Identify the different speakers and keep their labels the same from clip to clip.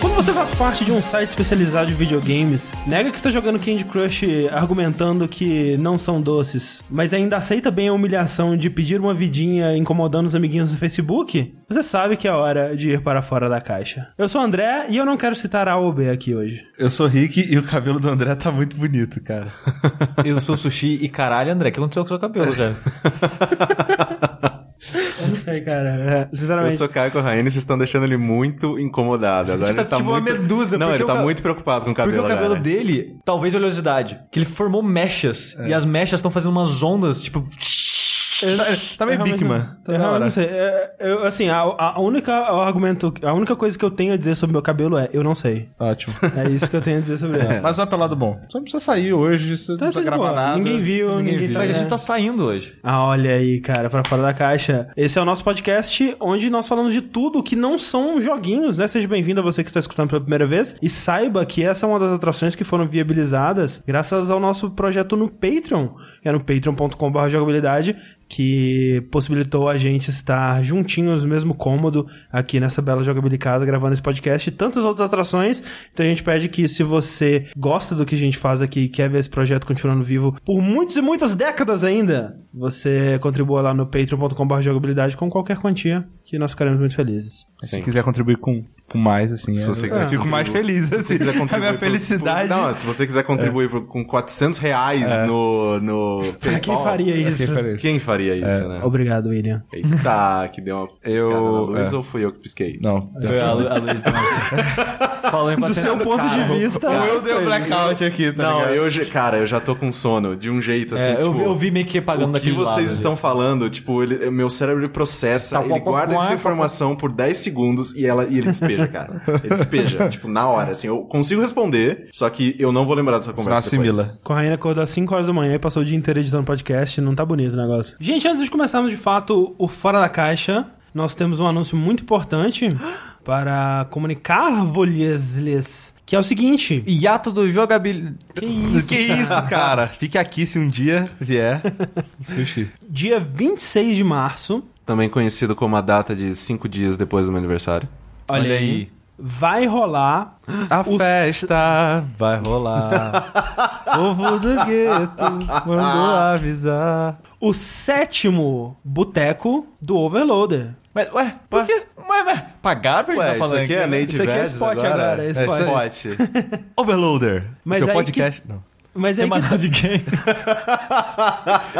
Speaker 1: Como você faz parte de um site especializado em videogames, nega que está jogando Candy Crush eh, argumentando que não são doces, mas ainda aceita bem a humilhação de pedir uma vidinha incomodando os amiguinhos no Facebook? Você sabe que é hora de ir para fora da caixa. Eu sou o André e eu não quero citar A ou B aqui hoje.
Speaker 2: Eu sou Rick e o cabelo do André tá muito bonito, cara.
Speaker 3: Eu sou sushi e caralho, André, que não aconteceu com o seu cabelo, cara?
Speaker 1: Eu não sei, cara. É,
Speaker 4: Eu
Speaker 1: sinceramente.
Speaker 4: sou Caio Corraine e vocês estão deixando ele muito incomodado. Agora
Speaker 3: tá
Speaker 4: ele tá
Speaker 3: tipo uma
Speaker 4: muito...
Speaker 3: medusa,
Speaker 4: Não,
Speaker 3: porque
Speaker 4: ele
Speaker 3: o
Speaker 4: tá
Speaker 3: ca-
Speaker 4: muito preocupado com o cabelo
Speaker 3: Porque o cabelo
Speaker 4: agora.
Speaker 3: dele, talvez oleosidade, que ele formou mechas
Speaker 2: É.
Speaker 3: e as mechas estão fazendo umas ondas, tipo.
Speaker 2: Tá, tá meio
Speaker 1: realmente
Speaker 2: Bigman.
Speaker 1: não- eu realmente não sei. É, eu, assim, a, a única o argumento, a única coisa que eu tenho a dizer sobre meu cabelo é eu não sei.
Speaker 2: Ótimo.
Speaker 1: É isso que eu tenho a dizer sobre
Speaker 4: É.
Speaker 1: ele.
Speaker 2: Mas um apelado bom. Só não precisa sair hoje, você
Speaker 1: Tá,
Speaker 2: não precisa
Speaker 1: tá de
Speaker 2: gravar
Speaker 1: boa.
Speaker 2: nada.
Speaker 1: Ninguém viu, ninguém tá-
Speaker 3: Mas a
Speaker 1: É.
Speaker 3: gente tá saindo hoje.
Speaker 1: Ah, olha aí, cara, pra fora da caixa. Esse é o nosso podcast onde nós falamos de tudo que não são joguinhos, né? Seja bem-vindo a você que está escutando pela primeira vez e saiba que essa é uma das atrações que foram viabilizadas graças ao nosso projeto no Patreon, que é no patreon.com.br jogabilidade, que possibilitou a gente estar juntinhos no mesmo cômodo aqui nessa bela jogabilicada gravando esse podcast e tantas outras atrações. Então a gente pede que se você gosta do que a gente faz aqui e quer ver esse projeto continuando vivo por muitas e muitas décadas ainda, você contribua lá no patreon.com.br jogabilidade com qualquer quantia, que nós ficaremos muito felizes.
Speaker 2: Se quiser contribuir com, com mais, assim,
Speaker 4: Se
Speaker 2: é-
Speaker 4: você quiser
Speaker 2: eu fico
Speaker 4: contribuir-
Speaker 2: mais feliz, assim.
Speaker 3: É
Speaker 4: Se quiser
Speaker 2: a
Speaker 4: contribuir
Speaker 2: minha
Speaker 4: pro-
Speaker 2: felicidade.
Speaker 4: pro- Não, se você quiser contribuir pro- com 400 reais
Speaker 2: É.
Speaker 4: no, no
Speaker 1: Pra quem
Speaker 4: PayPal,
Speaker 1: faria
Speaker 2: pra quem
Speaker 1: isso?
Speaker 2: faria isso? É.
Speaker 4: Quem faria isso, né?
Speaker 1: Obrigado, William.
Speaker 4: Eita, que deu uma piscada na
Speaker 2: Eu-
Speaker 4: luz
Speaker 2: é.
Speaker 4: ou fui eu que pisquei?
Speaker 2: Não,
Speaker 3: Foi a, lu- a luz do... Falando
Speaker 1: Do seu ponto de vista,
Speaker 2: Ou eu
Speaker 1: as
Speaker 2: dei o
Speaker 1: coisas.
Speaker 2: blackout aqui, tá
Speaker 4: Não,
Speaker 2: ligado?
Speaker 4: eu, já- cara, eu já tô com sono de um jeito assim.
Speaker 3: É, eu,
Speaker 4: tipo,
Speaker 3: vi- eu vi meio que
Speaker 4: O
Speaker 3: pagando
Speaker 4: que
Speaker 3: daquele
Speaker 4: vocês
Speaker 3: lado,
Speaker 4: estão falando, tipo, ele- meu cérebro ele processa,
Speaker 3: Tá,
Speaker 4: ele
Speaker 3: pá, pá,
Speaker 4: guarda
Speaker 3: pá,
Speaker 4: essa
Speaker 3: pá,
Speaker 4: informação por 10 segundos e, ela, e ele despeja, cara. Ele despeja, tipo, na hora, assim. Eu consigo responder, só que eu não vou lembrar dessa
Speaker 2: Não
Speaker 4: conversa depois.
Speaker 2: assimila.
Speaker 1: Corraine acordou às 5 horas da manhã e passou o dia inteiro editando podcast. Não tá bonito o negócio. Gente, antes de começarmos de fato o Fora da Caixa, nós temos um anúncio muito importante para comunicar lhes que é o seguinte.
Speaker 3: Hiato do jogabil...
Speaker 1: Que isso?
Speaker 2: Que isso, cara? Fique aqui se um dia vier sushi.
Speaker 1: Dia 26 de março,
Speaker 4: Também conhecido como a data de 5 dias depois do meu aniversário.
Speaker 1: olha,
Speaker 3: Olha
Speaker 1: aí,
Speaker 3: aí.
Speaker 1: vai rolar
Speaker 2: A
Speaker 1: Os-
Speaker 2: festa vai rolar. Povo do gueto mandou avisar.
Speaker 1: o sétimo boteco do Overloader.
Speaker 3: Mas, ué, por quê? Mas, mas, pagaram pra gente
Speaker 4: Ué,
Speaker 3: tá
Speaker 4: isso
Speaker 3: falando
Speaker 4: aqui é
Speaker 3: né?
Speaker 4: Native
Speaker 1: Isso aqui é
Speaker 4: Ads
Speaker 1: spot agora, é
Speaker 4: É
Speaker 1: spot.
Speaker 4: spot.
Speaker 2: Overloader.
Speaker 1: Mas
Speaker 2: Seu
Speaker 1: aí
Speaker 2: podcast. Não.
Speaker 1: Mas aí, que,
Speaker 3: Semanal de games.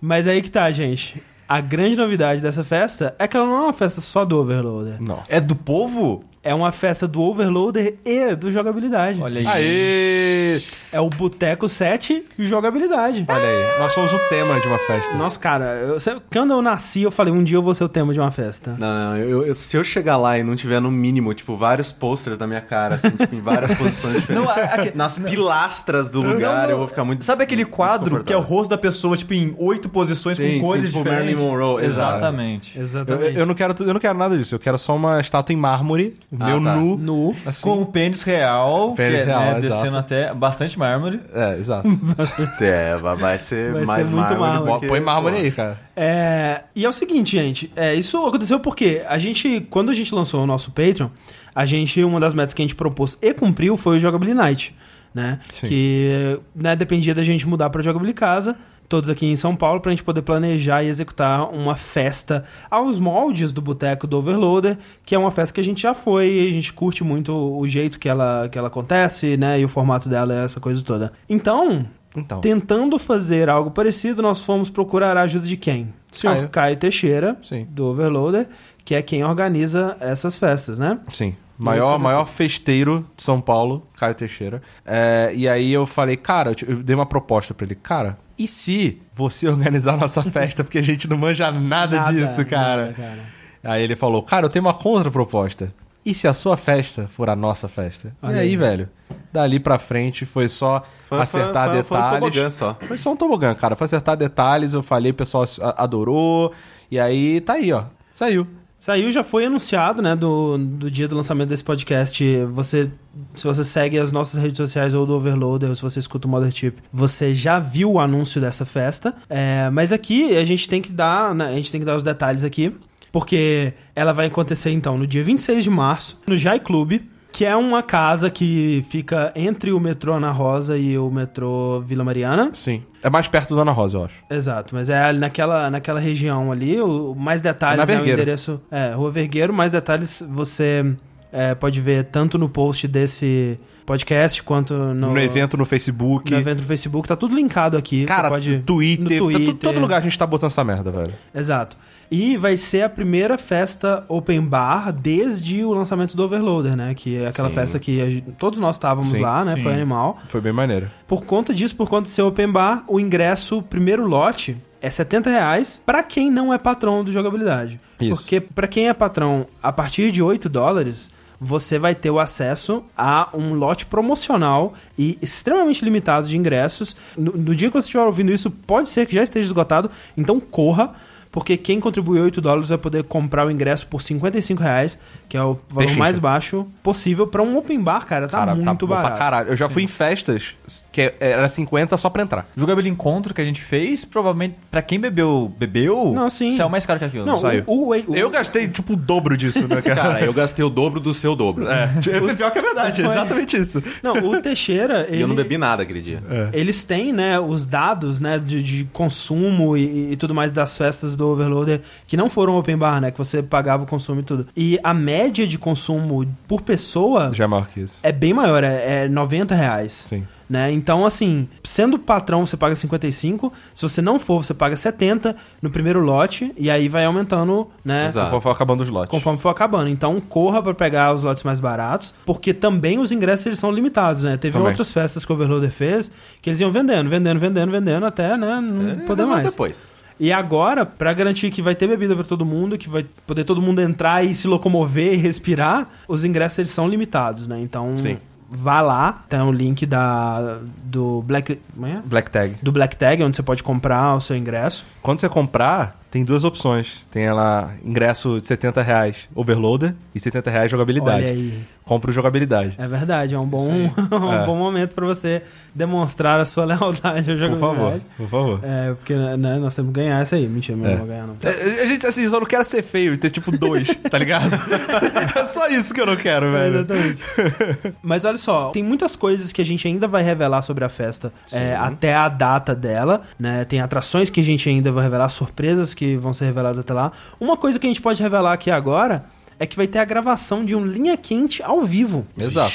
Speaker 1: mas aí que tá, gente. A grande novidade dessa festa é que ela não é uma festa só do Overloader.
Speaker 2: não.
Speaker 3: É do povo?
Speaker 1: É uma festa do Overloader e do Jogabilidade.
Speaker 3: Olha aí.
Speaker 2: Aê!
Speaker 1: É o Boteco 7 e Jogabilidade.
Speaker 2: Olha aí, nós somos o tema de uma festa.
Speaker 1: Nossa, cara, eu, se- quando eu nasci, eu falei, um dia eu vou ser o tema de uma festa.
Speaker 4: Não, não, eu- eu- se eu chegar lá e não tiver no mínimo, tipo, vários posters na minha cara, assim, tipo, em várias posições diferentes.
Speaker 3: Não, a- aque-
Speaker 4: Nas pilastras do lugar, eu vou ficar muito
Speaker 3: Sabe aquele
Speaker 4: muito
Speaker 3: quadro que é o
Speaker 4: desconfortável.
Speaker 3: rosto da pessoa, tipo, em oito posições
Speaker 4: Sim,
Speaker 3: com
Speaker 4: sim,
Speaker 3: cores
Speaker 4: tipo
Speaker 3: diferentes?
Speaker 4: Marilyn Monroe, exato.
Speaker 3: Exatamente.
Speaker 2: Eu,
Speaker 1: Exatamente.
Speaker 2: eu não quero, tu- eu não quero nada disso. Eu quero só uma estátua em mármore, meu
Speaker 4: tá.
Speaker 2: nu.
Speaker 1: Nu.
Speaker 2: Assim.
Speaker 3: Com o pênis real,
Speaker 2: Pênis
Speaker 3: que é,
Speaker 2: real,
Speaker 3: né,
Speaker 2: exato.
Speaker 3: descendo até bastante mármore.
Speaker 2: É, exato.
Speaker 4: É, vai- vai ser
Speaker 1: Vai ser
Speaker 4: mais
Speaker 1: muito
Speaker 4: mármore.
Speaker 1: mármore.
Speaker 4: porque-
Speaker 2: Põe mármore
Speaker 4: pô.
Speaker 2: aí, cara.
Speaker 1: É, e é o seguinte, gente. É, isso aconteceu porque a gente, quando a gente lançou o nosso Patreon, a gente, uma das metas que a gente propôs e cumpriu foi o Jogabilidade Night, né?
Speaker 2: Sim.
Speaker 1: Que né, dependia da gente mudar pra Jogabilidade Casa, todos aqui em São Paulo, pra gente poder planejar e executar uma festa aos moldes do Boteco do Overloader, que é uma festa que a gente já foi, a gente curte muito o jeito que ela, que ela acontece, né? E o formato dela é essa coisa toda. Então,
Speaker 2: Então.
Speaker 1: Tentando fazer algo parecido, nós fomos procurar a ajuda de quem? O senhor Caio,
Speaker 2: Caio.
Speaker 1: Teixeira,
Speaker 2: Ah, é? Sim.
Speaker 1: do Overloader, que é quem organiza essas festas, né?
Speaker 2: Sim. Maior,
Speaker 1: Muito
Speaker 2: maior festeiro de São Paulo, Caio Teixeira. É, e aí eu falei, cara, eu te- eu dei uma proposta pra ele, cara, e se você organizar nossa festa? Porque a gente não manja nada, disso, cara.
Speaker 1: nada, cara.
Speaker 2: Aí ele falou, cara, eu tenho uma contraproposta. E se a sua festa for a nossa festa?
Speaker 1: Olha
Speaker 2: e aí,
Speaker 1: aí.
Speaker 2: velho? Dali pra frente foi só
Speaker 4: Foi-
Speaker 2: acertar
Speaker 4: foi- foi um
Speaker 2: detalhes.
Speaker 4: tobogã só.
Speaker 2: Foi só um tobogã, cara. Foi acertar detalhes, eu falei, o pessoal a- adorou. E aí, tá aí, ó. Saiu.
Speaker 1: Saiu, já foi anunciado, né, do, do dia do lançamento desse podcast. Você, se você segue as nossas redes sociais ou do Overloader, ou se você escuta o Mother Chip, você já viu o anúncio dessa festa. É, mas aqui a gente tem que dar, né, a gente tem que dar os detalhes aqui. Porque ela vai acontecer, então, no dia 26 de março, no Jai Club, que é uma casa que fica entre o metrô Ana Rosa e o metrô Vila Mariana.
Speaker 2: Sim. É mais perto da Ana Rosa, eu acho.
Speaker 1: Exato, mas é ali naquela, naquela região ali. O, o mais detalhes
Speaker 2: É na
Speaker 1: né, o
Speaker 2: Vergueiro.
Speaker 1: endereço. É, Rua Vergueiro, mais detalhes você é, pode ver tanto no post desse podcast quanto no,
Speaker 2: No evento, no Facebook.
Speaker 1: no evento do Facebook. Tá tudo linkado aqui. você
Speaker 2: Cara,
Speaker 1: pode...
Speaker 2: Twitter,
Speaker 1: no
Speaker 2: tá tu-
Speaker 1: Twitter. é.
Speaker 2: todo lugar a gente tá botando essa merda, velho.
Speaker 1: Exato. E vai ser a primeira festa open bar desde o lançamento do Overloader, né? Que é aquela
Speaker 2: Sim.
Speaker 1: festa que a gente- todos nós estávamos
Speaker 2: Sim,
Speaker 1: lá, né?
Speaker 5: sim.
Speaker 1: Foi animal.
Speaker 2: Foi bem maneiro.
Speaker 1: Por conta disso, por conta de ser open bar, o ingresso, primeiro lote, é R$ 70 reais pra quem não é patrão do jogabilidade.
Speaker 2: Isso.
Speaker 1: Porque pra quem é patrão, a partir de 8 dólares, você vai ter o acesso a um lote promocional e extremamente limitado de ingressos. No, no dia que você estiver ouvindo isso, pode ser que já esteja esgotado, então corra. Porque quem contribuir 8 dólares vai poder comprar o ingresso por 55 reais, que é o valor
Speaker 2: Pechincha.
Speaker 1: mais baixo possível pra um open bar, cara. Tá
Speaker 2: Cara,
Speaker 1: muito
Speaker 2: bom pra
Speaker 1: barato.
Speaker 2: caralho. Eu já fui em festas que é, era 50 só pra entrar.
Speaker 3: Jogabilidade encontro que a gente fez, provavelmente, pra quem bebeu, bebeu,
Speaker 1: Não, sim.
Speaker 3: saiu mais caro que aquilo.
Speaker 1: Não,
Speaker 2: saiu.
Speaker 1: o- o- o-
Speaker 2: Eu gastei, tipo, o dobro disso, né, cara?
Speaker 4: Cara, eu gastei o dobro do seu dobro.
Speaker 2: É pior que é verdade, é exatamente isso.
Speaker 1: Não, o Teixeira,
Speaker 4: E eu não
Speaker 1: ele-
Speaker 4: bebi nada aquele dia.
Speaker 3: É.
Speaker 1: eles têm, né, os dados, né, de, de consumo e, e tudo mais das festas do Overloader, que não foram open bar, né, que você pagava o consumo e tudo. E a média de consumo por pessoa
Speaker 2: Já é maior que isso.
Speaker 1: é bem maior, é, é 90 reais.
Speaker 2: Sim.
Speaker 1: Né? Então, assim, sendo patrão você paga 55, se você não for você paga 70 no primeiro lote, e aí vai aumentando, né,
Speaker 4: Exato.
Speaker 2: Conforme foi acabando os lotes.
Speaker 1: conforme for acabando. Então corra pra pegar os lotes mais baratos, porque também os ingressos eles são limitados, né? Teve
Speaker 2: Também.
Speaker 1: outras festas que o Overloader fez que eles iam vendendo, vendendo, vendendo, vendendo até, né, não poder
Speaker 4: Mas
Speaker 1: mais.
Speaker 4: Depois.
Speaker 1: E agora, pra garantir que vai ter bebida pra todo mundo, que vai poder todo mundo entrar e se locomover e respirar, os ingressos eles são limitados, né? Então,
Speaker 2: Sim.
Speaker 1: vá lá, tem o link da do Black, como é?
Speaker 2: Black Tag.
Speaker 1: do Black Tag onde você pode comprar o seu ingresso.
Speaker 2: Quando você comprar, tem duas opções. Tem ela ingresso de 70 reais overloader e 70 reais jogabilidade.
Speaker 1: Olha aí.
Speaker 2: Compra o jogabilidade.
Speaker 1: É verdade, é um bom, um
Speaker 2: É.
Speaker 1: bom momento pra você demonstrar a sua lealdade ao jogo.
Speaker 2: Por favor, por favor.
Speaker 1: É, porque né, nós temos que ganhar isso aí. Mentira, mas
Speaker 2: É.
Speaker 1: não vou ganhar, não.
Speaker 2: É, A gente, assim, só não quero ser feio e ter tipo dois, tá ligado? é só isso que eu não quero,
Speaker 1: É,
Speaker 2: velho.
Speaker 1: Exatamente. Mas olha só, tem muitas coisas que a gente ainda vai revelar sobre a festa é, até a data dela, né? Tem atrações que a gente ainda vai revelar, surpresas que vão ser reveladas até lá. Uma coisa que a gente pode revelar aqui agora é que vai ter a gravação de um linha quente ao vivo.
Speaker 2: Exato.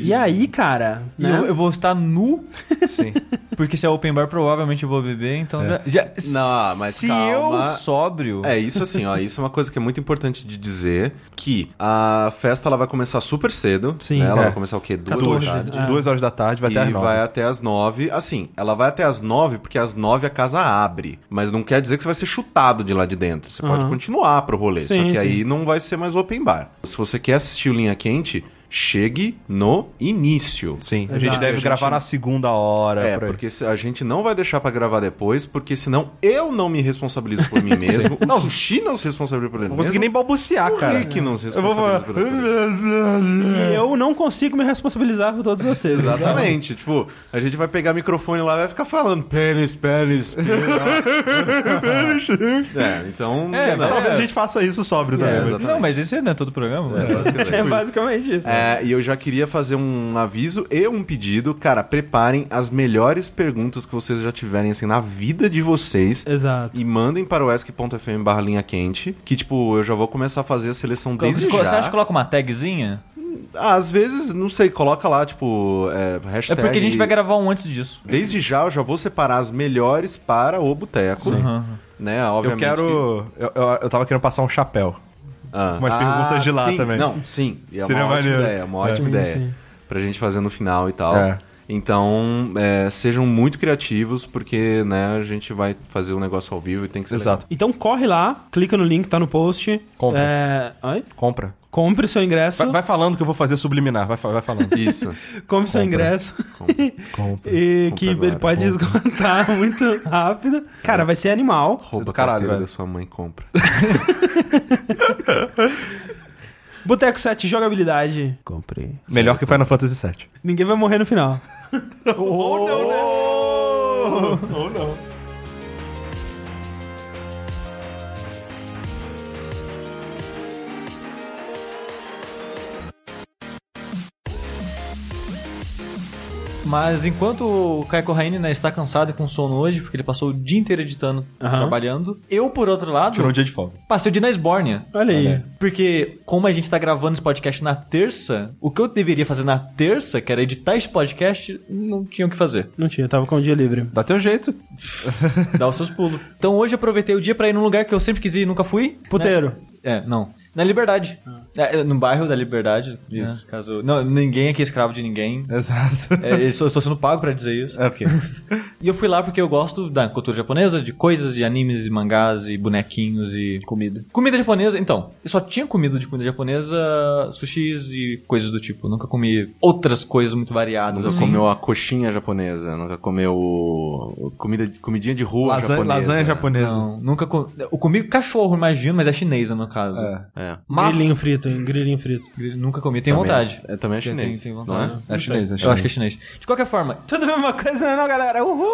Speaker 1: E aí, cara,
Speaker 3: E
Speaker 1: né?
Speaker 3: eu, eu vou estar nu,
Speaker 2: Sim.
Speaker 3: porque se é open bar, provavelmente eu vou beber, então...
Speaker 2: É.
Speaker 3: Já,
Speaker 4: Não, mas
Speaker 3: se
Speaker 4: calma.
Speaker 3: eu sóbrio...
Speaker 4: É, isso assim, ó, isso é uma coisa que é muito importante de dizer, que a festa ela vai começar super cedo,
Speaker 1: Sim.
Speaker 4: né? Ela
Speaker 2: É.
Speaker 4: vai começar o quê? Duas da
Speaker 1: 14,
Speaker 4: tarde?
Speaker 1: É.
Speaker 2: Duas horas da tarde vai
Speaker 4: e
Speaker 2: até as nove.
Speaker 4: vai até as nove. Assim, ela vai até as nove porque às nove a casa abre. Mas não quer dizer que você vai ser chutado de lá de dentro. Você pode
Speaker 1: Aham.
Speaker 4: continuar pro rolê. só
Speaker 1: Sim,
Speaker 4: que
Speaker 1: sim.
Speaker 4: aí não vai ser mais open bar. Se você quer assistir o Linha Quente, chegue no início.
Speaker 2: Sim. A
Speaker 1: Exato.
Speaker 2: gente deve
Speaker 4: A gente-
Speaker 2: gravar na segunda hora.
Speaker 4: É,
Speaker 2: por aí.
Speaker 4: porque se- a gente não vai deixar pra gravar depois, porque senão eu não me responsabilizo por mim mesmo, o Sushi não se responsabiliza por ele
Speaker 2: Não
Speaker 4: mesmo.
Speaker 2: consegui nem balbuciar,
Speaker 4: o
Speaker 2: cara.
Speaker 4: Rick não se
Speaker 2: Eu vou
Speaker 4: responsabiliza
Speaker 2: falar.
Speaker 4: por ele.
Speaker 1: E eu não consigo me responsabilizar por todos vocês. então-
Speaker 4: Exatamente. Tipo, a gente vai pegar microfone lá e vai ficar falando pênis, pênis, pênis. é, então. não
Speaker 3: É,
Speaker 4: não.
Speaker 2: Talvez a gente faça isso sóbrio também. mas-
Speaker 4: exatamente.
Speaker 3: Não, mas esse não é todo o programa.
Speaker 4: É, basicamente.
Speaker 1: É basicamente isso.
Speaker 4: É, e eu já queria fazer um aviso e um pedido. Cara, preparem as melhores perguntas que vocês já tiverem, assim, na vida de vocês.
Speaker 1: Exato.
Speaker 4: E mandem para o esc.fm barra linha quente, que, tipo, eu já vou começar a fazer a seleção desde
Speaker 3: Você
Speaker 4: já.
Speaker 3: acha que coloca uma tagzinha?
Speaker 4: Às vezes, não sei, coloca lá, tipo, é,
Speaker 3: É
Speaker 4: hashtag...
Speaker 3: porque a gente vai gravar um antes disso.
Speaker 4: Desde já, eu já vou separar as melhores para o boteco,
Speaker 3: Aham.
Speaker 4: né? Obviamente
Speaker 2: eu quero. Eu, eu, eu tava querendo passar um chapéu.
Speaker 4: que- Ah.
Speaker 2: umas perguntas de lá
Speaker 4: sim.
Speaker 2: também.
Speaker 4: Não, sim. E É
Speaker 2: Seria
Speaker 4: uma ótima
Speaker 2: maneiro.
Speaker 4: ideia, é uma ótima
Speaker 1: Sim,
Speaker 4: ideia.
Speaker 1: sim.
Speaker 4: Pra gente fazer no final e tal.
Speaker 2: É.
Speaker 4: Então, é, sejam muito criativos, porque, né, a gente vai fazer um negócio ao vivo e tem que ser
Speaker 2: Exato.
Speaker 1: Então corre lá, clica no link, tá no post.
Speaker 2: Compra.
Speaker 1: É, ai,
Speaker 2: Compra.
Speaker 1: compre seu ingresso.
Speaker 2: Vai, vai falando que eu vou fazer subliminar. Vai, fa- vai falando.
Speaker 4: legal. Isso.
Speaker 2: é
Speaker 1: compre seu
Speaker 2: Compra.
Speaker 1: ingresso.
Speaker 2: Compra.
Speaker 1: E
Speaker 4: Compra
Speaker 1: que
Speaker 4: agora,
Speaker 1: ele pode esgotar muito rápido. Cara, vai ser animal.
Speaker 2: do
Speaker 4: Rouba do
Speaker 2: caralho,
Speaker 4: caralho,
Speaker 2: velho.
Speaker 4: da sua mãe e compra.
Speaker 1: Boteco 7, jogabilidade. Comprei.
Speaker 2: Melhor que Final Fantasy VII.
Speaker 1: Ninguém vai morrer no final.
Speaker 2: Ou não.
Speaker 3: Mas enquanto o Kai Corraine né, está cansado e com sono hoje, porque ele passou o dia inteiro editando, trabalhando, eu, por outro lado,
Speaker 2: Tirou um dia de folga.
Speaker 3: passei o dia na Esbórnia.
Speaker 1: Olha aí.
Speaker 3: Porque, como a gente tá gravando esse podcast na terça, o que eu deveria fazer na terça, que era editar esse podcast, não tinha o que fazer.
Speaker 1: Não tinha, tava com o dia livre.
Speaker 2: Dá teu jeito.
Speaker 3: Dá os seus pulos. Então hoje eu aproveitei o dia pra ir num lugar que eu sempre quis ir e nunca fui.
Speaker 1: Puteiro.
Speaker 3: né? É, não. Na Liberdade. É, no bairro da Liberdade. Isso. Caso... Não, ninguém aqui é escravo de ninguém.
Speaker 2: Exato.
Speaker 3: É, eu sou- eu estou sendo pago pra dizer isso.
Speaker 2: É porque.
Speaker 3: E eu fui lá porque eu gosto da cultura japonesa, de coisas, e animes, e mangás, e bonequinhos, e... Comida. Comida japonesa, então. Eu só tinha comida de comida japonesa, sushis e coisas do tipo. Eu nunca comi outras coisas muito variadas,
Speaker 4: Nunca
Speaker 3: assim.
Speaker 4: comeu a coxinha japonesa, nunca comeu o- comida, de- comidinha de rua
Speaker 2: Lasanha,
Speaker 4: japonesa.
Speaker 2: lasanha japonesa.
Speaker 3: Não, nunca comi... Eu comi cachorro, imagino, mas é chinesa, no caso.
Speaker 2: É.
Speaker 4: É.
Speaker 3: Mas...
Speaker 1: Grilinho frito, hein? Grilinho frito.
Speaker 3: Grilho Nunca comi, tenho
Speaker 4: Também-
Speaker 3: vontade.
Speaker 4: é, também é
Speaker 3: Tenho- Tenho,
Speaker 4: chinês,
Speaker 3: tenho
Speaker 4: não
Speaker 3: vontade.
Speaker 2: é? É chinês, é
Speaker 3: Eu
Speaker 2: chinês.
Speaker 3: acho que é chinês. De qualquer forma,
Speaker 1: Tudo a mesma coisa, né, não, galera? Uhul!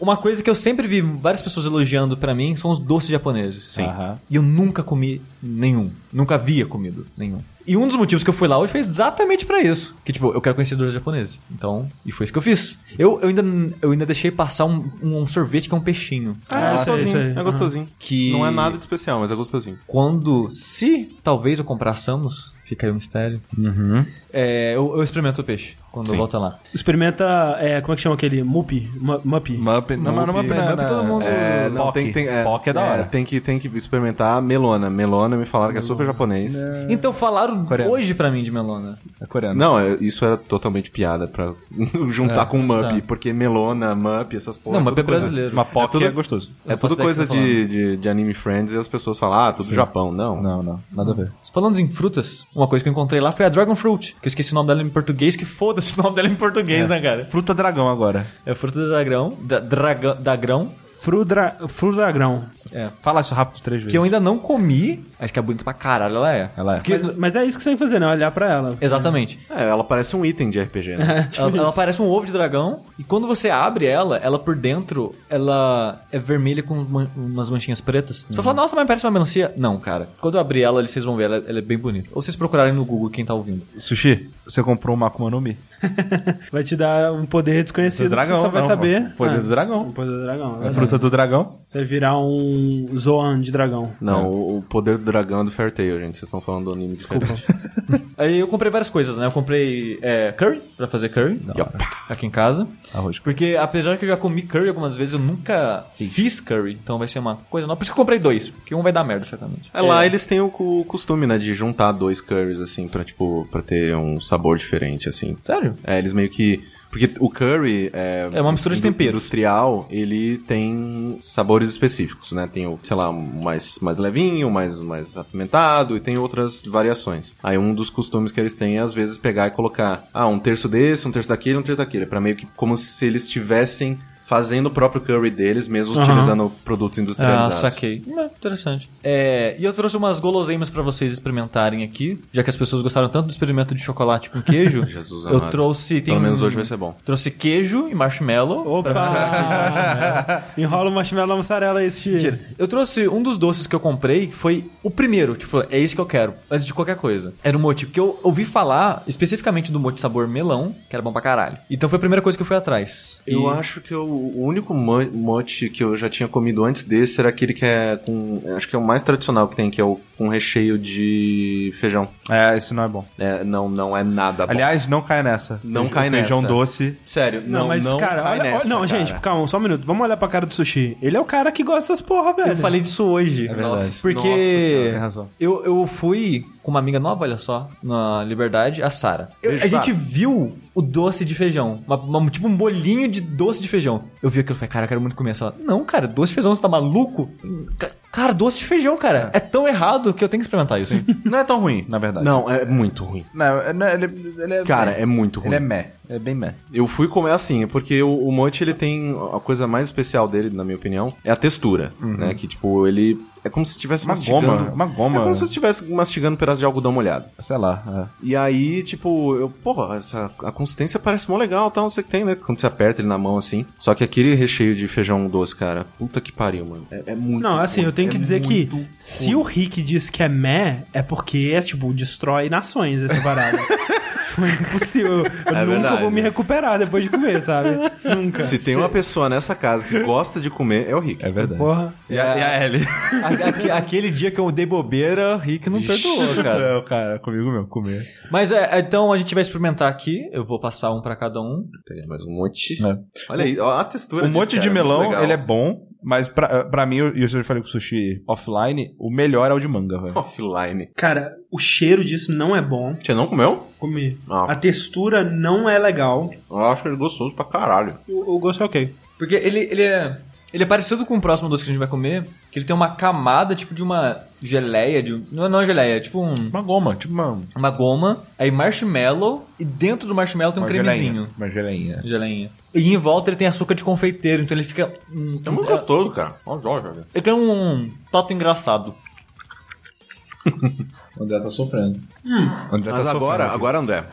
Speaker 3: uma coisa que eu sempre vi várias pessoas elogiando pra mim são os doces japoneses. Sim.
Speaker 2: Aham.
Speaker 3: E eu nunca comi nenhum. Nunca havia comido nenhum. E um dos motivos que eu fui lá hoje foi exatamente pra isso. Que, tipo, eu quero conhecer doces japoneses. Então, e foi isso que eu fiz. Eu, eu, ainda, eu ainda deixei passar um, um sorvete que é um peixinho.
Speaker 4: Ah, é
Speaker 1: Ah, sei,
Speaker 4: gostosinho,
Speaker 1: sei.
Speaker 4: é gostosinho.
Speaker 3: Que-
Speaker 4: Não é nada de especial, mas é gostosinho.
Speaker 3: Quando, se talvez eu comprássemos, fica aí o mistério.
Speaker 4: Uhum.
Speaker 3: É, eu, eu experimento o peixe quando eu volto lá.
Speaker 1: Experimenta, é, como é que chama aquele? Mupi? Mu- Mupi?
Speaker 2: Mup, não, mas não
Speaker 3: Mup, Mup, todo mundo-
Speaker 4: É, não, tem, que- tem, é,
Speaker 2: Poc é da hora.
Speaker 4: tem, que, tem que experimentar melona. Melona me falaram que é super japonês.
Speaker 3: Então falaram
Speaker 2: Coreano.
Speaker 3: hoje pra mim de melona.
Speaker 2: É coreano.
Speaker 4: Não, é- isso era totalmente piada pra juntar com Mup, porque melona, Mup, essas porra.
Speaker 3: Não, mas
Speaker 4: tudo
Speaker 3: é
Speaker 4: coisa-
Speaker 3: brasileiro.
Speaker 2: Mas POC é,
Speaker 4: tudo-
Speaker 2: gostoso.
Speaker 4: É
Speaker 3: Eu faço
Speaker 4: tudo
Speaker 3: ideia que
Speaker 4: coisa
Speaker 3: você tá falando.
Speaker 4: de, de, de anime friends e as pessoas falam, ah, tudo Japão. Não.
Speaker 2: Não, não. Nada a ver.
Speaker 3: Falando em frutas, uma coisa que eu encontrei lá foi a Dragon Fruit, que eu esqueci o nome dela em português, que foda-se o nome dela em
Speaker 2: É.
Speaker 3: português, né, cara?
Speaker 2: Fruta dragão agora.
Speaker 3: É fruta do dragão, da, draga, dagrão,
Speaker 1: Frudra, frudragrão.
Speaker 3: é,
Speaker 2: Fala isso rápido três vezes.
Speaker 3: que eu ainda não comi, acho que é bonita pra caralho, ela é.
Speaker 2: Ela é.
Speaker 3: Porque-
Speaker 1: Mas, mas é isso que você tem que fazer, né? Olhar pra ela.
Speaker 3: Exatamente.
Speaker 4: É, ela parece um item de RPG, né?
Speaker 3: Ela, ela parece um ovo de dragão, e quando você abre ela, ela por dentro, ela é vermelha com uma- umas manchinhas pretas. Você vai
Speaker 2: Uhum.
Speaker 3: falar, nossa, mas parece uma melancia. Não, cara. Quando eu abrir ela, ali, vocês vão ver, ela, ela é bem bonita. Ou vocês procurarem no Google quem tá ouvindo.
Speaker 2: Sushi, você comprou uma Akuma no Mi.
Speaker 1: Vai te dar um poder desconhecido
Speaker 2: Do dragão,
Speaker 1: que você só vai
Speaker 2: não,
Speaker 1: saber.
Speaker 2: pô. Poder do dragão.
Speaker 1: o Poder do dragão.
Speaker 2: Ah. É
Speaker 1: verdade.
Speaker 2: fruta do dragão.
Speaker 1: Você vai virar um Zoan de dragão.
Speaker 4: Não, o- o poder do dragão é do Fairtail, gente. Vocês estão falando do anime diferente.
Speaker 3: Aí eu comprei várias coisas, né? Eu comprei é, curry, pra fazer curry,
Speaker 2: hora.
Speaker 3: aqui em casa.
Speaker 2: Arroz.
Speaker 3: Porque apesar que eu já comi curry algumas vezes, eu nunca fiz curry. Então vai ser uma coisa nova. Por isso que eu comprei dois, porque um vai dar merda, certamente.
Speaker 4: É, lá eles têm o, cu- o costume, né, de juntar dois curries, assim, pra, tipo, pra ter um sabor diferente, assim.
Speaker 3: Sério?
Speaker 4: É, eles meio que... Porque o curry... É,
Speaker 3: É uma mistura de
Speaker 4: indu-
Speaker 3: temperos.
Speaker 4: Industrial, ele tem sabores específicos, né? Tem o, sei lá, um mais, mais levinho, mais, mais apimentado, e tem outras variações. Aí um dos costumes que eles têm é, às vezes, pegar e colocar, ah, um terço desse, um terço daquele, um terço daquele. Pra meio que como se eles estivessem fazendo o próprio curry deles, mesmo utilizando
Speaker 3: Ah,
Speaker 4: produtos
Speaker 2: É
Speaker 4: industrializados.
Speaker 3: saquei. Hum, é, interessante. É, e eu trouxe umas guloseimas pra vocês experimentarem aqui, já que as pessoas gostaram tanto do experimento de chocolate com queijo.
Speaker 4: Jesus
Speaker 3: eu
Speaker 4: amado.
Speaker 3: trouxe. tem
Speaker 4: Pelo menos
Speaker 3: um-
Speaker 4: hoje vai ser bom.
Speaker 3: Trouxe queijo e marshmallow.
Speaker 1: um Opa! Enrola o marshmallow na mussarela aí, Sushi.
Speaker 3: Mentira. Eu trouxe um dos doces que eu comprei, que foi o primeiro. Tipo, é isso que eu quero, antes de qualquer coisa. Era um mochi, porque eu ouvi falar especificamente do mochi sabor melão, que era bom pra caralho. Então foi a primeira coisa que eu fui atrás.
Speaker 4: Eu
Speaker 3: E-
Speaker 4: acho que eu- o único mo- mote que eu já tinha comido antes desse era aquele que é com. Acho que é o mais tradicional que tem, que é o com recheio de feijão.
Speaker 2: É, isso não é bom.
Speaker 4: É, não, não é nada bom.
Speaker 2: Aliás, não cai nessa.
Speaker 4: Não
Speaker 2: Feijão-
Speaker 4: cai
Speaker 2: Feijão
Speaker 4: nessa.
Speaker 2: doce.
Speaker 4: sério,
Speaker 1: Não,
Speaker 4: não,
Speaker 1: mas,
Speaker 4: não
Speaker 1: cara,
Speaker 4: cai
Speaker 1: olha, olha-
Speaker 4: nessa,
Speaker 1: não,
Speaker 4: cara.
Speaker 1: gente, calma, só um minuto. Vamos olhar pra cara do sushi. Ele é o cara que gosta dessas porra, velho.
Speaker 3: Eu falei disso hoje.
Speaker 4: verdade.
Speaker 3: Porque
Speaker 4: Nossa senhora, tem
Speaker 2: razão.
Speaker 3: Eu, eu fui com uma amiga nova, olha só, na Liberdade, a Sara. Eu-
Speaker 4: Beijo,
Speaker 3: A gente
Speaker 4: Sara.
Speaker 3: viu o doce de feijão. uma- uma- tipo um bolinho de doce de feijão. Eu vi aquilo e falei, cara, eu quero muito comer essa. Não, cara, doce de feijão, você tá maluco? Ca- Cara, doce de feijão, cara. É, tão errado que eu tenho que experimentar isso.
Speaker 2: Não é tão ruim, na verdade.
Speaker 4: Não, é muito ruim.
Speaker 2: Não, é- não, ele, ele é.
Speaker 4: Cara, é muito ruim.
Speaker 2: Ele é meh. É bem meh.
Speaker 4: Eu fui comer assim, porque o, o mote ele tem a coisa mais especial dele, na minha opinião, é a textura, né? Que tipo ele é como se estivesse
Speaker 2: Uma
Speaker 4: mastigando.
Speaker 2: goma, uma goma.
Speaker 4: É como se estivesse mastigando um pedaço de algodão molhado.
Speaker 2: Sei lá. é.
Speaker 4: E aí, tipo, eu, porra, essa, a consistência parece mó legal, tal, não sei o que tem, né? Quando você aperta ele na mão assim. Só que aquele recheio de feijão doce, cara, puta que pariu, mano. É, é muito.
Speaker 1: Não, assim, eu tenho que
Speaker 4: é
Speaker 1: dizer que
Speaker 4: muito
Speaker 1: é, se o Rick diz que é meh, é porque, tipo, destrói nações essa parada. Foi impossível. Eu nunca
Speaker 4: É verdade.
Speaker 1: vou me recuperar depois de comer, sabe? Nunca.
Speaker 4: Se tem uma pessoa nessa casa que gosta de comer, é o Rick.
Speaker 2: É verdade.
Speaker 1: Porra.
Speaker 4: E a, e a
Speaker 1: É.
Speaker 4: Ellie?
Speaker 3: A- aque- Aquele dia que eu dei bobeira, o Rick não perdoou, cara.
Speaker 2: Não, é cara, comigo mesmo, comer.
Speaker 3: Mas é, então a gente vai experimentar aqui. Eu vou passar um pra cada um.
Speaker 4: Peguei mais um monte.
Speaker 2: É.
Speaker 4: Olha aí, ó, a textura
Speaker 2: Um
Speaker 4: disso,
Speaker 2: monte
Speaker 4: cara,
Speaker 2: de
Speaker 4: muito
Speaker 2: melão,
Speaker 4: legal.
Speaker 2: ele é bom, mas pra, pra mim, e eu já falei com o sushi offline, o melhor é o de manga, velho.
Speaker 4: offline.
Speaker 1: Cara, o cheiro disso não é bom.
Speaker 4: Você não comeu?
Speaker 1: Comi.
Speaker 4: Ah.
Speaker 1: A textura não é legal.
Speaker 4: Eu acho ele gostoso pra caralho.
Speaker 1: O, o gosto é ok.
Speaker 3: Porque ele, ele é. Ele é parecido com o próximo doce que a gente vai comer, que ele tem uma camada tipo de uma geleia, de um, não é não é geleia, é tipo um,
Speaker 2: Uma goma, tipo uma...
Speaker 3: uma goma, aí marshmallow, e dentro do marshmallow tem um
Speaker 2: uma
Speaker 3: cremezinho.
Speaker 2: geleinha, Uma geleinha.
Speaker 3: Geleinha. E em volta ele tem açúcar de confeiteiro, então ele fica. hum,
Speaker 4: É muito gostoso, cara. Olha, olha, olha.
Speaker 3: Ele tem um tato engraçado.
Speaker 2: O André tá sofrendo. André
Speaker 4: Mas
Speaker 2: tá
Speaker 4: agora,
Speaker 2: sofrendo.
Speaker 4: agora, André,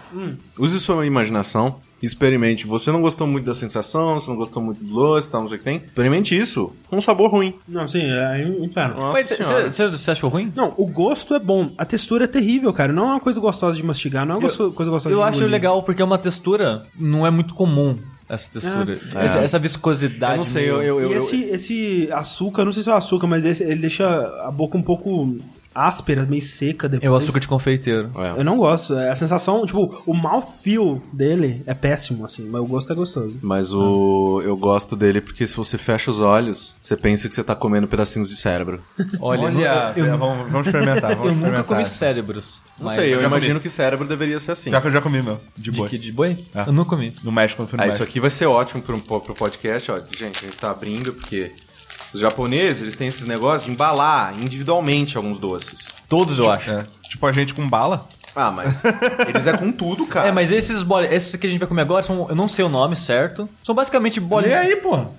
Speaker 4: use sua imaginação, experimente. Você não gostou muito da sensação, você não gostou muito do doce, tal, não sei o que tem. Experimente isso com um sabor ruim.
Speaker 1: Não, sim, é um inferno.
Speaker 4: Nossa
Speaker 3: Mas
Speaker 4: senhora.
Speaker 3: você achou ruim?
Speaker 1: Não, o gosto é bom. A textura é terrível, cara. Não é uma coisa gostosa de mastigar, não é uma gosto- coisa gostosa
Speaker 3: Eu
Speaker 1: de
Speaker 3: acho
Speaker 1: engolir.
Speaker 3: legal porque é uma textura, não é muito comum essa textura. Essa, essa viscosidade.
Speaker 4: Eu não sei, eu,
Speaker 3: meio-
Speaker 1: Ah,
Speaker 4: eu, eu,
Speaker 1: é. E
Speaker 4: eu-
Speaker 1: esse, esse açúcar, não sei se é o açúcar, mas esse- ele deixa a boca um pouco áspera, meio seca depois.
Speaker 3: É o açúcar de confeiteiro.
Speaker 4: É.
Speaker 1: Eu não gosto. É A sensação, tipo, o mouthfeel dele é péssimo, assim, mas o gosto é gostoso.
Speaker 4: Mas o eu gosto dele porque se você fecha os olhos, você pensa que você tá comendo pedacinhos de cérebro.
Speaker 3: Olha,
Speaker 2: Olha,
Speaker 3: eu, eu-
Speaker 2: é, vamos, vamos experimentar, vamos
Speaker 3: eu
Speaker 2: experimentar. né?
Speaker 3: nunca comi cérebros.
Speaker 4: Não
Speaker 3: mas-
Speaker 4: sei, eu
Speaker 2: já comi.
Speaker 4: imagino que cérebro deveria ser assim.
Speaker 2: Já que eu já comi, meu. De
Speaker 3: De,
Speaker 2: boa.
Speaker 3: que, de boi?
Speaker 2: Ah.
Speaker 3: Eu nunca comi.
Speaker 2: No México, eu fui no
Speaker 4: Ah,
Speaker 2: México.
Speaker 4: isso aqui vai ser ótimo pro, pro podcast, ó. Gente, a gente tá abrindo porque os japoneses, eles têm esses negócios de embalar individualmente alguns doces.
Speaker 3: Todos eu acho.
Speaker 2: É. Tipo a gente com bala.
Speaker 4: Ah, mas eles é com tudo, cara.
Speaker 3: É, mas esses bolis, esses que a gente vai comer agora, são, eu não sei o nome certo. São basicamente
Speaker 2: Olha
Speaker 3: bolinhas.
Speaker 2: aí, porra.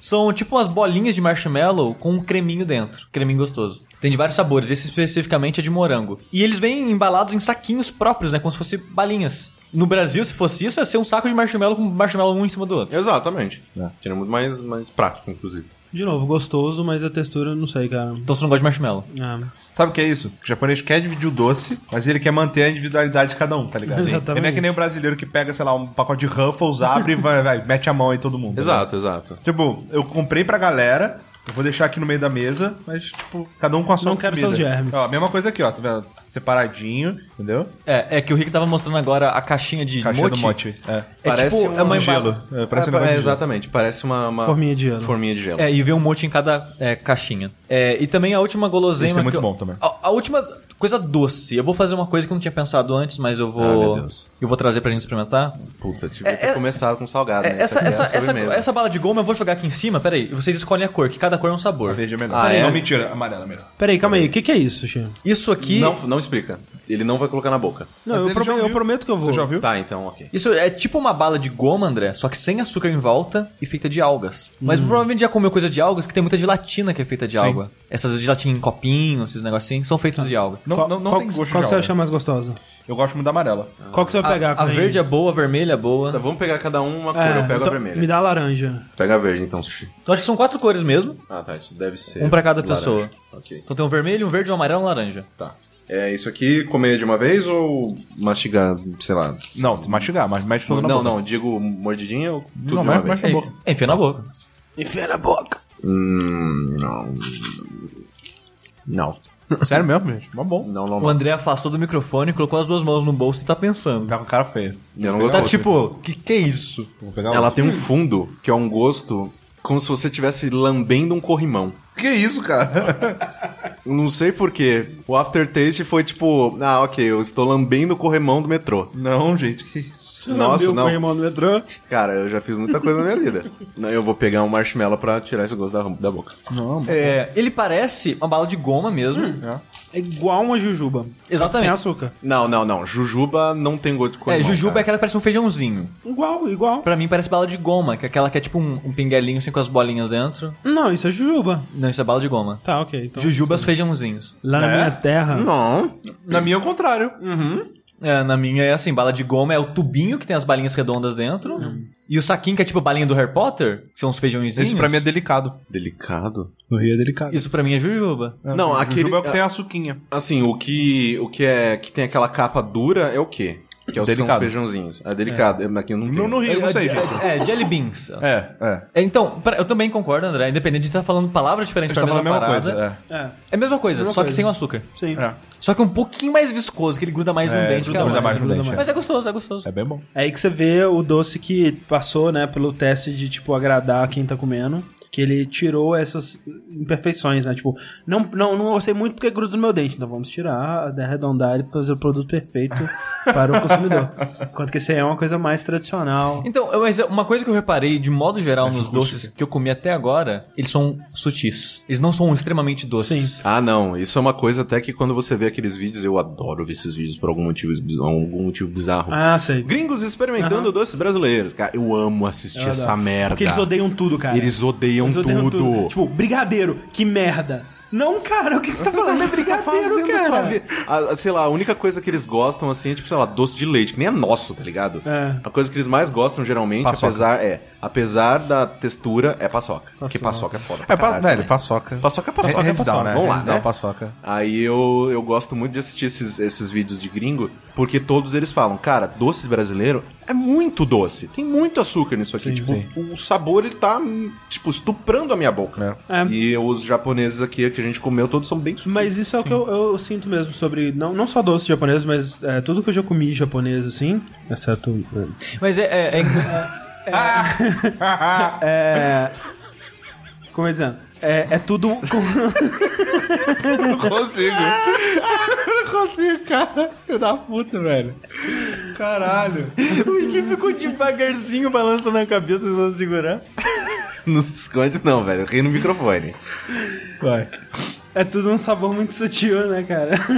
Speaker 3: São tipo umas bolinhas de marshmallow com um creminho dentro. Creminho gostoso. Tem de vários sabores. Esse especificamente é de morango. E eles vêm embalados em saquinhos próprios, né? Como se fossem balinhas. No Brasil, se fosse isso, ia ser um saco de marshmallow com marshmallow um em cima do outro.
Speaker 4: Exatamente.
Speaker 2: É.
Speaker 4: Seria muito mais, mais prático, inclusive.
Speaker 1: De novo, gostoso, mas a textura, eu não sei, cara.
Speaker 3: Então você não gosta de marshmallow.
Speaker 1: É.
Speaker 2: Sabe o que é isso? O japonês quer dividir o doce, mas ele quer manter a individualidade de cada um, tá ligado?
Speaker 1: Sim.
Speaker 2: Ele não é que nem o brasileiro que pega, sei lá, um pacote de Ruffles, abre e vai, vai, mete a mão em todo mundo. né?
Speaker 4: Exato, exato.
Speaker 2: Tipo, eu comprei pra galera, eu vou deixar aqui no meio da mesa, mas, tipo, cada um com a sua
Speaker 1: Não quero
Speaker 2: comida.
Speaker 1: seus germes.
Speaker 2: Ó, a mesma coisa aqui, ó, tá vendo? Separadinho, entendeu?
Speaker 3: É, é que o Rick tava mostrando agora a caixinha de
Speaker 2: Caixinha
Speaker 3: mochi.
Speaker 2: do mote. É.
Speaker 3: É
Speaker 4: Parece
Speaker 3: tipo,
Speaker 4: um
Speaker 3: é uma
Speaker 2: gelo.
Speaker 3: embala-
Speaker 2: É, parece
Speaker 4: É,
Speaker 2: um negócio
Speaker 4: é,
Speaker 2: de gelo.
Speaker 4: exatamente, parece uma, uma-
Speaker 1: Forminha de gelo.
Speaker 4: Forminha de gelo.
Speaker 3: É, e vem um monte em cada é, caixinha. É, e também a última guloseima.
Speaker 2: Esse é muito
Speaker 3: que eu-
Speaker 2: bom também.
Speaker 3: A, a última coisa doce. Eu vou fazer uma coisa que eu não tinha pensado antes, mas eu vou.
Speaker 4: Ah, meu Deus.
Speaker 3: Eu vou trazer pra gente experimentar.
Speaker 4: Puta, devia
Speaker 3: É,
Speaker 4: ter
Speaker 3: é-
Speaker 4: começado com salgado,
Speaker 3: É,
Speaker 4: né?
Speaker 3: essa,
Speaker 4: Isso aqui é
Speaker 3: essa, essa,
Speaker 4: sobremesa.
Speaker 3: essa bala de goma eu vou jogar aqui em cima, peraí. E vocês escolhem a cor, que cada cor é um sabor.
Speaker 2: Verde é melhor.
Speaker 4: Ah, é?
Speaker 2: Não, mentira, amarelo é melhor.
Speaker 1: Peraí, calma aí. O que, que é isso, Chico?
Speaker 3: Isso aqui.
Speaker 4: Não, não explica. Ele não vai colocar na boca.
Speaker 1: Não,
Speaker 2: Mas
Speaker 1: eu,
Speaker 2: ele
Speaker 1: prome-
Speaker 2: já
Speaker 1: eu
Speaker 2: ouviu.
Speaker 1: prometo que eu vou.
Speaker 2: Você já ouviu?
Speaker 4: Tá, então, ok.
Speaker 3: Isso é tipo uma bala de goma, André, só que sem açúcar em volta e feita de algas. Mas
Speaker 4: Hum.
Speaker 3: provavelmente já comeu coisa de algas que tem muita gelatina que é feita de alga. Essas gelatina em copinho, esses negocinhos, são
Speaker 4: Ah.
Speaker 3: feitos de alga.
Speaker 2: Não,
Speaker 1: Qual-
Speaker 2: não, não
Speaker 1: qual-
Speaker 2: tem
Speaker 1: Qual
Speaker 2: gosto de Ah.
Speaker 1: que você
Speaker 2: alga.
Speaker 1: acha mais gostosa?
Speaker 2: Eu gosto muito da amarela.
Speaker 1: Qual que você vai pegar?
Speaker 3: A, a
Speaker 1: Clay?
Speaker 3: verde é boa, a vermelha é
Speaker 4: Tá,
Speaker 3: boa.
Speaker 4: vamos pegar cada um uma cor,
Speaker 1: É,
Speaker 4: eu pego
Speaker 1: então,
Speaker 4: a vermelha.
Speaker 1: Me dá a laranja.
Speaker 4: Pega a verde, então, sushi.
Speaker 3: Então acho que são quatro cores mesmo.
Speaker 4: Ah, tá, isso deve ser.
Speaker 3: Um pra cada
Speaker 4: laranja.
Speaker 3: pessoa.
Speaker 4: Ok,
Speaker 3: Então tem um vermelho, um verde, um amarelo e um laranja.
Speaker 4: tá. É isso aqui, comer de uma vez ou mastigar, sei lá?
Speaker 2: Não, se mastigar, mas mete tudo na
Speaker 4: não,
Speaker 2: boca.
Speaker 4: não, digo mordidinha ou tudo
Speaker 2: Não,
Speaker 4: de
Speaker 2: mas-
Speaker 4: uma
Speaker 2: mas-
Speaker 4: vez?
Speaker 2: Na
Speaker 3: É,
Speaker 2: boca.
Speaker 3: é, enfia na boca.
Speaker 1: Enfia na boca.
Speaker 4: Hum, não. Não.
Speaker 2: Sério mesmo, gente? Mas bom.
Speaker 4: Não, não,
Speaker 3: O
Speaker 4: não.
Speaker 3: André afastou do microfone, colocou as duas mãos no bolso e tá pensando.
Speaker 2: Tá com cara feia.
Speaker 4: Eu não
Speaker 3: Tá
Speaker 4: gosto.
Speaker 3: tipo, que que é isso?
Speaker 2: Vou pegar
Speaker 4: Ela
Speaker 2: outro.
Speaker 4: tem um fundo que é um gosto como se você estivesse lambendo um corrimão.
Speaker 2: Que isso, cara?
Speaker 4: Não sei porquê. O aftertaste foi tipo, ah, ok, eu estou lambendo o corrimão do metrô.
Speaker 2: Não, gente, que isso.
Speaker 4: Nossa,
Speaker 1: Meu
Speaker 4: não.
Speaker 1: irmão do metrô.
Speaker 4: Cara, eu já fiz muita coisa na minha vida. Não, Eu vou pegar um marshmallow pra tirar esse gosto da, da boca.
Speaker 3: É, ele parece uma bala de goma mesmo.
Speaker 2: Hum.
Speaker 1: É igual uma jujuba. só que
Speaker 3: Exatamente.
Speaker 1: Sem açúcar.
Speaker 4: Não, não, não. Jujuba não tem gosto de
Speaker 3: É,
Speaker 4: corrimão.
Speaker 3: jujuba é
Speaker 4: cara.
Speaker 3: aquela que parece um feijãozinho.
Speaker 1: Igual, igual.
Speaker 3: Pra mim parece bala de goma, que é aquela que é tipo um, um pinguelinho assim com as bolinhas dentro.
Speaker 1: Não, isso é jujuba.
Speaker 3: Não, isso é bala de goma.
Speaker 1: Tá, ok. Então,
Speaker 3: Jujubas feijãozinhos.
Speaker 1: Lá na
Speaker 2: É?
Speaker 1: minha terra.
Speaker 4: Não.
Speaker 2: Na minha é o contrário.
Speaker 3: É, na minha é assim, bala de goma é o tubinho que tem as balinhas redondas dentro. E o saquinho que é tipo a balinha do Harry Potter, que são os feijãozinhos.
Speaker 2: Isso Hum. pra mim é delicado.
Speaker 4: Delicado?
Speaker 5: No Rio é delicado.
Speaker 3: Isso pra mim é jujuba.
Speaker 4: Não, aquele-
Speaker 2: Jujuba é o que tem a suquinha.
Speaker 4: Assim, o que o que é que tem aquela capa dura é o quê? Que é o são os
Speaker 2: Delicado.
Speaker 4: feijãozinhos. É delicado, é. aqui eu não
Speaker 2: Não
Speaker 4: tenho.
Speaker 2: no Rio, não sei,
Speaker 3: é,
Speaker 2: gente.
Speaker 3: é, é, Jelly Beans.
Speaker 2: É, é.
Speaker 3: É, Então, pra- eu também concordo, André. Independente de estar falando palavras diferentes
Speaker 2: A gente
Speaker 3: pra
Speaker 2: tá falando
Speaker 3: mesma,
Speaker 2: a mesma
Speaker 3: parada.
Speaker 2: coisa. É.
Speaker 1: É,
Speaker 3: É a mesma coisa,
Speaker 1: Mesma
Speaker 3: só que
Speaker 1: coisa.
Speaker 3: sem o açúcar.
Speaker 1: sim.
Speaker 2: É.
Speaker 3: Só que um pouquinho mais viscoso, que ele gruda mais no
Speaker 2: É,
Speaker 3: dente,
Speaker 2: gruda
Speaker 3: cara.
Speaker 2: mais, gruda
Speaker 1: mais.
Speaker 3: Mas é gostoso, é gostoso.
Speaker 2: É bem bom.
Speaker 1: É aí que você vê o doce que passou, né, pelo teste de, tipo, agradar quem tá comendo. Que ele tirou essas imperfeições, né? Tipo, não, não, não gostei muito porque gruda no meu dente. Então vamos tirar, né, arredondar e fazer o produto perfeito para o consumidor. Enquanto que esse aí é uma coisa mais tradicional.
Speaker 3: Então, eu- mas uma coisa que eu reparei, de modo
Speaker 2: É
Speaker 3: geral, nos doces que eu comi até agora, eles são sutis. Eles não são extremamente doces.
Speaker 4: Ah, não. Isso é uma coisa até que quando você vê aqueles vídeos, eu adoro ver esses vídeos por algum motivo, biz- algum motivo bizarro.
Speaker 1: Ah, sei.
Speaker 4: Gringos experimentando doces brasileiros. Cara, eu amo assistir
Speaker 1: Eu
Speaker 4: essa
Speaker 1: adoro.
Speaker 4: merda.
Speaker 1: Porque eles odeiam tudo, cara.
Speaker 4: Eles odeiam
Speaker 1: Eles odeiam
Speaker 4: tudo.
Speaker 1: Tipo, brigadeiro, que merda. Não, cara, o que, que você tá falando? É brigadeiro, cara.
Speaker 4: A- a- sei lá, a única coisa que eles gostam, assim, é tipo, sei lá, doce de leite, que nem é nosso, tá ligado?
Speaker 1: É.
Speaker 4: A coisa que eles mais gostam, geralmente,
Speaker 2: Paçoca.
Speaker 4: apesar é, apesar da textura, é paçoca. Porque paçoca é foda pra
Speaker 2: É, pa-
Speaker 4: caralho
Speaker 2: velho,
Speaker 4: também.
Speaker 2: paçoca.
Speaker 4: Paçoca é paçoca,
Speaker 2: Hands
Speaker 4: é paçoca.
Speaker 2: down, né?
Speaker 4: Vamos lá,
Speaker 2: Hands down,
Speaker 4: né?
Speaker 2: paçoca.
Speaker 4: Aí eu, eu gosto muito de assistir esses, esses vídeos de gringo, porque todos eles falam, cara, doce brasileiro é muito doce. Tem muito açúcar nisso aqui. tipo, o sabor ele tá, hum, tipo, estuprando a minha boca.
Speaker 1: É.
Speaker 4: E os japoneses aqui que a gente comeu, todos são bem sutis.
Speaker 1: Mas isso é o que eu, eu sinto mesmo sobre, não, não só doces japoneses, mas é, tudo que eu já comi japonês, assim, exceto...
Speaker 3: Mas é. é- é-
Speaker 1: É... Como eu ia dizendo? É, é tudo... com-
Speaker 2: consigo. eu não consigo, cara. Filho da puta, velho. Caralho.
Speaker 3: o Iggy ficou devagarzinho balançando a cabeça, tentando segurar.
Speaker 4: Não se esconde, não, velho. Ri no microfone.
Speaker 2: Vai.
Speaker 1: é tudo um sabor muito sutil, né, cara?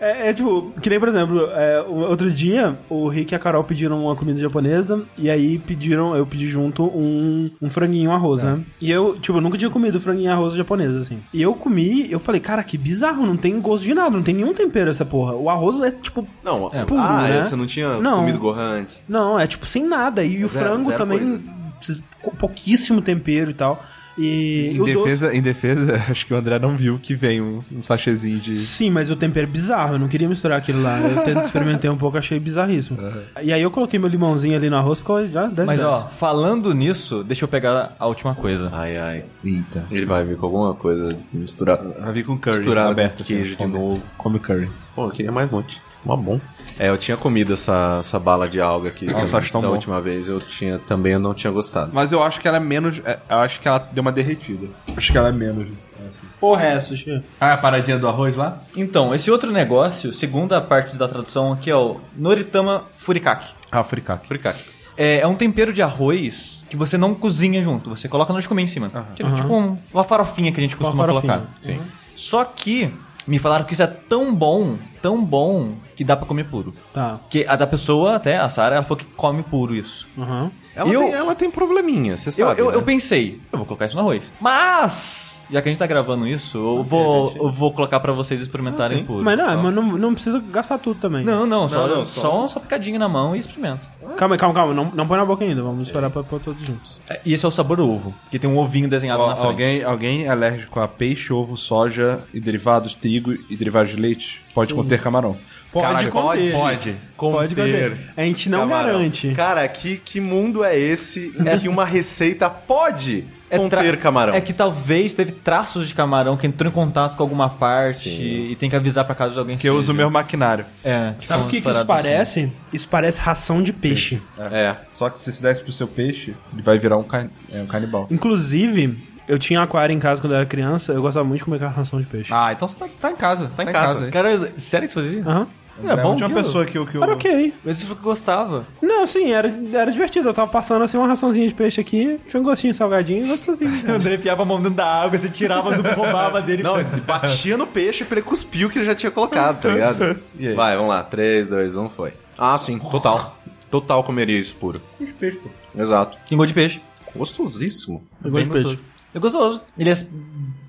Speaker 1: É, é tipo, que nem, por exemplo, é, o- outro dia, o Rick e a Carol pediram uma comida japonesa, e aí pediram, eu pedi junto um, um franguinho arroz, né? E eu, tipo, eu nunca tinha comido franguinho arroz japonês, assim. E eu comi, eu falei, cara, que bizarro, não tem gosto de nada, não tem nenhum tempero essa porra. O arroz é, tipo,
Speaker 4: Não,
Speaker 1: É,
Speaker 4: ah,
Speaker 1: puro, né?
Speaker 4: você não tinha
Speaker 1: Não.
Speaker 4: comido gohan antes.
Speaker 1: Não, é tipo sem nada. E o
Speaker 4: Zero-
Speaker 1: frango
Speaker 4: zero
Speaker 1: também,
Speaker 4: coisa.
Speaker 1: precisa- com pouquíssimo tempero e tal. E
Speaker 2: Em
Speaker 1: o doce.
Speaker 2: defesa, em defesa, acho que o André não viu que vem um, um sachêzinho de.
Speaker 1: Sim, mas o tempero é bizarro, eu não queria misturar aquilo lá. Eu tento- experimentei um pouco, achei bizarríssimo. E aí eu coloquei meu limãozinho ali no arroz, ficou já 10
Speaker 3: Mas
Speaker 1: 10.
Speaker 3: ó, falando nisso, deixa eu pegar a última coisa.
Speaker 4: Ai, ai.
Speaker 2: Eita.
Speaker 4: Ele vai vir com alguma coisa misturada.
Speaker 2: Vai vir com curry.
Speaker 4: Misturado
Speaker 2: aberto, assim,
Speaker 4: com queijo de
Speaker 2: come-
Speaker 4: novo.
Speaker 2: Come curry.
Speaker 4: Pô, eu queria mais um monte. Uma bom. É, eu tinha comido essa, essa bala de alga aqui.
Speaker 2: Nossa,
Speaker 4: da-
Speaker 2: acho tão
Speaker 4: da
Speaker 2: bom.
Speaker 4: última vez eu tinha também eu não tinha gostado.
Speaker 2: Mas eu acho que ela é menos. é, Eu acho que ela deu uma derretida. Acho que ela é menos. é assim.
Speaker 1: Porra, é, sushi.
Speaker 2: Ah, a paradinha do arroz lá?
Speaker 3: Então, esse outro negócio, segundo a parte da tradução aqui, é o Noritama Furikake.
Speaker 2: Ah, furikake.
Speaker 4: Furikake.
Speaker 3: É, é um tempero de arroz que você não cozinha junto, você coloca no comer em cima. Tipo, tipo um- uma farofinha que a gente costuma
Speaker 1: farofinha,
Speaker 3: colocar. Só que me falaram que isso é tão bom, tão bom, que dá pra comer puro.
Speaker 1: Tá.
Speaker 3: Que a da pessoa, até a Sarah, ela falou que come puro isso.
Speaker 1: Aham.
Speaker 4: Ela,
Speaker 3: Eu-
Speaker 4: tem, ela tem probleminha, você
Speaker 3: Eu,
Speaker 4: sabe.
Speaker 3: eu,
Speaker 4: né?
Speaker 3: eu pensei, eu vou colocar isso no arroz. Mas, já que a gente tá gravando isso, eu, vou, eu vou colocar pra vocês experimentarem puro.
Speaker 1: Mas não, é mas não, não precisa gastar tudo também.
Speaker 3: tá. Não, não, só,
Speaker 4: não,
Speaker 3: só,
Speaker 4: só-
Speaker 3: uma sapicadinha na mão e experimenta.
Speaker 1: Calma, calma, calma. Não, não põe na boca ainda. Vamos esperar pra pôr todos juntos.
Speaker 3: E esse é o sabor do ovo, que tem um ovinho desenhado
Speaker 2: Al-
Speaker 3: na frente.
Speaker 2: alguém, alguém é alérgico a peixe, ovo, soja e derivados, trigo e derivados de leite? Pode conter camarão.
Speaker 1: Pode conter.
Speaker 2: Pode.
Speaker 1: Pode conter. A gente não
Speaker 4: Camarão.
Speaker 1: garante.
Speaker 4: Cara, que, que mundo é esse em que uma receita pode conter
Speaker 3: tra-
Speaker 4: camarão?
Speaker 3: É que talvez teve traços de camarão que entrou em contato com alguma parte e tem que avisar pra caso alguém
Speaker 2: Que eu uso o
Speaker 3: seja.
Speaker 2: meu maquinário.
Speaker 3: É, tipo,
Speaker 1: Sabe o
Speaker 3: umas
Speaker 1: que, que isso
Speaker 3: paradas assim.
Speaker 1: parece? Isso parece ração de peixe.
Speaker 4: É.
Speaker 2: Só que se você desse pro seu peixe, ele vai virar um, ca- é, um canibal.
Speaker 1: Inclusive, eu tinha um aquário em casa quando eu era criança, eu gostava muito de comer ração de peixe.
Speaker 2: Ah, então você tá, tá em casa. Tá, em
Speaker 4: casa.
Speaker 2: casa. hein?
Speaker 3: Cara, sério que você fazia?
Speaker 1: Aham.
Speaker 2: É, bom de uma
Speaker 3: aquilo.
Speaker 2: pessoa que, eu- que eu...
Speaker 1: Era ok.
Speaker 3: Mas isso foi o que eu gostava.
Speaker 1: Não, sim, era, era divertido. Eu tava passando assim uma raçãozinha de peixe aqui, tinha um gostinho salgadinho e gostosinho.
Speaker 3: Eu enfiava a mão dentro da água, você tirava do roubava dele.
Speaker 4: Não, ele batia no peixe pra ele cuspir o que ele já tinha colocado, tá ligado?
Speaker 2: E aí?
Speaker 4: Vai, vamos lá. 3, 2, 1, foi. Ah, sim, total. Total comeria isso puro.
Speaker 2: Os peixes, pô.
Speaker 4: Exato.
Speaker 3: Tem gosto de peixe.
Speaker 4: Gostosíssimo.
Speaker 1: Eu gosto de peixe.
Speaker 3: É gostoso. Ele é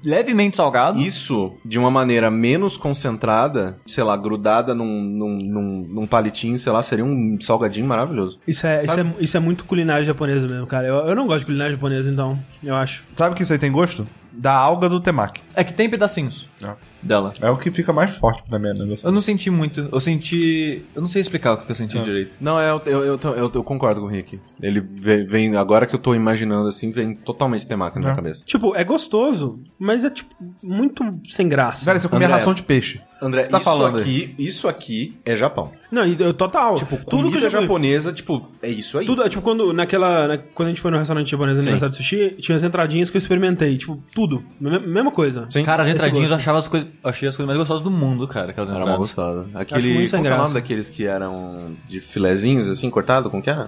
Speaker 3: levemente salgado.
Speaker 4: Isso de uma maneira menos concentrada, sei lá, grudada num, num, num, num palitinho, sei lá, seria um salgadinho maravilhoso.
Speaker 1: Isso é, isso, é, isso é muito culinária japonesa mesmo, cara. Eu, eu não gosto de culinária japonesa, então, eu acho.
Speaker 2: Sabe o que isso aí tem gosto? Da alga do temaki.
Speaker 3: É que tem pedacinhos
Speaker 2: Não.
Speaker 3: dela.
Speaker 2: É o que fica mais forte pra mim, né?
Speaker 3: Eu não senti muito. Eu senti. Eu não sei explicar o que que eu senti direito.
Speaker 4: Não, é, eu, eu, eu, eu- eu concordo com o Rick. Ele ve- vem, agora que eu tô imaginando assim, vem totalmente temática na minha cabeça.
Speaker 1: Tipo, é gostoso, mas é, tipo, muito sem graça.
Speaker 2: Velho, se eu comia
Speaker 4: André.
Speaker 2: ração de peixe.
Speaker 4: André,
Speaker 2: Você tá
Speaker 4: isso,
Speaker 2: falando aí?
Speaker 4: aqui, isso aqui é Japão.
Speaker 1: Não, e eu, total. Tipo, tudo que eu
Speaker 4: Comida
Speaker 1: já comi.
Speaker 4: japonesa, tipo, é isso aí.
Speaker 1: Tudo, é, tipo, quando, naquela, na- quando a gente foi no restaurante japonês no
Speaker 4: Sim.
Speaker 1: aniversário de sushi, tinha as entradinhas que eu experimentei. Tipo, tudo. Me- mesma coisa.
Speaker 4: Sim.
Speaker 3: Cara, as
Speaker 1: Esse
Speaker 3: entradinhas
Speaker 1: gosto.
Speaker 3: eu achava as coisas. eu achei as coisas mais gostosas do mundo, cara. Aquelas
Speaker 4: Era uma
Speaker 3: entradas.
Speaker 4: gostosa.
Speaker 1: Acho muito
Speaker 4: Aquele.
Speaker 1: sem
Speaker 4: Qual que é o
Speaker 1: graça.
Speaker 4: nome daqueles que eram de filezinhos, assim, cortado? Como que era?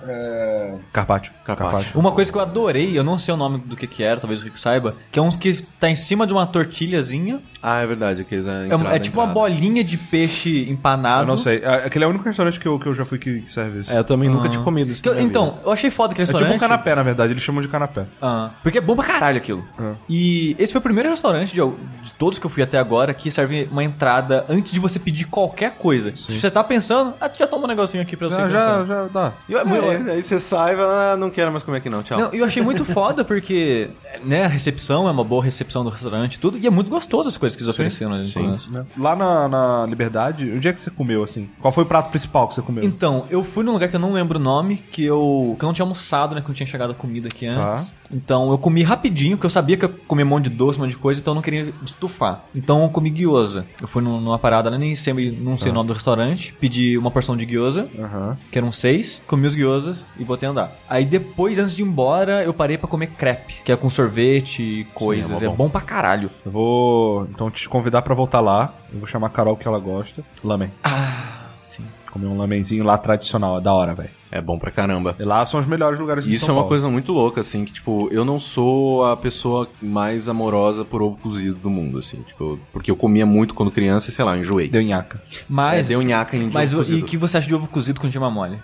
Speaker 2: Carpaccio.
Speaker 4: Carpaccio.
Speaker 3: Uma coisa que eu adorei, eu não sei o nome do que que era, talvez o Rick saiba, que é uns que tá em cima de uma tortilhazinha.
Speaker 4: Ah, é verdade, aqueles. É,
Speaker 3: É, uma- é tipo uma bolinha de peixe empanado.
Speaker 2: Eu não sei. A- Aquele é o único restaurante que eu, que eu já fui que que serve isso.
Speaker 4: É, eu também nunca tinha comido isso.
Speaker 3: Que eu- então, eu achei foda aquele
Speaker 2: É tipo
Speaker 3: restaurante.
Speaker 2: um canapé, na verdade. Eles chamam de canapé.
Speaker 3: Ah, porque é bom pra caralho aquilo.
Speaker 2: Ah.
Speaker 3: E esse foi o primeiro restaurante de, al- de todos que eu fui até agora que serve uma entrada antes de você pedir qualquer coisa. Se você tá pensando, ah, tu já toma um negocinho aqui pra você
Speaker 2: Já, já,
Speaker 3: pensar.
Speaker 2: já, dá.
Speaker 3: Eu, eu-
Speaker 4: É, aí você sai e fala, ah, não quero mais comer aqui não, tchau.
Speaker 2: então.
Speaker 3: não, eu achei muito foda porque né, a recepção é uma boa recepção do restaurante e tudo, e é muito gostoso as coisas que eles ofereceram ali no começo.
Speaker 2: Né? Lá na, na Liberdade, onde é que você comeu, assim? Qual foi o prato principal que você comeu?
Speaker 3: Então, eu fui num lugar que eu não lembro o nome, que eu, que eu não tinha almoçado, né? Que não tinha chegado a comida aqui
Speaker 2: Tá.
Speaker 3: antes. Então, eu comi rapidinho, porque eu sabia que eu ia comer um monte de doce, um monte de coisa, então eu não queria estufar. Então, eu comi gyoza. Eu fui num- numa parada, né, nem sempre, não
Speaker 4: Tá.
Speaker 3: sei o nome do restaurante, pedi uma porção de gyoza,
Speaker 2: Aham.
Speaker 3: que eram seis, comi os gyozas e voltei a andar. Aí depois, antes de ir embora, eu parei pra comer crepe, que é com sorvete e coisas.
Speaker 4: mó
Speaker 3: é,
Speaker 4: bom.
Speaker 3: bom pra caralho.
Speaker 2: Eu vou, então, te convidar pra voltar lá. Eu vou chamar a Carol, que ela gosta. Lamen.
Speaker 1: Ah,
Speaker 3: Sim.
Speaker 2: Comer um lamenzinho lá tradicional. É da hora, velho.
Speaker 4: É bom pra caramba.
Speaker 2: E Lá são os melhores lugares de
Speaker 4: Isso é
Speaker 2: São
Speaker 4: uma
Speaker 2: Paulo.
Speaker 4: coisa muito louca, assim, que, tipo, eu não sou a pessoa mais amorosa por ovo cozido do mundo, assim, tipo, porque eu comia muito quando criança e, sei lá, eu enjoei.
Speaker 2: Deu nhaca.
Speaker 3: Mas...
Speaker 4: É, deu nhaca em de
Speaker 3: mas
Speaker 4: ovo
Speaker 3: o- e
Speaker 4: cozido.
Speaker 3: o que você acha de ovo cozido com gema mole?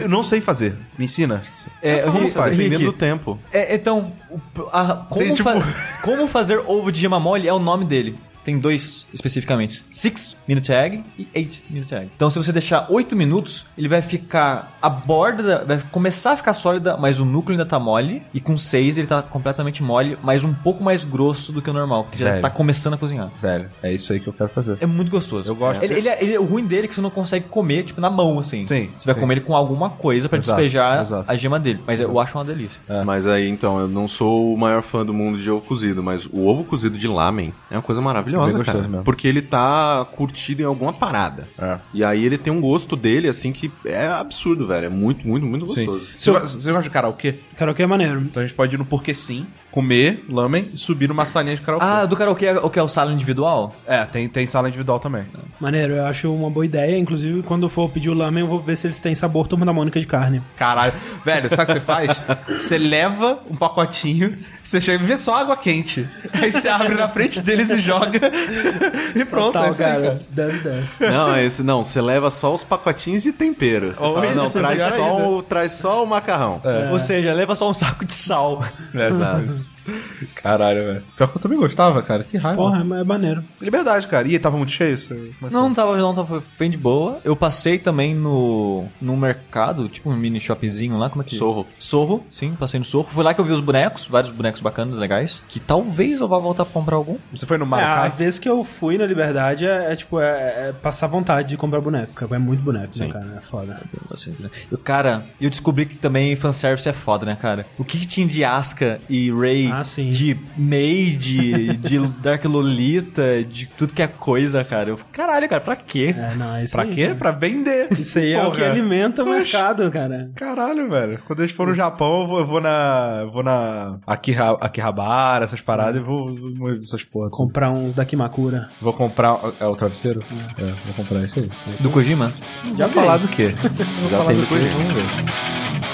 Speaker 2: Eu não sei fazer. Me ensina.
Speaker 3: É,
Speaker 2: Como
Speaker 3: Rick-
Speaker 2: faz?
Speaker 3: Rick,
Speaker 4: Dependendo do tempo.
Speaker 3: É, então, o- a- como,
Speaker 2: Tem, tipo-
Speaker 3: fa- como fazer ovo de gema mole é o nome dele. Tem dois especificamente: Six Minute Egg e Eight Minute Egg. Então, se você deixar 8 minutos, ele vai ficar. A borda da- vai começar a ficar sólida, mas o núcleo ainda tá mole. E com 6 ele tá completamente mole, mas um pouco mais grosso do que o normal, porque já
Speaker 2: Velho.
Speaker 3: tá começando a cozinhar.
Speaker 2: Velho, é isso aí que eu quero fazer.
Speaker 3: É muito gostoso.
Speaker 2: Eu gosto.
Speaker 3: Ele, ele é- ele é- o ruim dele é que você não consegue comer, tipo, na mão, assim.
Speaker 2: Sim,
Speaker 3: Você vai
Speaker 2: sim.
Speaker 3: comer ele com alguma coisa pra
Speaker 2: Exato,
Speaker 3: despejar
Speaker 2: exato.
Speaker 3: a gema dele. Mas eu acho uma delícia.
Speaker 4: Mas aí, então, eu não sou o maior fã do mundo de ovo cozido, mas o ovo cozido de lamen é uma coisa maravilhosa,
Speaker 2: Bem gostoso
Speaker 4: cara.
Speaker 2: mesmo.
Speaker 4: Porque ele tá curtido em alguma parada.
Speaker 2: É.
Speaker 4: E aí ele tem um gosto dele, assim, que é absurdo, velho. É muito, muito, muito gostoso.
Speaker 2: Você, go- você gosta de karaokê?
Speaker 1: Karaokê é maneiro.
Speaker 2: Então a gente pode ir no Porquê Sim, comer lamen e subir numa salinha de karaokê.
Speaker 3: Ah, do karaokê é o que é o sala individual?
Speaker 2: É, tem, tem sala individual também.
Speaker 1: Maneiro, eu acho uma boa ideia. Inclusive, quando eu for pedir o lamen, eu vou ver se eles têm sabor turma da Mônica de carne.
Speaker 2: Caralho. Velho, sabe o que você faz? Você leva um pacotinho, você chega e vê só água quente. Aí você abre na frente deles e joga. E pronto, é
Speaker 1: Total,
Speaker 2: isso aí,
Speaker 1: cara.
Speaker 2: cara.
Speaker 1: 10 10.
Speaker 4: Não, é esse, não, você leva só os pacotinhos de tempero. Você
Speaker 2: Ou
Speaker 4: fala,
Speaker 2: isso,
Speaker 4: não, traz
Speaker 2: melhor
Speaker 4: só,
Speaker 2: ainda.
Speaker 4: o, traz só o macarrão.
Speaker 1: É.
Speaker 3: Ou seja, leva só um saco de sal.
Speaker 4: Exato.
Speaker 2: Caralho, velho. Tá. Pior que eu também gostava, cara. Que raiva.
Speaker 1: Porra, é- é maneiro.
Speaker 2: Liberdade, cara. Ih, tava muito cheio isso. aí. Como é que
Speaker 3: Não, não tava, não tava bem de boa. Eu passei também no num mercado, tipo um mini shopzinho lá, como é que
Speaker 4: Sorro.
Speaker 3: Sorro, sim, passei no Sorro. Foi lá que eu vi os bonecos, vários bonecos bacanas, legais, que talvez eu vá voltar pra comprar algum.
Speaker 2: foi? Você foi no
Speaker 1: É, a
Speaker 2: Maracai?
Speaker 1: vez que eu fui na Liberdade é, é, tipo, é, é passar vontade de comprar boneco. cara. É muito boneco, né,
Speaker 4: Sim.
Speaker 1: cara? É foda.
Speaker 3: Assim, né? Eu, cara, eu descobri que também fanservice é foda, né, cara? O que, que tinha de Asuka e Ray,
Speaker 1: Ah, sim.
Speaker 3: de Maid, de Dark Lolita, de tudo que é coisa, cara. Eu, caralho, cara, pra quê?
Speaker 1: É, não, é isso
Speaker 2: Pra
Speaker 1: aí,
Speaker 2: quê?
Speaker 1: cara.
Speaker 2: Pra vender.
Speaker 1: Isso aí é o que
Speaker 2: Porra.
Speaker 1: alimenta o
Speaker 2: Oxe.
Speaker 1: mercado, cara.
Speaker 2: Caralho, velho. Quando eles forem no Japão, eu vou, eu vou na. Vou na. Akiha- Akihabara, essas paradas, e vou. vou essas porras.
Speaker 1: Comprar uns da Kimakura.
Speaker 2: Vou comprar. É o travesseiro? É, vou comprar esse aí.
Speaker 3: Do Kojima?
Speaker 2: Já falar do quê?
Speaker 4: Já tem do que.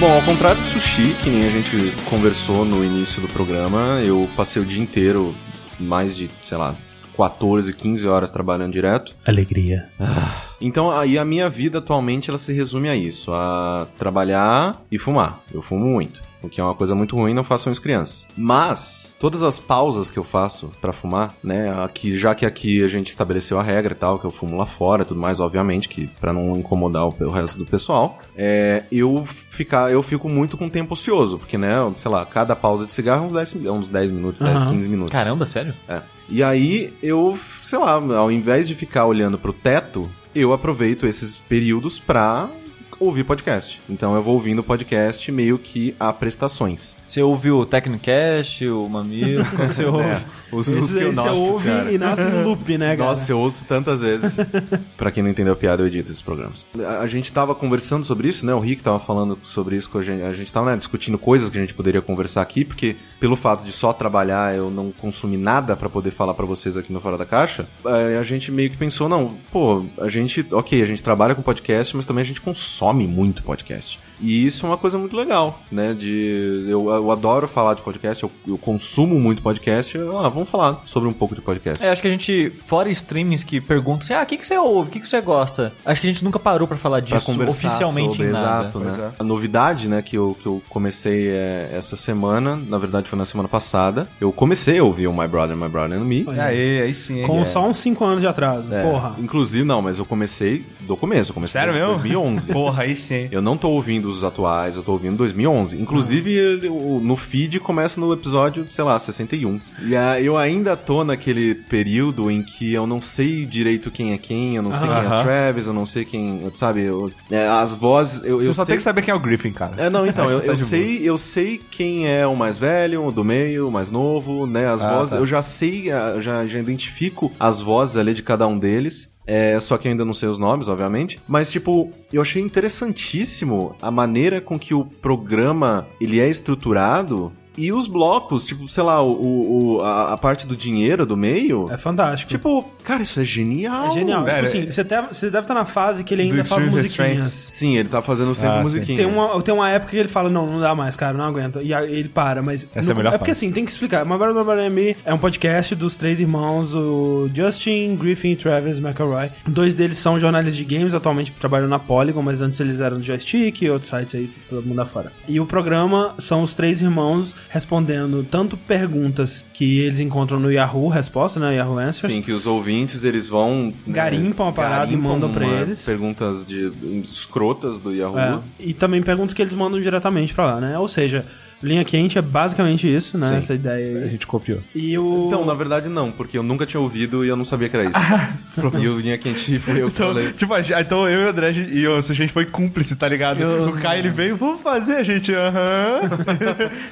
Speaker 4: Bom, ao contrário do sushi, que nem a gente conversou no início do programa, eu passei o dia inteiro, mais de, sei lá, 14, 15 horas trabalhando direto.
Speaker 1: Alegria.
Speaker 4: Então, aí a minha vida atualmente ela se resume a isso, a trabalhar e fumar. Eu fumo muito, o que é uma coisa muito ruim, não façam isso crianças. Mas todas as pausas que eu faço pra fumar, né, aqui, já que aqui a gente estabeleceu a regra e tal, que eu fumo lá fora, e tudo mais, obviamente que pra não incomodar o, o resto do pessoal, é, eu ficar, eu fico muito com tempo ocioso, porque né, sei lá, cada pausa de cigarro é uns 10, é uns 10 minutos, 10,
Speaker 1: Aham.
Speaker 4: 15 minutos.
Speaker 3: Caramba, sério?
Speaker 4: É. E aí eu, sei lá, ao invés de ficar olhando pro teto, eu aproveito esses períodos pra ouvir podcast. Então eu vou ouvindo podcast meio que a prestações.
Speaker 3: Você ouviu o Tecnicast, o É. Mamilos, como você ouve?
Speaker 4: Os, os
Speaker 1: Esses
Speaker 4: que eu
Speaker 1: aí você
Speaker 4: nossa,
Speaker 1: ouve
Speaker 4: senhora.
Speaker 1: e nasce no loop, né, cara?
Speaker 4: Nossa, eu ouço tantas vezes. Pra quem não entendeu a piada, eu edito esses programas. A, a gente tava conversando sobre isso, né? O Rick tava falando sobre isso com a gente. A gente tava né, discutindo coisas que a gente poderia conversar aqui, porque pelo fato de só trabalhar, eu não consumi nada pra poder falar pra vocês aqui no Fora da Caixa. é, A, a gente meio que pensou, não, pô, a gente, ok, a gente trabalha com podcast, mas também a gente consome muito podcast. E isso é uma coisa muito legal, né? De eu, eu adoro falar de podcast, eu, eu consumo muito podcast. Eu, ah, vamos falar sobre um pouco de podcast.
Speaker 3: É, acho que a gente, fora streamings que perguntam assim, ah, o que, que você ouve, o que, que você gosta? Acho que a gente nunca parou pra falar
Speaker 4: pra
Speaker 3: disso
Speaker 4: conversar
Speaker 3: oficialmente
Speaker 4: sobre,
Speaker 3: em nada.
Speaker 4: Exato,
Speaker 2: Pois
Speaker 4: né?
Speaker 2: é.
Speaker 4: A novidade, né, que eu, que eu comecei é, essa semana, na verdade foi na semana passada, eu comecei a ouvir o My Brother, My Brother and Me.
Speaker 1: Olha.
Speaker 2: Aí, aí sim, hein?
Speaker 1: Com
Speaker 2: É.
Speaker 1: só uns 5 anos de atraso.
Speaker 4: É,
Speaker 1: Porra.
Speaker 4: Inclusive, não, mas eu comecei do começo, eu comecei
Speaker 2: Sério
Speaker 4: em
Speaker 2: mesmo?
Speaker 4: 2011.
Speaker 2: Porra, aí sim.
Speaker 4: Eu não tô ouvindo os atuais, eu tô ouvindo 2011. Inclusive,
Speaker 2: Hum.
Speaker 4: ele- o- no feed começa no episódio, sei lá, 61. E a- eu ainda tô naquele período em que eu não sei direito quem é quem, eu não sei quem é
Speaker 2: Aham.
Speaker 4: o Travis, eu não sei quem, sabe? eu- é, as vozes, eu,
Speaker 2: Você
Speaker 4: eu
Speaker 2: só
Speaker 4: sei
Speaker 2: tem que saber quem é o Griffin, cara.
Speaker 4: é, não, então,
Speaker 2: Aí
Speaker 4: eu,
Speaker 2: você tá
Speaker 4: eu
Speaker 2: de
Speaker 4: sei, eu sei quem é o mais velho, o do meio, o mais novo, né? As
Speaker 2: Ah,
Speaker 4: vozes,
Speaker 2: tá.
Speaker 4: eu já sei, ah, já, já identifico as vozes ali de cada um deles. É, só que eu ainda não sei os nomes, obviamente. Mas, tipo, eu achei interessantíssimo a maneira com que o programa ele é estruturado e os blocos, tipo, sei lá, o, o- o- a, a parte do dinheiro do meio.
Speaker 1: É fantástico.
Speaker 4: Tipo, cara, isso é genial.
Speaker 1: é genial.
Speaker 2: velho,
Speaker 1: tipo assim,
Speaker 2: é-
Speaker 1: você, até- você deve estar na fase que ele
Speaker 2: Do
Speaker 1: ainda faz
Speaker 2: Extreme
Speaker 1: musiquinhas.
Speaker 2: Restraints.
Speaker 4: Sim, ele tá fazendo sempre
Speaker 2: Ah, sim.
Speaker 4: musiquinha.
Speaker 1: Tem uma, tem uma época que ele fala, não, não dá mais, cara, não aguenta. E aí ele para, mas...
Speaker 2: Essa é a
Speaker 1: no-
Speaker 2: melhor
Speaker 1: porque
Speaker 2: fase.
Speaker 1: assim, tem que explicar. My Brother My Brother and Me é um podcast dos três irmãos, o Justin, Griffin e Travis McElroy. Dois deles são jornalistas de games, atualmente trabalham na Polygon, mas antes eles eram do Joystick e outros sites aí pelo mundo afora. E o programa são os três irmãos respondendo tanto perguntas que eles encontram no Yahoo Resposta, né, Yahoo Answers.
Speaker 4: Sim, que os ouvintes eles vão. né,
Speaker 1: Garimpam a parada e
Speaker 4: garimpam
Speaker 1: mandam pra
Speaker 4: uma-
Speaker 1: eles.
Speaker 4: Perguntas de escrotas do Yahoo.
Speaker 2: Uhum.
Speaker 1: É, e também perguntas que eles mandam diretamente pra lá, né? Ou seja, linha quente é basicamente isso, né?
Speaker 4: Sim.
Speaker 1: Essa ideia
Speaker 2: A
Speaker 1: aí.
Speaker 2: gente copiou.
Speaker 1: E o.
Speaker 4: Então, na verdade, não, porque eu nunca tinha ouvido e eu não sabia que era isso. e eu vinha quente e fui eu que
Speaker 2: Então,
Speaker 4: falei.
Speaker 2: tipo, a gente- então eu e o André a gente- e o a gente foi cúmplice, tá ligado? O Kai ele veio, vamos fazer, a gente, aham.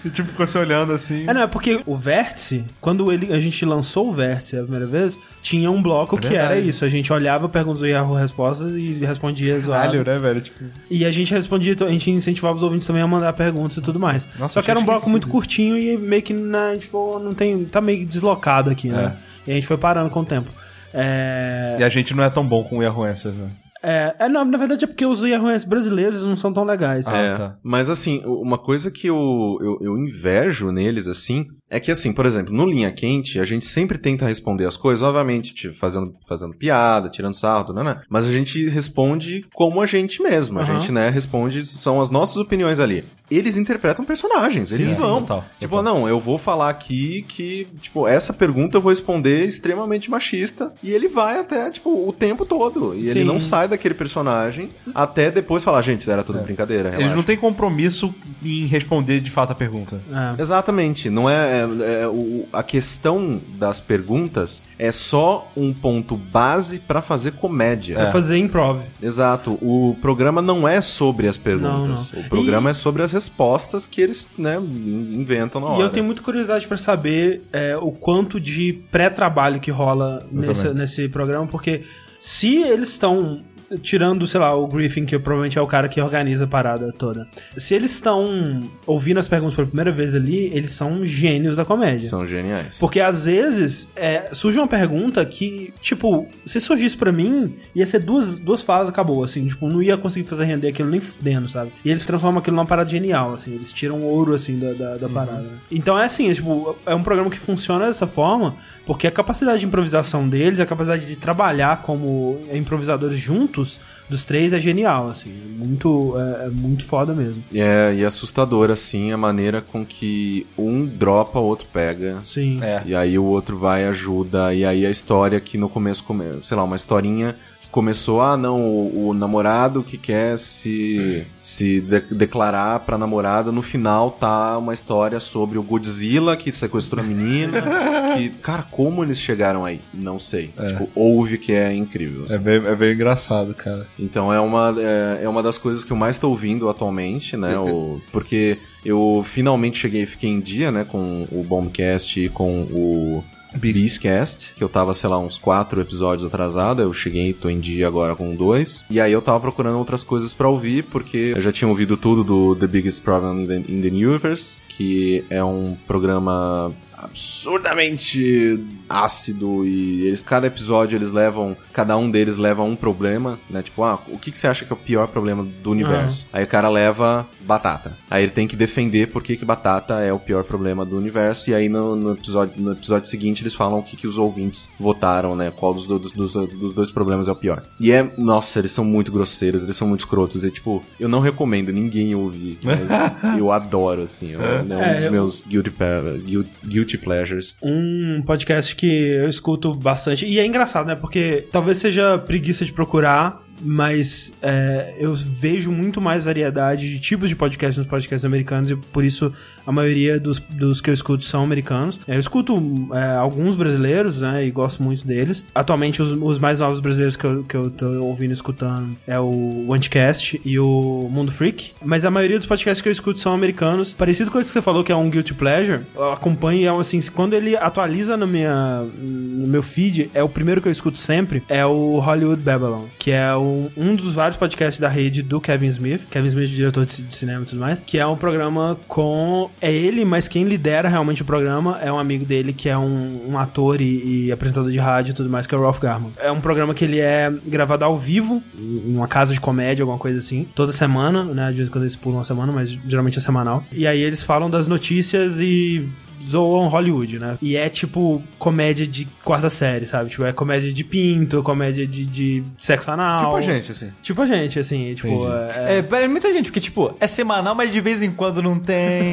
Speaker 2: e tipo, ficou se olhando assim.
Speaker 1: É, não, é porque o Vértice, quando ele, a gente lançou o Vértice a primeira vez, tinha um bloco que era
Speaker 2: É verdade.
Speaker 1: isso. A gente olhava, perguntas do Yahoo Respostas e respondia zoado.
Speaker 2: Caralho, né, velho? Tipo,
Speaker 1: E a gente respondia, a gente incentivava os ouvintes também a mandar perguntas e tudo mais.
Speaker 2: Nossa,
Speaker 1: Só que era um
Speaker 2: eu tinha
Speaker 1: bloco muito
Speaker 2: esquecido
Speaker 1: curtinho e meio que, né, tipo, não tem. Tá meio deslocado aqui, né?
Speaker 2: É.
Speaker 1: E a gente foi parando com o tempo. É...
Speaker 2: e a gente não é tão bom com o Yahoo Answers, né?
Speaker 1: É, é, não, na verdade é porque os Yahoo's brasileiros não são tão legais.
Speaker 2: Ah,
Speaker 4: É,
Speaker 2: tá.
Speaker 4: Mas assim, u- uma coisa que eu, eu, eu invejo neles, assim, é que assim, por exemplo, no Linha Quente, a gente sempre tenta responder as coisas, obviamente, tipo, fazendo, fazendo piada, tirando sarro, né, né? Mas a gente responde como a gente mesmo. A
Speaker 1: Aham.
Speaker 4: gente, né, responde, são as nossas opiniões ali. Eles interpretam personagens, eles
Speaker 2: Sim,
Speaker 4: vão.
Speaker 2: total,
Speaker 4: tipo,
Speaker 2: total.
Speaker 4: não, eu vou falar aqui que, tipo, essa pergunta eu vou responder extremamente machista. E ele vai até, tipo, o tempo todo. E ele
Speaker 1: Sim. É.
Speaker 4: não sai daquele personagem até depois falar, gente, era tudo brincadeira.
Speaker 2: Eles
Speaker 4: relaxa."
Speaker 2: não têm compromisso em responder de fato a pergunta.
Speaker 1: É.
Speaker 4: Exatamente, não é, é- é o- a questão das perguntas é só um ponto base pra fazer comédia.
Speaker 1: Pra fazer improv.
Speaker 4: Exato, o programa não é sobre as perguntas,
Speaker 1: Não, não.
Speaker 4: o programa é sobre as respostas que eles né, in- inventam na hora.
Speaker 1: E eu tenho muita curiosidade pra saber é, o quanto de pré-trabalho que rola nesse,
Speaker 2: também.
Speaker 1: nesse programa, porque se eles estão tirando, sei lá, o Griffin, que provavelmente é o cara que organiza a parada toda, se eles estão ouvindo as perguntas pela primeira vez ali, eles são gênios da comédia.
Speaker 4: São geniais.
Speaker 1: Porque às vezes é, surge uma pergunta que, tipo, se surgisse pra mim, ia ser duas, duas falas, acabou, assim, tipo, não ia conseguir fazer render aquilo nem fudendo, sabe? E eles transformam aquilo numa parada genial, assim, eles tiram ouro, assim, da, da, da parada. né? Então é assim, é, tipo, é um programa que funciona dessa forma, porque a capacidade de improvisação deles, a capacidade de trabalhar como é, improvisadores juntos, dos três é genial, assim, é muito, é, é muito foda mesmo.
Speaker 4: E é, e é assustador, assim, a maneira com que um dropa, o outro pega.
Speaker 1: Sim.
Speaker 2: É.
Speaker 4: E aí o outro vai e ajuda. E aí a história que no começo, come- sei lá, uma historinha que começou, ah, não, o, o namorado que quer se, se de- declarar pra namorada, no final tá uma história sobre o Godzilla que sequestrou a menina. que, cara, como eles chegaram aí? Não sei. Tipo, houve que é incrível. assim.
Speaker 2: É bem, é bem engraçado, cara.
Speaker 4: Então é uma, é, é uma das coisas que eu mais estou ouvindo atualmente, né? o- porque eu finalmente cheguei, fiquei em dia, né? Com o Bombcast e com o
Speaker 2: Beast.
Speaker 4: Beastcast, que eu tava, sei lá, uns quatro episódios atrasado. Eu cheguei, tô em dia agora com dois. E aí eu tava procurando outras coisas pra ouvir, porque eu já tinha ouvido tudo do The Biggest Problem in the, in the Universe, que é um programa absurdamente ácido e eles cada episódio eles levam cada um deles leva um problema né tipo ah o que, que você acha que é o pior problema do universo aí o cara leva batata aí ele tem que defender por que, que batata é o pior problema do universo e aí no, no episódio no episódio seguinte eles falam o que, que os ouvintes votaram né qual dos, do- dos, dos, dos dois problemas é o pior e é nossa eles são muito grosseiros eles são muito escrotos e tipo eu não recomendo ninguém ouvir mas eu adoro assim eu- é um
Speaker 1: É,
Speaker 4: dos
Speaker 1: eu-
Speaker 4: meus guilty, pe- guil- guilty pleasures
Speaker 1: um podcast que eu escuto bastante. E é engraçado, né? Porque talvez seja preguiça de procurar, mas é, eu vejo muito mais variedade de tipos de podcasts nos podcasts americanos e por isso a maioria dos, dos que eu escuto são americanos. Eu escuto é, alguns brasileiros, né? E gosto muito deles. Atualmente, os, os mais novos brasileiros que eu, que eu tô ouvindo e escutando é o Anticast e o Mundo Freak. Mas a maioria dos podcasts que eu escuto são americanos. Parecido com isso que você falou, que é um Guilty Pleasure. Eu acompanho, é um, assim, quando ele atualiza no, minha, no meu feed, é o primeiro que eu escuto sempre, é o Hollywood Babylon, que é o- um dos vários podcasts da rede do Kevin Smith. Kevin Smith, diretor de, ci- de cinema e tudo mais. Que é um programa com. É ele, mas quem lidera realmente o programa é um amigo dele, que é um, um ator e, e apresentador de rádio e tudo mais, que é o Ralph Garman. É um programa que ele é gravado ao vivo, em uma casa de comédia, alguma coisa assim, toda semana, né? De vez em quando eles pulam uma semana, mas geralmente é semanal. E aí eles falam das notícias e zoam Hollywood, né? E é tipo comédia de quarta série, sabe? Tipo, é comédia de pinto, comédia de, de sexo anal.
Speaker 2: Tipo a gente, assim.
Speaker 1: Tipo a gente, assim, tipo, é,
Speaker 3: É, pra muita gente, porque, tipo, é semanal, mas de vez em quando não tem.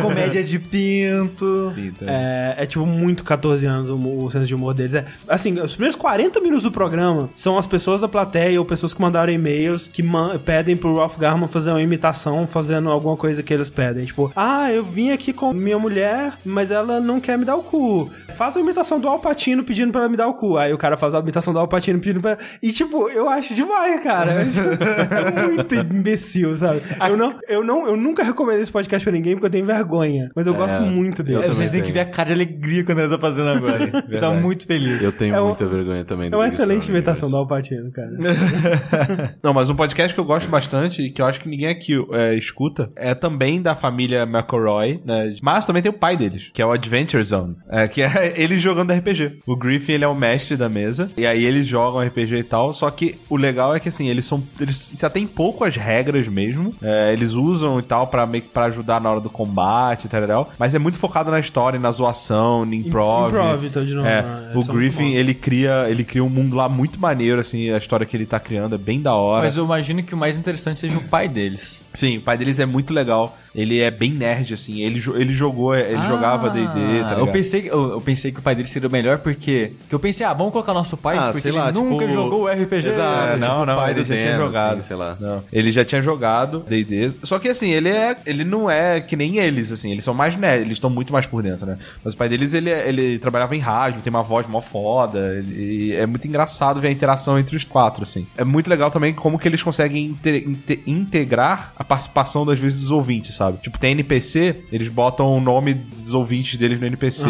Speaker 3: Comédia de pinto.
Speaker 1: É, é, tipo muito 14 anos o, o senso de humor deles. É, assim, os primeiros 40 minutos do programa são as pessoas da plateia ou pessoas que mandaram e-mails que man- pedem pro Ralph Garman fazer uma imitação, fazendo alguma coisa que eles pedem. Tipo, ah, eu vim aqui com minha mulher, mas ela não quer me dar o cu. Faz a imitação do Alpatino pedindo pra ela me dar o cu. Aí o cara faz a imitação do Alpatino pedindo pra. E tipo, eu acho demais, cara. Eu acho muito imbecil, sabe? Eu, não, eu, não, eu nunca recomendo esse podcast pra ninguém porque eu tenho vergonha. Mas eu gosto muito dele.
Speaker 4: Eu
Speaker 3: É, vocês
Speaker 4: também
Speaker 3: têm que
Speaker 4: tenho.
Speaker 3: ver a cara de alegria quando ele tá fazendo agora. Ele tá muito feliz.
Speaker 4: Eu tenho
Speaker 1: É um-
Speaker 4: muita vergonha também.
Speaker 1: Então, É
Speaker 4: do
Speaker 1: uma
Speaker 4: Biggest
Speaker 1: excelente
Speaker 4: Brother
Speaker 1: imitação do
Speaker 4: Universe.
Speaker 1: Alpatino, cara.
Speaker 2: Não, mas um podcast que eu gosto bastante e que eu acho que ninguém aqui é, escuta é também da família McElroy, né? Mas também tem o pai deles, que é o Adventure Zone, é, que é ele jogando RPG. O Griffin, ele é o mestre da mesa, e aí eles jogam RPG e tal, só que o legal é que, assim, eles são... Eles se atêm pouco às regras mesmo, é, eles usam e tal pra meio que pra ajudar na hora do combate e tal, tal, mas é muito focado na história, na zoação, no improv.
Speaker 1: Improv, então, de novo, né?
Speaker 2: É, o
Speaker 1: Eles são muito
Speaker 2: Griffin,
Speaker 1: bons.
Speaker 2: ele cria, ele cria um mundo lá muito maneiro, assim, a história que ele tá criando é bem da hora.
Speaker 3: Mas eu imagino que o mais interessante seja o pai deles.
Speaker 2: Sim, o pai deles é muito legal. Ele é bem nerd, assim. Ele, jo- ele jogou, ele
Speaker 3: Ah,
Speaker 2: jogava D&D, tá ligado?
Speaker 3: eu pensei, eu, eu pensei que o pai dele seria o melhor porque... Que eu pensei, ah, vamos colocar nosso pai
Speaker 4: Ah,
Speaker 3: porque
Speaker 4: sei
Speaker 3: ele
Speaker 4: lá,
Speaker 3: nunca
Speaker 4: tipo-
Speaker 3: jogou o RPG.
Speaker 4: Exato.
Speaker 2: É,
Speaker 4: tipo
Speaker 2: não,
Speaker 4: o
Speaker 2: não,
Speaker 4: pai
Speaker 2: ele
Speaker 4: do
Speaker 2: já tinha
Speaker 4: Demo,
Speaker 2: jogado.
Speaker 4: assim, sei lá.
Speaker 2: Não, ele já tinha jogado D&D. Só que assim, ele é, ele não é que nem eles, assim. Eles são mais nerds, eles estão muito mais por dentro, né? Mas o pai deles, ele, é- ele trabalhava em rádio, tem uma voz mó foda. ele- e é muito engraçado ver a interação entre os quatro, assim. É muito legal também como que eles conseguem inte- inte- integrar a participação das vezes dos ouvintes, sabe? Tipo, tem NPC, eles botam o nome dos ouvintes deles no NPC.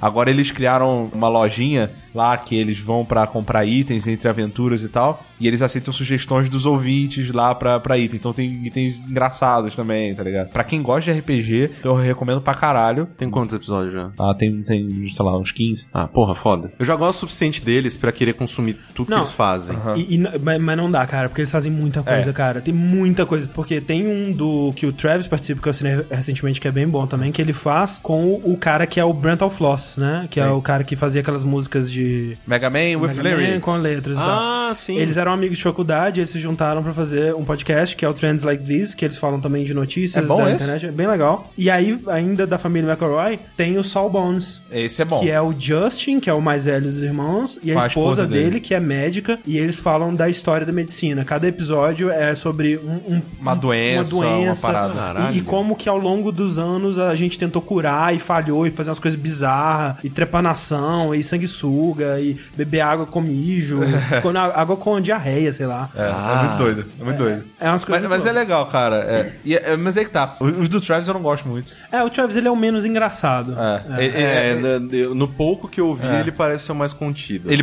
Speaker 2: Agora eles criaram uma lojinha lá que eles vão pra comprar itens entre aventuras e tal, e eles aceitam sugestões dos ouvintes lá pra, pra item. Então tem itens engraçados também, tá ligado? Pra quem gosta de RPG, eu recomendo pra caralho.
Speaker 4: Tem quantos episódios já?
Speaker 2: Ah, tem, tem, sei lá, uns 15.
Speaker 4: Ah, porra, foda. Eu já gosto o suficiente deles pra querer consumir tudo
Speaker 1: Não.
Speaker 4: que eles fazem.
Speaker 1: E- e n- mas, mas não dá, cara, porque eles fazem
Speaker 2: É.
Speaker 1: muita coisa, cara. Tem muita coisa. Porque tem um do que o Travis participa, que eu assinei recentemente, que é bem bom também, que ele faz com o, o cara que é o Brent Alfloss, né? Que é o cara que fazia aquelas músicas de.
Speaker 2: Mega Man with
Speaker 1: Mega Man
Speaker 2: lyrics.
Speaker 1: com letras e tal.
Speaker 4: Ah, sim.
Speaker 1: Eles eram amigos de faculdade, eles se juntaram pra fazer um podcast que é o Trends Like This, que eles falam também de notícias
Speaker 2: É bom
Speaker 1: da
Speaker 2: esse?
Speaker 1: internet, é bem legal. E aí, ainda da família McElroy, tem o Saul Bones,
Speaker 2: Esse é bom.
Speaker 1: que é o Justin, que é o mais velho dos irmãos, e a,
Speaker 2: Com a
Speaker 1: esposa,
Speaker 2: esposa
Speaker 1: dele,
Speaker 2: dele.
Speaker 1: que é médica, e eles falam da história da medicina. Cada episódio é sobre um- um-
Speaker 2: Uma doença,
Speaker 1: uma doença,
Speaker 2: uma parada.
Speaker 4: Caralho.
Speaker 1: E, e como que ao longo dos anos a gente tentou curar e falhou e fazer umas coisas bizarras, e trepanação, e sanguessuga, e beber água com mijo, com, na- água com diarreia, sei lá.
Speaker 2: É, é muito doido, é muito doido.
Speaker 1: É umas coisas
Speaker 2: Mas, mas
Speaker 1: muito
Speaker 2: é legal, cara. É, e é- mas é que tá. Os do Travis eu não gosto muito.
Speaker 1: É, o Travis ele é o menos engraçado.
Speaker 2: É. Ele,
Speaker 4: É,
Speaker 2: ele-
Speaker 4: na- eu- no pouco que eu vi, ele parece ser o mais contido. assim.
Speaker 2: ele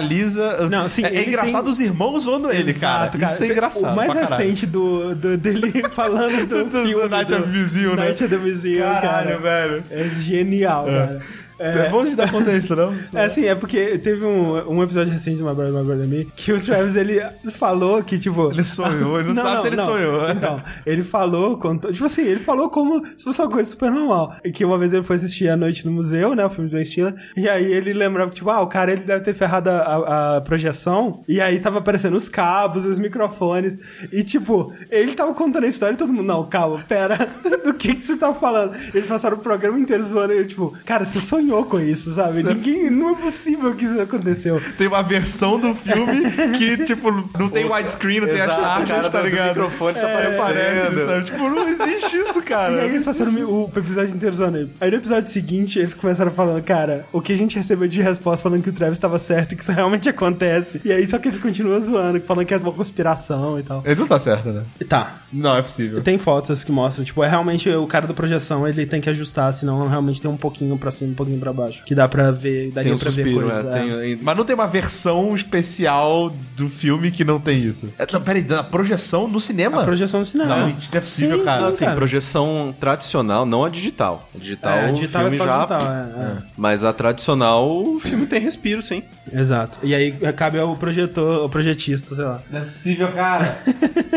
Speaker 2: potencializa.
Speaker 1: Não, assim,
Speaker 2: é, é
Speaker 1: ele
Speaker 2: engraçado
Speaker 1: tem-
Speaker 2: os irmãos zoando ele, cara.
Speaker 1: Exato,
Speaker 2: Isso é engraçado.
Speaker 1: O mais
Speaker 2: pra caralho.
Speaker 1: recente do, do- dele falando do,
Speaker 2: do
Speaker 1: filme
Speaker 2: Night
Speaker 1: do-
Speaker 2: at the Museum, né?
Speaker 1: Night at the Museum,
Speaker 2: Caralho,
Speaker 1: cara.
Speaker 2: velho.
Speaker 1: É genial, cara.
Speaker 2: É bom de dar contexto, não?
Speaker 1: É assim, é porque teve um, um episódio recente do My Brother, My Brother Me que o Travis, ele falou que, tipo...
Speaker 2: Ele sonhou, ele não sabe se ele sonhou.
Speaker 1: Então, ele falou, contou, tipo assim, ele falou como se fosse uma coisa super normal. E Que uma vez ele foi assistir A Noite no Museu, né, o filme do Ben Stiller, e aí ele lembrava que, tipo, ah, o cara, ele deve ter ferrado a, a- a projeção, e aí tava aparecendo os cabos, os microfones, e, tipo, ele tava contando a história e todo mundo, não, calma, pera, do que que você tá falando? Eles passaram o programa inteiro zoando, e eu, tipo, cara, você sonhou com isso, sabe? Ninguém, não é possível que isso aconteceu.
Speaker 2: Tem uma versão do filme que, tipo, não tem widescreen, não tem as
Speaker 4: cara
Speaker 2: tarjas, tá
Speaker 4: do- do
Speaker 2: ligado?
Speaker 4: microfone tá
Speaker 2: Aparece,
Speaker 4: aparecendo.
Speaker 2: sabe? Tipo, não existe isso, cara.
Speaker 6: É
Speaker 1: E aí eles
Speaker 2: Não
Speaker 1: passaram o o episódio inteiro zoando ele. Aí no episódio seguinte, eles começaram falando, cara, o que a gente recebeu de resposta falando que o Travis estava certo e que isso realmente acontece. E aí só que eles continuam zoando, falando que é uma conspiração e tal.
Speaker 2: Ele não tá certo, né?
Speaker 1: Tá.
Speaker 2: Não, é possível.
Speaker 1: Tem fotos que mostram, tipo, é realmente o cara da projeção, ele tem que ajustar, senão realmente tem um pouquinho pra cima, um pouquinho pra baixo. Que dá pra ver, daria
Speaker 4: tem um
Speaker 1: pra
Speaker 4: suspiro,
Speaker 1: ver coisa.
Speaker 4: é,
Speaker 1: é.
Speaker 4: tem-
Speaker 2: Mas não né? tem uma versão especial do filme que não tem isso. É, não, peraí, da projeção no cinema?
Speaker 1: é. A projeção do cinema.
Speaker 2: Não, isso não é possível, cara.
Speaker 4: Não, assim,
Speaker 1: cara.
Speaker 4: projeção tradicional, não a digital. A digital,
Speaker 1: É,
Speaker 2: um
Speaker 4: o
Speaker 1: digital é
Speaker 4: filme
Speaker 1: só
Speaker 4: já...
Speaker 1: digital, é,
Speaker 4: Mas a tradicional, o filme tem respiro, sim.
Speaker 1: Exato. E aí cabe ao projetor, ao projetista, sei lá.
Speaker 2: Não é possível, cara.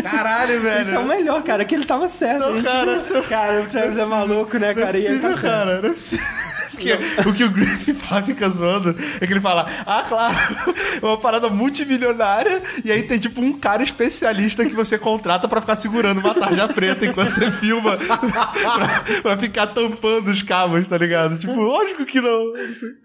Speaker 2: Caralho, velho.
Speaker 1: Isso é o melhor, cara, que ele tava certo. a gente-
Speaker 2: cara,
Speaker 1: cara,
Speaker 2: isso-
Speaker 1: o Travis é maluco, né,
Speaker 2: Não é
Speaker 1: cara? E ele tá
Speaker 2: possível,
Speaker 1: certo.
Speaker 2: cara. Não é possível. Porque o que o Griffin fala, fica zoando é que ele fala, ah, claro, é uma parada multimilionária, e aí tem tipo um cara especialista que você contrata pra ficar segurando uma tarja preta enquanto você filma, pra, pra ficar tampando os cabos, tá ligado? Tipo, lógico que não.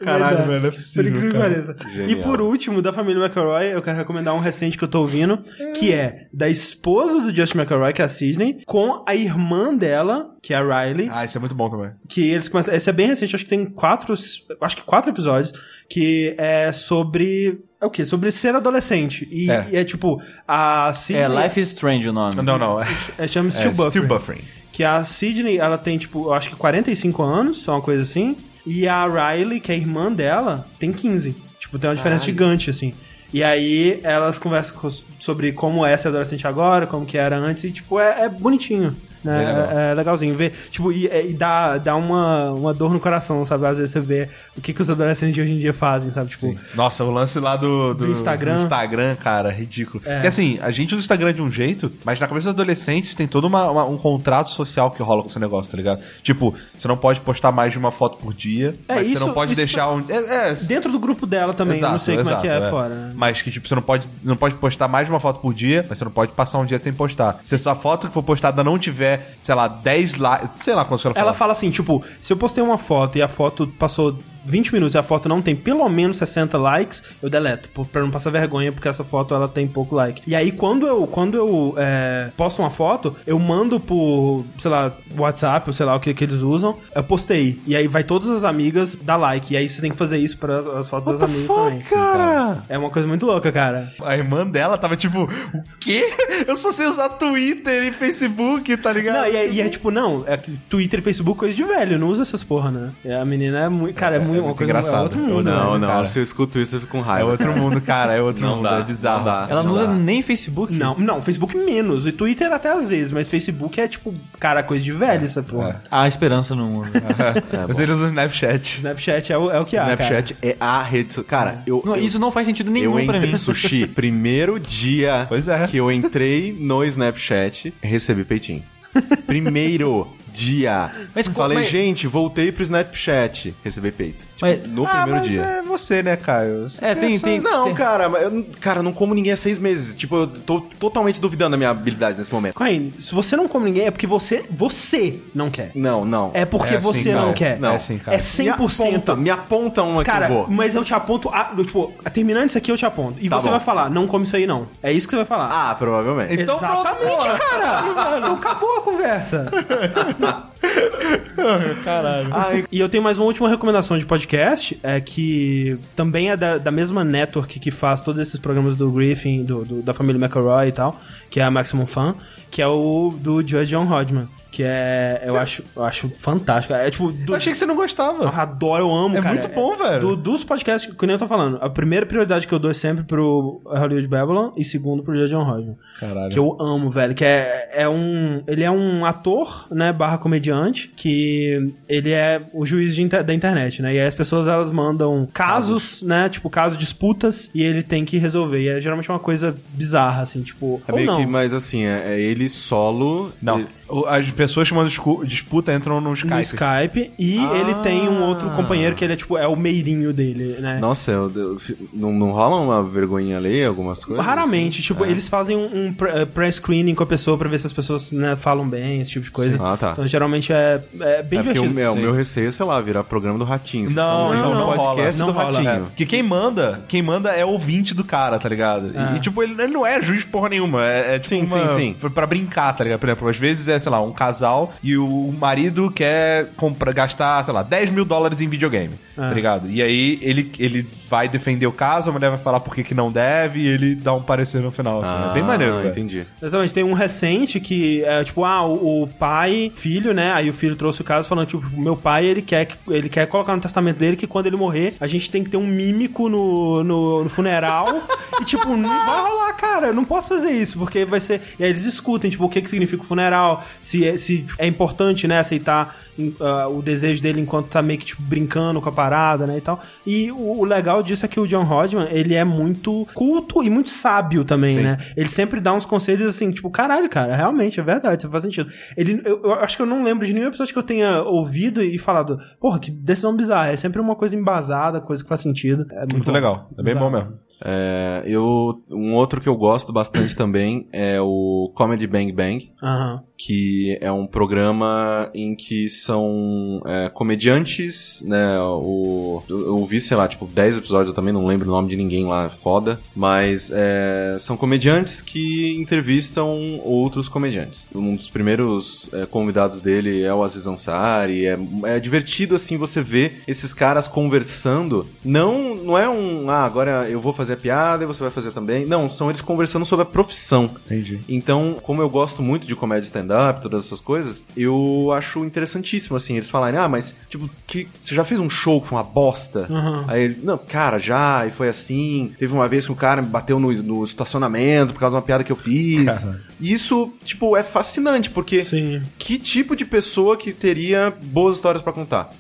Speaker 2: Caralho,
Speaker 1: Pois é.
Speaker 2: velho, não é
Speaker 1: Por
Speaker 2: possível.
Speaker 1: incrível que
Speaker 2: cara.
Speaker 1: pareça. E por último, da família McElroy, eu quero recomendar um recente que eu tô ouvindo, que é da esposa do Justin McElroy, que é a Sidney, com a irmã dela, que é a Riley,
Speaker 2: Ah, isso é muito bom também.
Speaker 1: que eles começam. Esse é bem recente, acho que tem quatro. Acho que quatro episódios. Que é sobre. É o quê? Sobre ser adolescente. E e é,
Speaker 2: É.
Speaker 1: tipo, a Sidney.
Speaker 3: É Life is Strange o nome.
Speaker 2: Não, não, é,
Speaker 1: é, chama
Speaker 2: é
Speaker 1: Steel Buffer.
Speaker 2: Still Buffering.
Speaker 1: Que a Sidney, ela tem, tipo, eu acho que 45 anos, uma coisa assim. E a Riley, que é a irmã dela, tem 15. Tipo, tem uma diferença gigante, assim. E aí elas conversam co- sobre como é ser adolescente agora, como que era antes, e, tipo, é, é bonitinho. Né?
Speaker 2: Bem legal.
Speaker 1: É, é legalzinho ver. Tipo, e, e dá, dá uma, uma dor no coração, sabe? Às vezes você vê o que, que os adolescentes de hoje em dia fazem, sabe? Tipo,
Speaker 2: Nossa, o lance lá do, do,
Speaker 1: Do Instagram.
Speaker 2: do Instagram, cara, ridículo.
Speaker 1: É.
Speaker 2: Porque assim, a gente usa o Instagram de um jeito, mas na cabeça dos adolescentes tem todo uma- uma- um contrato social que rola com esse negócio, tá ligado? Tipo, você não pode postar mais de uma foto por dia,
Speaker 1: É,
Speaker 2: mas
Speaker 1: isso-
Speaker 2: você não pode
Speaker 1: isso
Speaker 2: deixar um. É, é,
Speaker 1: dentro do grupo dela também, eu não sei como é que é, fora. né?
Speaker 2: Mas que, tipo, você não pode, não pode postar mais de uma foto por dia, mas você não pode passar um dia sem postar. Se essa foto que for postada não tiver, sei lá, 10 likes, sei lá quantos que ela
Speaker 1: Ela
Speaker 2: fala.
Speaker 1: fala assim, tipo, se eu postei uma foto e a foto passou 20 minutos e a foto não tem pelo menos 60 likes, eu deleto, por- pra não passar vergonha, porque essa foto ela tem pouco like. E aí quando eu, quando eu é, posto uma foto, eu mando por, sei lá, WhatsApp, ou sei lá o que, que eles usam, eu postei. E aí vai todas as amigas dar like. E aí você tem que fazer isso para as fotos das amigas também.
Speaker 2: cara!
Speaker 1: É uma coisa muito louca, cara.
Speaker 2: A irmã dela tava tipo, o quê? Eu só sei usar Twitter e Facebook, tá ligado?
Speaker 1: Não, e é, e é tipo, não, é que Twitter e Facebook coisa de velho, não usa essas porra, né? E a menina é muito. Cara, é, muito, uma
Speaker 2: muito
Speaker 1: coisa
Speaker 2: engraçado.
Speaker 1: É outro
Speaker 2: Eu
Speaker 1: mundo,
Speaker 4: Não,
Speaker 1: né?
Speaker 4: não,
Speaker 2: cara.
Speaker 4: se eu escuto isso eu fico com
Speaker 2: É
Speaker 4: raiva.
Speaker 2: outro mundo, cara, é outro
Speaker 4: Não
Speaker 2: mundo,
Speaker 4: dá,
Speaker 2: é bizarro.
Speaker 4: não dá.
Speaker 3: Ela não usa
Speaker 4: dá.
Speaker 3: nem Facebook.
Speaker 1: Não, não, Facebook menos. E Twitter até às vezes, mas Facebook é tipo, cara, coisa de velho essa porra.
Speaker 3: Há esperança no mundo.
Speaker 2: Mas ele usa o Snapchat.
Speaker 1: Snapchat é o, é o que há.
Speaker 4: Snapchat é a rede social. Cara, eu,
Speaker 3: Não,
Speaker 4: eu,
Speaker 3: isso não faz sentido nenhum
Speaker 4: eu
Speaker 3: pra
Speaker 4: entrei
Speaker 3: mim.
Speaker 4: sushi. Primeiro dia
Speaker 2: Pois é.
Speaker 4: que eu entrei no Snapchat, recebi peitinho. Primeiro dia.
Speaker 3: Mas como-
Speaker 4: Falei,
Speaker 3: mas-
Speaker 4: gente, voltei pro Snapchat, recebi peito. Tipo,
Speaker 3: Mas-
Speaker 4: no
Speaker 2: Ah,
Speaker 4: primeiro
Speaker 2: mas
Speaker 4: dia.
Speaker 2: é você, né, Caio? Você
Speaker 3: É, tem-
Speaker 2: pensa-
Speaker 3: tem-
Speaker 4: Não, cara, mas eu, cara, não como ninguém há seis meses. Tipo, eu tô totalmente duvidando da minha habilidade nesse momento.
Speaker 1: Coin, se você não come ninguém, é porque você, você não quer.
Speaker 4: Não, não.
Speaker 1: É porque
Speaker 2: É assim,
Speaker 1: você
Speaker 2: cara.
Speaker 1: não quer.
Speaker 2: Não.
Speaker 1: É assim, cara. É
Speaker 4: Me aponta,
Speaker 1: 100%.
Speaker 4: me aponta uma
Speaker 1: Cara,
Speaker 4: que eu vou.
Speaker 1: mas eu te aponto. A, tipo, terminando isso aqui, eu te aponto. E
Speaker 4: Tá
Speaker 1: você
Speaker 4: bom.
Speaker 1: vai falar, não come isso aí não. É isso que você vai falar.
Speaker 4: Ah, provavelmente.
Speaker 2: Então pronto,
Speaker 1: Exatamente,
Speaker 2: porra.
Speaker 1: cara! Então acabou a conversa. Caralho. e eu tenho mais uma última recomendação de podcast, é que também é da, da mesma network que faz todos esses programas do Griffin, do, do- da família McElroy e tal, que é a Maximum Fan, que é o do Judge John Hodgman. Que é. Eu acho, eu acho fantástico. É tipo. do-
Speaker 2: Eu achei que você não
Speaker 1: eu
Speaker 2: gostava.
Speaker 1: adoro, eu amo,
Speaker 2: É
Speaker 1: cara.
Speaker 2: muito bom, velho.
Speaker 1: do- dos podcasts que que nem eu tô falando, a primeira prioridade que eu dou é sempre pro Hollywood Babylon e segundo pro John Hodgman.
Speaker 2: Caralho.
Speaker 1: Que eu amo, velho. Que é, é um. Ele é um ator, né? Barra comediante. Que ele é o juiz de inter- da internet, né? E aí as pessoas elas mandam casos, né? Tipo, casos, disputas, e ele tem que resolver. E é geralmente uma coisa bizarra, assim, tipo.
Speaker 4: É
Speaker 1: ou
Speaker 4: meio
Speaker 1: não.
Speaker 4: que, mas assim, é, é ele solo.
Speaker 2: Não.
Speaker 4: Ele-
Speaker 2: O- As pessoas chamando discu- disputa entram no Skype.
Speaker 1: No Skype. E ele tem um outro companheiro que ele é tipo, é o meirinho dele, né?
Speaker 4: Nossa, eu- eu fi- não, não rola uma vergonhinha ali, algumas coisas?
Speaker 1: Raramente, tipo,
Speaker 4: é.
Speaker 1: eles fazem um, um pre- eh, pré-screening com a pessoa pra ver se as pessoas né, falam bem, esse tipo de coisa.
Speaker 4: Sim. Ah, tá.
Speaker 1: Então geralmente é, é bem
Speaker 4: É porque o,
Speaker 1: divertido.
Speaker 4: meu- o
Speaker 1: Sim.
Speaker 4: meu receio é, sei lá, virar programa do Ratinho. Vocês
Speaker 2: assim. Não,
Speaker 4: tão-
Speaker 2: então
Speaker 4: é um
Speaker 2: não É,
Speaker 4: podcast
Speaker 1: rola.
Speaker 4: do
Speaker 1: Não rola.
Speaker 4: Ratinho.
Speaker 2: Porque quem manda, quem manda é o ouvinte do cara, tá ligado? E, tipo, ele, ele não é juiz porra nenhuma. É, é tipo
Speaker 4: Sim, sim,
Speaker 2: uma-
Speaker 4: sim.
Speaker 2: pra- Pra brincar, tá ligado? Por exemplo, às vezes é, sei lá, um casal e o marido quer comprar, gastar, sei lá, 10 mil dólares em videogame, tá ligado? E aí ele, ele vai defender o caso, a mulher vai falar por que que não deve e ele dá um parecer no final, assim. é bem maneiro,
Speaker 4: Ah,
Speaker 2: velho.
Speaker 4: entendi.
Speaker 1: Exatamente, tem um recente que é tipo, ah, o, o pai, filho, né? Aí o filho trouxe o caso falando, tipo, meu pai, ele quer, que- ele quer colocar no testamento dele que quando ele morrer, a gente tem que ter um mímico no, no, no funeral. e, tipo, não vai rolar, cara, eu não posso fazer isso, porque vai ser. E aí eles discutem, tipo, o que, que significa o funeral, se, é- se é importante, né, aceitar em- ah, o desejo dele enquanto tá meio que, tipo, brincando com a parada, né, e tal. E o, o legal disso é que o John Rodman, ele é muito culto e muito sábio também, né? Ele sempre dá uns conselhos assim, tipo, caralho, cara, realmente, é verdade, isso faz sentido. Ele, eu, eu acho que eu não lembro de nenhum episódio que eu tenha ouvido e falado, porra, que decisão bizarra. É sempre uma coisa embasada, coisa que faz sentido. É muito,
Speaker 2: Muito
Speaker 1: bom.
Speaker 2: legal. É bem bom mesmo.
Speaker 4: É, eu, um outro que eu gosto bastante também é o Comedy Bang Bang.
Speaker 1: Aham.
Speaker 4: que é um programa em que são é, comediantes, né? O, eu eu vi, sei lá, tipo, 10 episódios, eu também não lembro o nome de ninguém lá, foda. Mas é, são comediantes que entrevistam outros comediantes. Um dos primeiros é, convidados dele é o Aziz Ansari. É, é divertido, assim, você ver esses caras conversando. Não, não é um, ah, agora eu vou fazer a piada e você vai fazer também. Não, são eles conversando sobre a profissão.
Speaker 2: Entendi.
Speaker 4: Então, como eu gosto muito de comédia stand-up, todas essas coisas, eu acho interessantíssimo, assim, eles falarem, ah, mas, tipo, que, você já fez um show que foi uma bosta? Aí ele, não, cara, já, e foi assim. Teve uma vez que o cara me bateu no, no estacionamento por causa de uma piada que eu fiz.
Speaker 2: Cara.
Speaker 4: E isso, tipo, é fascinante, porque
Speaker 1: Sim.
Speaker 4: que tipo de pessoa que teria boas histórias pra contar?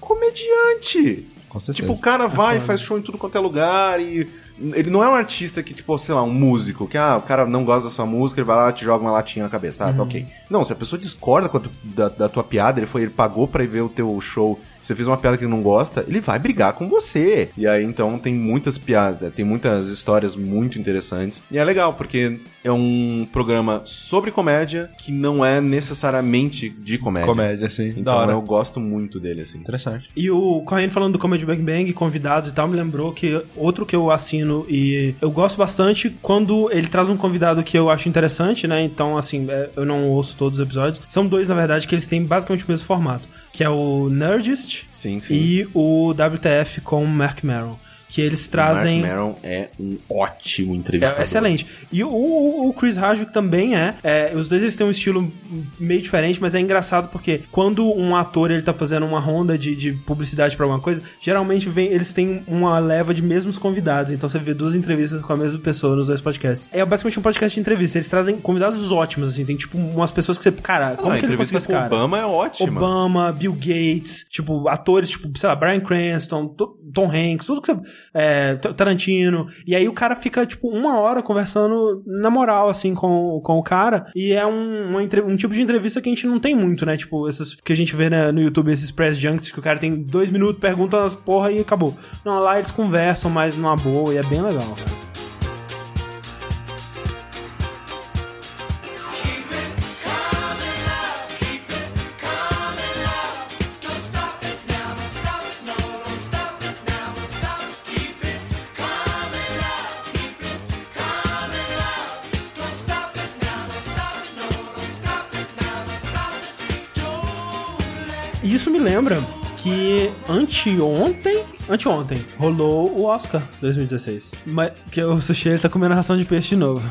Speaker 4: Comediante!
Speaker 2: Com certeza.
Speaker 4: Tipo, o cara vai, faz show em tudo quanto é lugar e. Ele não é um artista que, tipo, sei lá, um músico, que ah, o cara não gosta da sua música, ele vai lá e te joga uma latinha na
Speaker 2: Uhum.
Speaker 4: cabeça, tá? Tá ok. Não, se a pessoa discorda com a tu- da, da tua piada, ele foi, ele pagou pra ir ver o teu show você fez uma piada que ele não gosta, ele vai brigar com você. E aí então tem muitas piadas, tem muitas histórias muito interessantes. E é legal, porque é um programa sobre comédia que não é necessariamente de comédia.
Speaker 2: Comédia, assim.
Speaker 4: Então
Speaker 2: da hora.
Speaker 4: eu gosto muito dele, assim.
Speaker 2: Interessante.
Speaker 1: E o Correndo falando do Comedy Bang Bang, convidados e tal, me lembrou que outro que eu assino e eu gosto bastante quando ele traz um convidado que eu acho interessante, né? Então, assim, é, eu não ouço todos os episódios. São dois, na verdade, que eles têm basicamente o mesmo formato, que é o Nerdist
Speaker 4: Sim, sim.
Speaker 1: e o WTF com o Mark Merrill. Que eles trazem.
Speaker 4: Mark Maron é um ótimo entrevistador.
Speaker 1: É excelente. E o, o- o Chris Rajo também é, É, Os dois eles têm um estilo meio diferente, mas é engraçado porque quando um ator ele tá fazendo uma ronda de, de publicidade pra alguma coisa, geralmente vem, eles têm uma leva de mesmos convidados. Então você vê duas entrevistas com a mesma pessoa nos dois podcasts. É basicamente um podcast de entrevista. Eles trazem convidados ótimos, assim. Tem tipo umas pessoas que você. Cara, como
Speaker 4: Não, a
Speaker 1: que ele
Speaker 4: Ah, entrevista
Speaker 1: conseguiu esse
Speaker 4: com
Speaker 1: cara?
Speaker 4: Obama é ótima.
Speaker 1: Obama, Bill Gates, tipo, atores, tipo, sei lá, Brian Cranston, To- Tom Hanks, tudo que você. É, T- Tarantino. E aí o cara fica, tipo, uma hora conversando na moral, assim, com, com o cara. E é um, uma entre- um tipo de entrevista que a gente não tem muito, né? Tipo, esses que a gente vê né, no YouTube, esses press junks, que o cara tem dois minutos, pergunta umas porra e acabou. Não, lá eles conversam mais numa boa e é bem legal, cara. E isso me lembra que anteontem, anteontem, rolou o Oscar 2016. Mas que o sushi ele tá comendo ração de peixe de novo.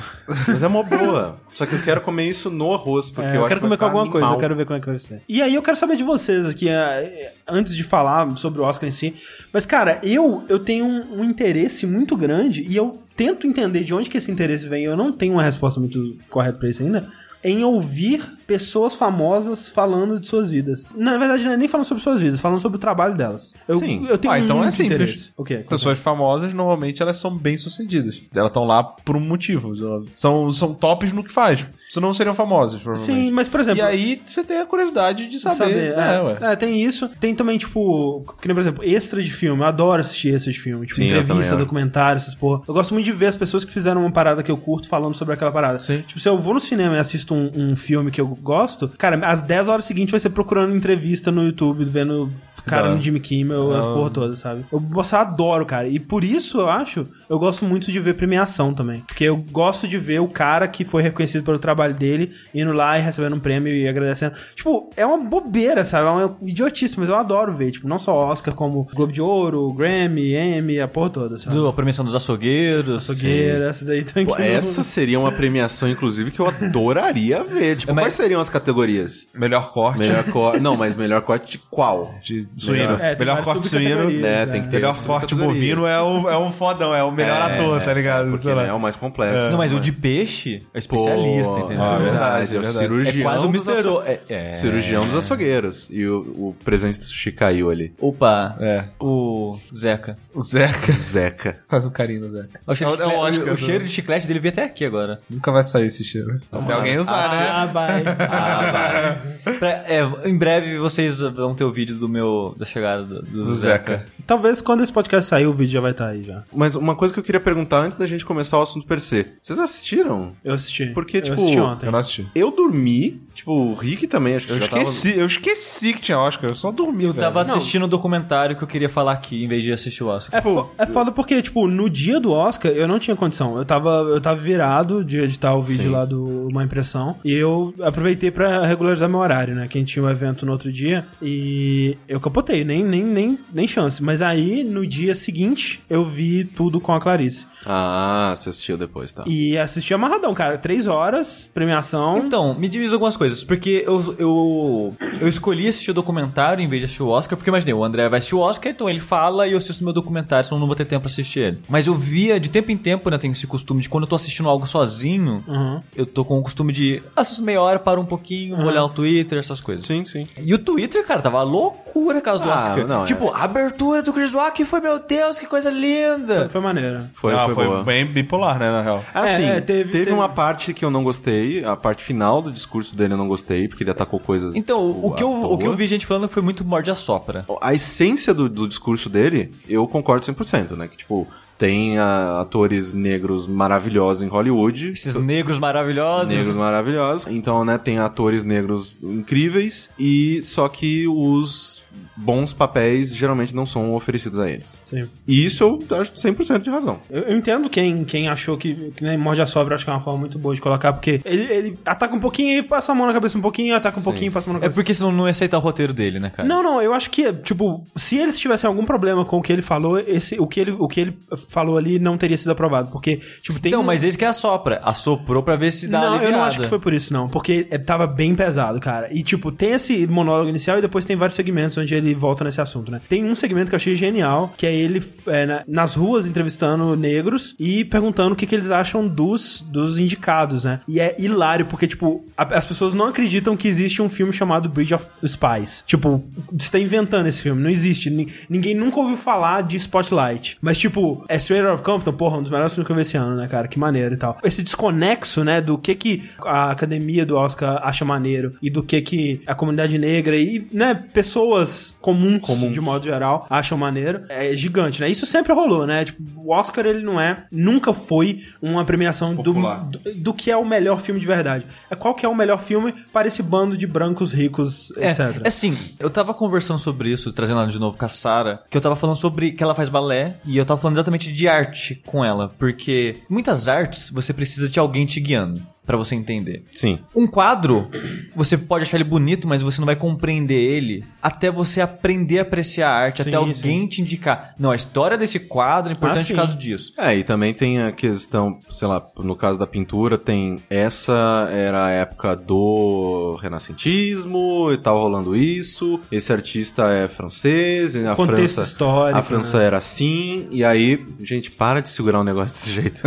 Speaker 4: Mas é uma boa. Só que eu quero comer isso no arroz, porque
Speaker 1: É,
Speaker 4: eu,
Speaker 1: eu
Speaker 4: acho
Speaker 1: quero
Speaker 4: que
Speaker 1: comer
Speaker 4: vai
Speaker 1: com alguma
Speaker 4: ficar
Speaker 1: coisa, eu
Speaker 4: animal.
Speaker 1: quero ver como é que vai ser. E aí eu quero saber de vocês aqui, eh, antes de falar sobre o Oscar em si. Mas, cara, eu, eu tenho um, um interesse muito grande e eu tento entender de onde que esse interesse vem. Eu não tenho uma resposta muito correta pra isso ainda. Em ouvir pessoas famosas falando de suas vidas. Na verdade, não é nem falando sobre suas vidas, falando sobre o trabalho delas. Eu,
Speaker 4: Sim.
Speaker 1: eu tenho
Speaker 2: Ah, então é
Speaker 1: muito
Speaker 2: simples.
Speaker 1: interesse. O quê?
Speaker 2: Pessoas famosas, normalmente, elas são bem sucedidas. Elas estão lá por um motivo. São, são tops no que faz. Senão seriam famosas, provavelmente.
Speaker 4: um
Speaker 1: Sim, mas por exemplo.
Speaker 2: E aí você tem a curiosidade de saber.
Speaker 1: é,
Speaker 2: é, ué.
Speaker 1: é, tem isso. Tem também, tipo, que nem, por exemplo, extra de filme. Eu adoro assistir extra de filme. Tipo,
Speaker 4: Sim, eu
Speaker 1: entrevista,
Speaker 4: também, é.
Speaker 1: documentário, essas porra. Eu gosto muito de ver as pessoas que fizeram uma parada que eu curto falando sobre aquela parada.
Speaker 2: Sim.
Speaker 1: Tipo, se eu vou no cinema e assisto um, um filme que eu gosto, cara, às 10 horas seguintes vai ser procurando entrevista no YouTube, vendo cara
Speaker 2: Da-
Speaker 1: no Jimmy Kimmel, as porra todas, sabe? Eu, nossa, eu adoro, cara. E por isso, eu acho, eu gosto muito de ver premiação também. Porque eu gosto de ver o cara que foi reconhecido pelo trabalho dele, indo lá e recebendo um prêmio e agradecendo. Tipo, é uma bobeira, sabe? É uma idiotice, mas eu adoro ver. Tipo, não só Oscar, como Globo de Ouro, Grammy, Emmy, a porra toda, sabe?
Speaker 3: Do, a premiação dos açougueiros.
Speaker 1: Açougueira, essas aí estão
Speaker 4: Pô,
Speaker 1: aqui. no-
Speaker 4: Essa seria uma premiação, inclusive, que eu adoraria ver.
Speaker 1: É,
Speaker 4: Tipo, quais seriam as categorias?
Speaker 2: Melhor corte.
Speaker 4: Melhor corte. Não, mas melhor corte de qual?
Speaker 2: De suíno.
Speaker 1: É, tem
Speaker 2: melhor
Speaker 1: várias
Speaker 2: corte suíno.
Speaker 1: subcategorias,
Speaker 4: né?
Speaker 1: é.
Speaker 4: Tem que ter
Speaker 2: Melhor
Speaker 4: as
Speaker 2: corte
Speaker 4: categorias.
Speaker 2: bovino é o, é um fodão, é o melhor ator, tá ligado?
Speaker 4: Porque,
Speaker 2: Sei lá.
Speaker 4: né, é o mais complexo.
Speaker 3: Não, mas o de peixe é especialista, entendeu?
Speaker 1: Ah,
Speaker 4: É verdade, é, o
Speaker 2: verdade.
Speaker 4: cirurgião.
Speaker 3: É quase o
Speaker 4: dos
Speaker 3: Mr. O.
Speaker 4: aço-
Speaker 3: É, é.
Speaker 4: Cirurgião dos açougueiros. E o, o presente do sushi caiu ali.
Speaker 3: Opa,
Speaker 2: É.
Speaker 3: o Zeca.
Speaker 2: O Zeca.
Speaker 4: Zeca.
Speaker 2: Faz um carinho no Zeca.
Speaker 3: O cheiro,
Speaker 2: É
Speaker 3: de
Speaker 2: um- é um
Speaker 3: chiclete-
Speaker 2: Oscar,
Speaker 3: o
Speaker 2: né?
Speaker 3: cheiro de chiclete dele veio até aqui agora.
Speaker 2: Nunca vai sair esse cheiro. Até alguém usar, né?
Speaker 1: Ah, vai.
Speaker 3: Ah, vai. Pra- é, em breve vocês vão ter o vídeo do meu da chegada do, do
Speaker 2: Do
Speaker 3: Zeca.
Speaker 2: Zeca.
Speaker 1: Talvez quando esse podcast sair, o vídeo já vai estar aí já.
Speaker 4: Mas uma coisa que eu queria perguntar antes da gente começar o assunto per se. Vocês assistiram?
Speaker 1: Eu assisti.
Speaker 4: Porque,
Speaker 1: eu
Speaker 4: tipo,
Speaker 1: assisti ontem.
Speaker 2: Eu não assisti.
Speaker 4: Eu dormi. Tipo, o Rick também, acho que
Speaker 2: Eu
Speaker 4: já tava-
Speaker 2: esqueci, eu esqueci que tinha Oscar, eu só dormi.
Speaker 3: Eu
Speaker 2: velho.
Speaker 3: tava assistindo o documentário que eu queria falar aqui em vez de assistir o Oscar.
Speaker 1: É, fo- é foda porque, tipo, no dia do Oscar eu não tinha condição. Eu tava, eu tava virado de editar o vídeo
Speaker 4: Sim.
Speaker 1: lá do Uma Impressão. E eu aproveitei pra regularizar meu horário, né? Que a gente tinha um evento no outro dia. E eu capotei, nem, nem, nem, nem chance. Mas aí, no dia seguinte, eu vi tudo com a Clarice.
Speaker 4: Ah, você assistiu depois, tá.
Speaker 1: E assisti amarradão, cara. Três horas, premiação.
Speaker 3: Então, me diz algumas coisas, porque eu, eu, eu escolhi assistir o documentário em vez de assistir o Oscar, porque imaginei, o André vai assistir o Oscar, então ele fala e eu assisto meu documentário, senão eu não vou ter tempo pra assistir ele. Mas eu via de tempo em tempo, né, tem esse costume de quando eu tô assistindo algo sozinho,
Speaker 1: Uhum.
Speaker 3: eu tô com o costume de assisto meia hora, paro um pouquinho, vou olhar o Twitter, essas coisas.
Speaker 4: Uhum. Sim, sim.
Speaker 3: E o Twitter, cara, tava uma loucura com as do
Speaker 4: Ah,
Speaker 3: Oscar.
Speaker 4: não, é.
Speaker 3: tipo, a abertura do do Chris Rock foi, meu Deus, que coisa linda.
Speaker 1: Foi maneiro.
Speaker 4: Foi,
Speaker 2: Ah,
Speaker 4: foi,
Speaker 2: foi,
Speaker 4: boa.
Speaker 2: bem bipolar, né, na real.
Speaker 4: Assim,
Speaker 1: É, é, teve-
Speaker 4: teve,
Speaker 1: teve-
Speaker 4: uma parte que eu não gostei, a parte final do discurso dele eu não gostei, porque ele atacou coisas.
Speaker 3: Então,
Speaker 4: tipo,
Speaker 3: o que,
Speaker 4: à
Speaker 3: eu, o que eu
Speaker 4: toa.
Speaker 3: vi gente falando foi muito morde a sopra.
Speaker 4: A essência do, do discurso dele, eu concordo 100%, né? Que, tipo, tem ah, atores negros maravilhosos em Hollywood.
Speaker 3: Esses negros maravilhosos.
Speaker 4: Negros maravilhosos. Então, né, tem atores negros incríveis e só que os bons papéis geralmente não são oferecidos a eles.
Speaker 1: Sim.
Speaker 4: E isso eu acho 100% de razão.
Speaker 1: Eu, eu entendo quem, quem achou que, que né, morde a sobra, acho que é uma forma muito boa de colocar, porque ele, ele ataca um pouquinho e passa a mão na cabeça um pouquinho, ataca um pouquinho e passa a mão na
Speaker 3: É
Speaker 1: cabeça.
Speaker 3: porque senão não ia aceitar o roteiro dele, né, cara?
Speaker 1: Não, não, eu acho que, tipo, se eles tivessem algum problema com o que ele falou, esse, o, que ele, o que ele falou ali não teria sido aprovado. Porque, tipo, tem.
Speaker 3: Então, mas esse que é a sopra. Assoprou pra ver se dá
Speaker 1: não, eu
Speaker 3: aliviada.
Speaker 1: não acho que foi por isso, não. Porque é, tava bem pesado, cara. E, tipo, tem esse monólogo inicial e depois tem vários segmentos onde ele volta nesse assunto, né? Tem um segmento que eu achei genial, que é ele é, na- nas ruas entrevistando negros e perguntando o que, que eles acham dos, dos indicados, né? E é hilário, porque, tipo, a- as pessoas não acreditam que existe um filme chamado Bridge of Spies. Tipo, você tá inventando esse filme, não existe. Ni- Ninguém nunca ouviu falar de Spotlight. Mas, tipo, é Straight Out of Compton, porra, um dos melhores filmes que eu vi esse ano, né, cara? Que maneiro e tal. Esse desconexo, né, do que que a academia do Oscar acha maneiro e do que que a comunidade negra e, né, pessoas comuns, de modo geral acham maneiro, é gigante, né? Isso sempre rolou, né? Tipo, o Oscar, ele não é, nunca foi uma premiação do,
Speaker 2: Popular.
Speaker 1: do, do que é o melhor filme de verdade. É qual que é o melhor filme para esse bando de brancos ricos,
Speaker 3: É,
Speaker 1: etc.
Speaker 3: é assim, eu tava conversando sobre isso, trazendo ela de novo com a Sarah, que eu tava falando sobre que ela faz balé e eu tava falando exatamente de arte com ela, porque muitas artes você precisa de alguém te guiando pra você entender.
Speaker 4: Sim.
Speaker 3: Um quadro, você pode achar ele bonito, mas você não vai compreender ele até você aprender a apreciar a arte,
Speaker 1: Sim,
Speaker 3: até alguém
Speaker 1: sim.
Speaker 3: te indicar. Não, a história desse quadro é
Speaker 1: Ah,
Speaker 3: importante
Speaker 1: sim.
Speaker 3: por causa disso.
Speaker 4: É, e também tem a questão, sei lá, no caso da pintura, tem essa era a época do renascentismo e tal rolando isso. Esse artista é francês, e a
Speaker 1: Contexto
Speaker 4: França,
Speaker 1: histórico, né?
Speaker 4: a França
Speaker 3: né?
Speaker 4: era assim, e aí, gente, para de segurar um negócio desse jeito.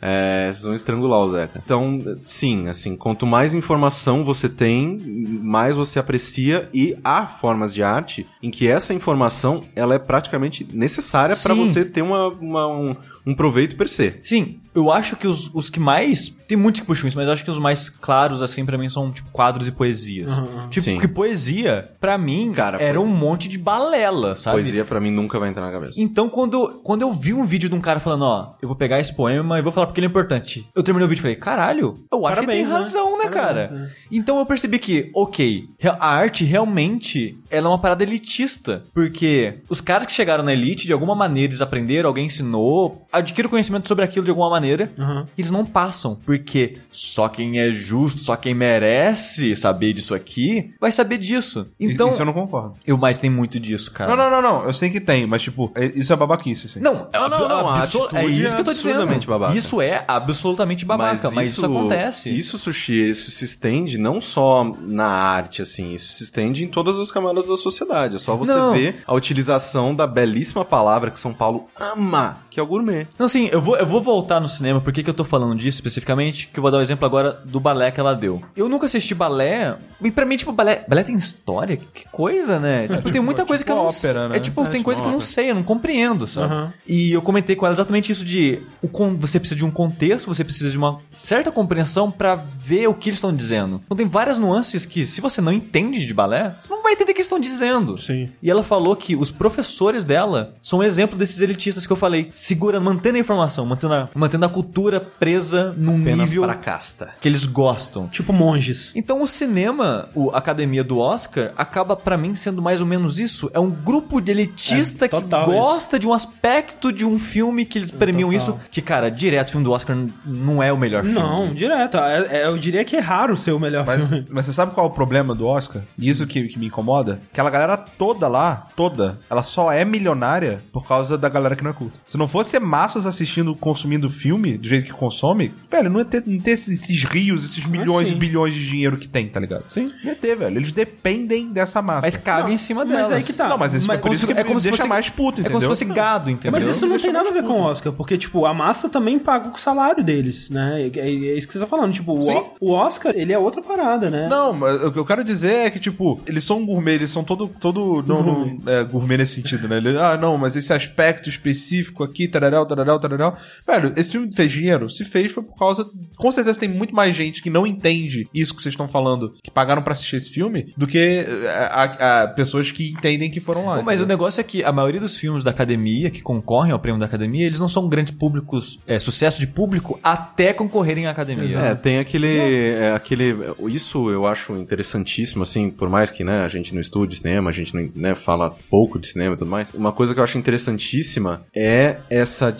Speaker 4: é, vocês vão estrangular o Zeca. Então, sim, assim, quanto mais informação você tem, mais você aprecia e há formas de arte em que essa informação, ela é praticamente necessária para
Speaker 3: Sim.
Speaker 4: você ter uma, uma- um, um proveito per se.
Speaker 3: Sim, eu acho que os, os que mais. Tem muitos que puxam isso, mas eu acho que os mais claros, assim, pra mim, são tipo quadros e poesias. Tipo,
Speaker 4: Sim.
Speaker 3: que poesia, pra mim,
Speaker 4: Cara,
Speaker 3: era
Speaker 4: poe-
Speaker 3: um monte de balela, sabe?
Speaker 4: Poesia pra mim nunca vai entrar na cabeça.
Speaker 3: Então, quando, quando eu vi um vídeo de um cara falando, ó, eu vou pegar esse poema e vou falar porque ele é importante. Eu terminei o vídeo e falei, caralho, eu acho
Speaker 1: Parabéns, né?
Speaker 3: que tem razão, né, cara? Então eu percebi que, ok, re- a arte realmente ela é uma parada elitista. Porque os caras que chegaram na elite, de alguma maneira, eles aprenderam, alguém ensinou, adquiriram conhecimento sobre aquilo de alguma maneira,
Speaker 1: Uhum.
Speaker 3: e eles não passam. Porque só quem é justo, só quem merece saber disso aqui, vai saber disso. Então.
Speaker 2: Isso eu não concordo.
Speaker 3: eu mais tem muito disso, cara.
Speaker 2: Não, não, não, não. Eu sei que tem, mas tipo, é- isso é babaquice, assim.
Speaker 3: Ah. Não, é,
Speaker 4: Não, não, não, a
Speaker 3: abso-
Speaker 4: atitude
Speaker 3: é isso
Speaker 4: é
Speaker 3: que eu tô dizendo.
Speaker 4: absurdamente babaca.
Speaker 3: Isso é absolutamente babaca, mas, isso, acontece.
Speaker 4: Isso, sushi, isso se estende não só na arte, assim, isso se estende em todas as camadas da sociedade. É só você
Speaker 3: Não.
Speaker 4: ver a utilização da belíssima palavra que São Paulo ama, que é o gourmet.
Speaker 3: Não, sim, eu vou, eu vou voltar no cinema, por que, que eu tô falando disso especificamente? Que eu vou dar o exemplo agora do balé que ela deu. Eu nunca assisti balé, e pra mim, tipo, balé, balé tem história? Que coisa, né? Tipo, tem muita
Speaker 2: tipo
Speaker 3: coisa que eu não
Speaker 2: ópera, né?
Speaker 3: É tipo,
Speaker 2: É,
Speaker 3: tem
Speaker 2: tipo
Speaker 3: coisa que eu não
Speaker 2: ópera.
Speaker 3: sei, eu não compreendo, sabe?
Speaker 1: Aham.
Speaker 3: E eu comentei com ela exatamente isso de o con- você precisa de um contexto, você precisa de uma certa compreensão pra ver o que eles estão dizendo. Então tem várias nuances que se você não entende de balé, você não vai entender o que eles estão dizendo.
Speaker 4: é-
Speaker 1: Sim.
Speaker 3: E ela falou que os professores dela são um exemplo desses elitistas que eu falei, segurando, mantendo a informação, mantendo a, mantendo a cultura presa num
Speaker 4: Apenas
Speaker 3: nível
Speaker 4: para a casta.
Speaker 3: que eles gostam.
Speaker 1: Tipo monges.
Speaker 3: Então o cinema, o a Academia do Oscar, acaba pra mim sendo mais ou menos isso. É um grupo de elitista
Speaker 1: É,
Speaker 3: que
Speaker 1: total
Speaker 3: gosta de um aspecto de um filme que eles premiam isso. Que, cara, direto o filme do Oscar n- não é o melhor filme.
Speaker 1: Não, direto. É- é- eu diria que é raro ser o melhor
Speaker 2: Mas,
Speaker 1: filme.
Speaker 2: mas você sabe qual é o problema do Oscar? E isso que, que me incomoda? Aquela galera toda lá, toda, ela só é milionária por causa da galera que não é culta. Se não fosse massas assistindo, consumindo filme do jeito que consome, velho, não ia ter, não ia ter esses, esses rios, esses
Speaker 3: é
Speaker 2: milhões e
Speaker 3: assim.
Speaker 1: sim.
Speaker 2: bilhões de dinheiro que tem, tá ligado? Sim. Não ia ter, velho. Eles dependem dessa massa.
Speaker 3: Mas caga em cima
Speaker 1: mas
Speaker 3: delas.
Speaker 1: aí que tá.
Speaker 2: Não, mas, esse-
Speaker 3: Mas
Speaker 2: é por isso que
Speaker 3: é como se
Speaker 2: deixa
Speaker 3: fosse-
Speaker 2: mais puto,
Speaker 3: É
Speaker 2: entendeu?
Speaker 3: como se fosse gado, entendeu?
Speaker 1: Mas isso não
Speaker 2: Deixa
Speaker 1: tem nada a ver
Speaker 2: mais
Speaker 1: com o
Speaker 2: puto.
Speaker 1: Oscar, porque, tipo, a massa também paga o salário deles, né? É, é- é isso que você tá falando. Tipo, o,
Speaker 2: Sim.
Speaker 1: o Oscar, ele é outra parada, né?
Speaker 2: Não, mas o que eu quero dizer é que, tipo, eles são gourmet, eles são todo. todo não, não- é, gourmet nesse sentido, né? Ele, ah, não, mas esse aspecto específico aqui, tararel, tararel, tararel. Velho, esse filme fez dinheiro? Se fez foi por causa. Com certeza tem muito mais gente que não entende isso que vocês estão falando, que pagaram pra assistir esse filme, do que é, a- a- pessoas que entendem que foram lá.
Speaker 3: Pô, Mas o
Speaker 2: entendeu?
Speaker 3: negócio é que a maioria dos filmes da academia, que concorrem ao prêmio da academia, eles não são grandes públicos, é, sucesso de público até concorrerem à academia.
Speaker 4: É, tem aquele, é, aquele. Isso eu acho interessantíssimo, assim, por mais que né, a gente não estude cinema, a gente não né, fala pouco de cinema e tudo mais. Uma coisa que eu acho interessantíssima é essa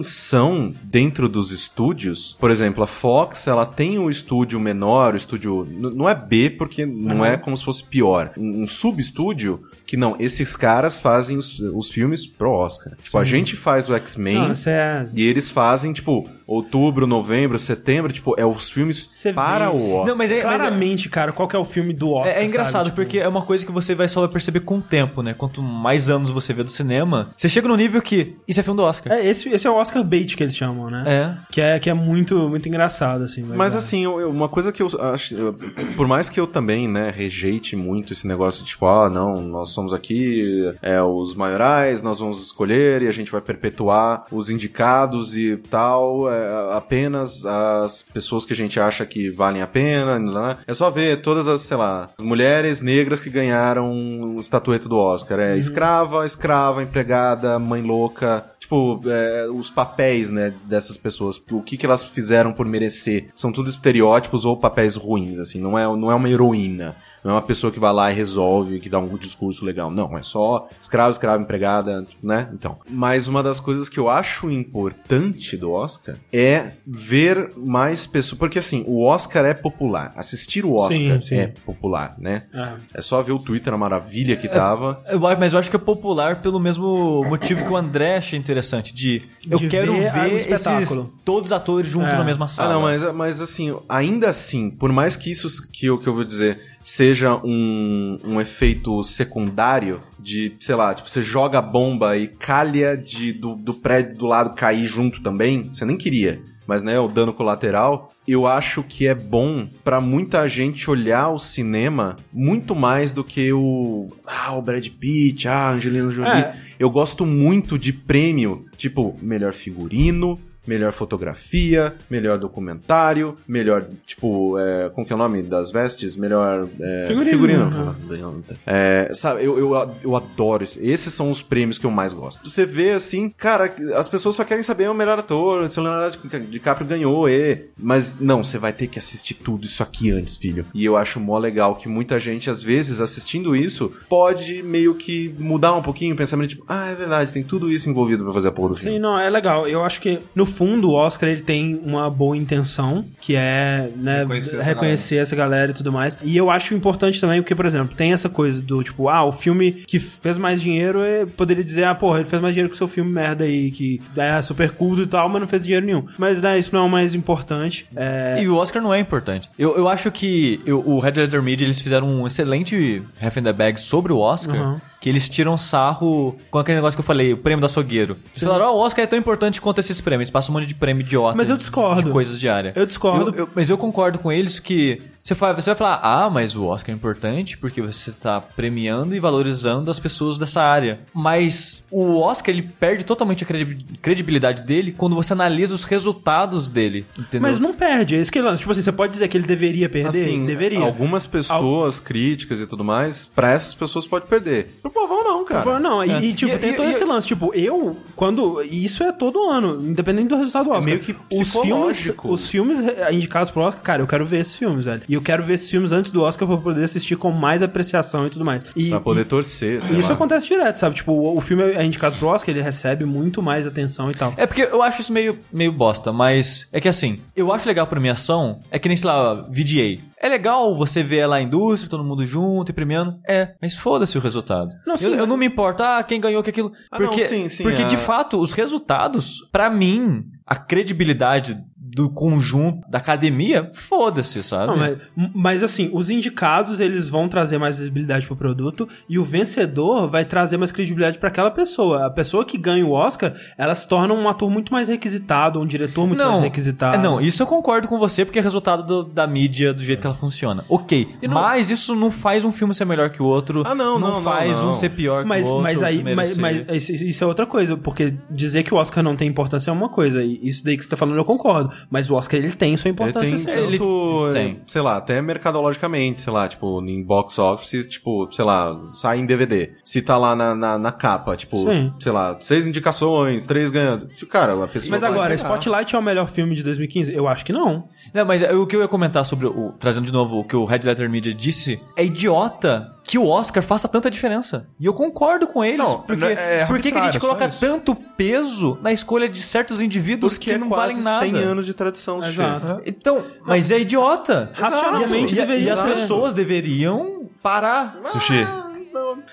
Speaker 4: distinção dentro dos estúdios. Por exemplo, a Fox, ela tem um estúdio menor, o estúdio. n- Não é B, porque não é como se fosse pior. Um um sub-estúdio que não, esses caras fazem os, os filmes pro Oscar. Tipo, a gente faz o X-Men.
Speaker 1: Não, isso é...
Speaker 4: E eles fazem, tipo, outubro, novembro, setembro, tipo, é os filmes
Speaker 1: Você vê.
Speaker 4: para o Oscar.
Speaker 3: Não, mas é, mas é-
Speaker 1: Claramente, cara, qual que é o filme do Oscar,
Speaker 3: É, é
Speaker 1: sabe?
Speaker 3: engraçado,
Speaker 1: Tipo,
Speaker 3: porque é uma coisa que você vai só vai perceber com o tempo, né? Quanto mais anos você vê do cinema, você chega num nível que isso é filme do Oscar.
Speaker 1: É, esse, esse é o Oscar bait que eles chamam, né? Que é, que é muito, muito engraçado, assim. vai
Speaker 4: Mas
Speaker 1: lá.
Speaker 4: assim, eu- eu- uma coisa que eu acho. eu- Por mais que eu também, né, rejeite muito esse negócio de tipo, ah, não, nós somos aqui, é, os maiorais, nós vamos escolher e a gente vai perpetuar os indicados e tal, é, apenas as pessoas que a gente acha que valem a pena, né? É só ver todas as, sei lá, mulheres negras que ganharam o estatueta do Oscar. É escrava, escrava, empregada, mãe louca, Tipo, é, os papéis, né, dessas pessoas. O que, que elas fizeram por merecer. São tudo estereótipos ou papéis ruins, assim. Não é, não é uma heroína. Não é uma pessoa que vai lá e resolve, que dá um discurso legal. Não, é só escravo, escrava, empregada, tipo, né? Então. Mas uma das coisas que eu acho importante do Oscar é ver mais pessoas. Porque, assim, o Oscar é popular. Assistir o Oscar
Speaker 1: Sim, sim.
Speaker 4: é popular, né?
Speaker 1: É.
Speaker 4: É só ver o Twitter, a maravilha que tava.
Speaker 3: Eu acho- mas eu acho que é popular pelo mesmo motivo que o André acha interessante, de eu
Speaker 1: De
Speaker 3: quero
Speaker 1: ver
Speaker 3: ver,
Speaker 1: o
Speaker 3: esses,
Speaker 1: espetáculo.
Speaker 3: todos os atores juntos
Speaker 1: É.
Speaker 3: na mesma
Speaker 4: Ah,
Speaker 3: sala.
Speaker 4: não, mas, mas assim, ainda assim, por mais que isso que eu, que eu vou dizer seja um, um efeito secundário de, sei lá, tipo, você joga a bomba e calha de, do, do prédio do lado cair junto também, você nem queria, mas né, o dano colateral, eu acho que é bom pra muita gente olhar o cinema muito mais do que o. Ah, o Brad Pitt, ah, Angelina Jolie.
Speaker 1: É.
Speaker 4: Eu gosto muito de prêmio, tipo, melhor figurino, melhor fotografia, melhor documentário, melhor, tipo, é, como que é o nome das vestes? Melhor é,
Speaker 1: Figurino,
Speaker 4: figurino. É, sabe, eu, eu, a- eu adoro isso. Esses são os prêmios que eu mais gosto. Você vê assim, cara, as pessoas só querem saber o melhor ator, se o Leonardo DiCaprio ganhou, e. Mas não, você vai ter que assistir tudo isso aqui antes, filho. E eu acho mó legal que muita gente, às vezes, assistindo isso, pode meio que mudar um pouquinho o pensamento, tipo, ah, é verdade, tem tudo isso envolvido pra fazer a porra do filme.
Speaker 1: Sim, não, é legal. Eu acho que, no fundo, o Oscar ele tem uma boa intenção, que é né,
Speaker 2: Reconhecer
Speaker 1: reconhecer,
Speaker 2: essa
Speaker 1: essa, galera. e tudo mais. E eu acho importante também, porque, por exemplo, tem essa coisa do tipo, ah, o filme que fez mais dinheiro, eh, poderia dizer, ah, porra, ele fez mais dinheiro que o seu filme merda aí, que é super culto e tal, mas não fez dinheiro nenhum. Mas, né, isso não é o mais importante. É,
Speaker 3: E o Oscar não é importante. Eu, eu acho que eu- o Red Letter Media, eles fizeram um excelente Half in the Bag sobre o Oscar,
Speaker 1: Uhum.
Speaker 3: que eles tiram sarro com aquele negócio que eu falei, o prêmio do açougueiro. Eles falaram, ó, o Oscar é tão importante quanto esses prêmios. Passa um monte de prêmio idiota.
Speaker 1: Mas eu discordo.
Speaker 3: De coisas diárias.
Speaker 1: Eu discordo.
Speaker 3: mas eu concordo com eles que... Você fa- você vai falar, ah, mas o Oscar é importante porque você tá premiando e valorizando as pessoas dessa área. Mas o Oscar, ele perde totalmente a credi- credibilidade dele quando você analisa os resultados dele, entendeu?
Speaker 1: mas não perde, é isso que é o lance. Tipo assim, você pode dizer que ele deveria perder?
Speaker 4: Assim,
Speaker 1: deveria.
Speaker 4: Algumas pessoas críticas e tudo mais, pra essas pessoas pode perder. Pro povão não, cara.
Speaker 1: Pô, Não, e-
Speaker 3: É.
Speaker 1: e, tipo,
Speaker 3: E-
Speaker 1: tem
Speaker 3: e-
Speaker 1: todo
Speaker 3: e-
Speaker 1: esse lance. Tipo, eu, quando. e Isso é todo ano, independente do resultado do Oscar.
Speaker 4: meio que
Speaker 1: os filmes,
Speaker 4: psicológico.
Speaker 1: os filmes eh, indicados pro Oscar, cara, eu quero ver esses filmes, velho. E E eu quero ver esses filmes antes do Oscar pra poder assistir com mais apreciação e tudo mais. E,
Speaker 4: Pra poder torcer,
Speaker 1: e
Speaker 4: sei
Speaker 1: isso
Speaker 4: lá.
Speaker 1: acontece direto, sabe? Tipo, o, o filme é indicado pro Oscar, ele recebe muito mais atenção e tal.
Speaker 3: É porque eu acho isso meio, meio bosta, mas é que assim, eu acho legal a premiação, é que nem, sei lá, VDA. É legal você ver ela a indústria, todo mundo junto e premiando. É, mas foda-se o resultado.
Speaker 1: Não, sim.
Speaker 3: eu, eu não me importo, ah, quem ganhou que aquilo.
Speaker 4: Ah, não,
Speaker 3: porque
Speaker 4: sim, sim,
Speaker 3: porque
Speaker 4: é.
Speaker 3: de fato, os resultados, pra mim, a credibilidade do conjunto, da academia, foda-se, sabe?
Speaker 1: Não, mas, mas assim, os indicados eles vão trazer mais visibilidade pro produto e o vencedor vai trazer mais credibilidade pra aquela pessoa. A pessoa que ganha o Oscar, ela se torna um ator muito mais requisitado, um diretor muito mais requisitado.
Speaker 3: é, Não, isso eu concordo com você, porque é resultado do- da mídia, do jeito que ela funciona. Ok, mas isso não faz um filme ser melhor que o outro.
Speaker 4: Ah, não, não,
Speaker 3: faz
Speaker 4: não,
Speaker 3: um
Speaker 4: não.
Speaker 3: ser pior
Speaker 1: mas,
Speaker 3: que o outro.
Speaker 1: mas aí, mas,
Speaker 3: desmerecer.
Speaker 1: mas isso- isso é outra coisa, porque dizer que o Oscar não tem importância é uma coisa, e isso daí que você tá falando eu concordo, mas o Oscar ele tem sua
Speaker 4: Ele
Speaker 1: importância.
Speaker 4: tem
Speaker 1: sim.
Speaker 3: ele-
Speaker 4: tanto,
Speaker 3: tem.
Speaker 4: eh, sei lá, até mercadologicamente, sei lá, tipo, em box office, tipo, sei lá, sai em DVD. Se tá lá na, na, na capa, tipo,
Speaker 1: Sim.
Speaker 4: sei lá, seis indicações, três ganhando. Tipo, Cara, a pessoa.
Speaker 1: Mas
Speaker 4: vai
Speaker 1: agora,
Speaker 4: pegar.
Speaker 1: Spotlight é o melhor filme de 2015? Eu acho que não.
Speaker 3: Não, mas o que eu ia comentar sobre o. Trazendo de novo o que o Red Letter Media disse, é idiota que o Oscar faça tanta diferença. E eu concordo com eles.
Speaker 2: Não,
Speaker 3: porque
Speaker 2: não, é- é
Speaker 3: por que que a
Speaker 2: arbitrário, só
Speaker 3: gente coloca
Speaker 2: isso.
Speaker 3: tanto peso na escolha de certos indivíduos
Speaker 4: Porque
Speaker 3: que não
Speaker 4: é quase
Speaker 3: valem nada?
Speaker 4: 100 anos de tradição, Sushi.
Speaker 1: Exato.
Speaker 3: Então, mas é idiota.
Speaker 1: Racionalmente
Speaker 3: E, a- e
Speaker 1: deveria
Speaker 3: as
Speaker 1: ser.
Speaker 3: pessoas deveriam parar.
Speaker 2: Sushi.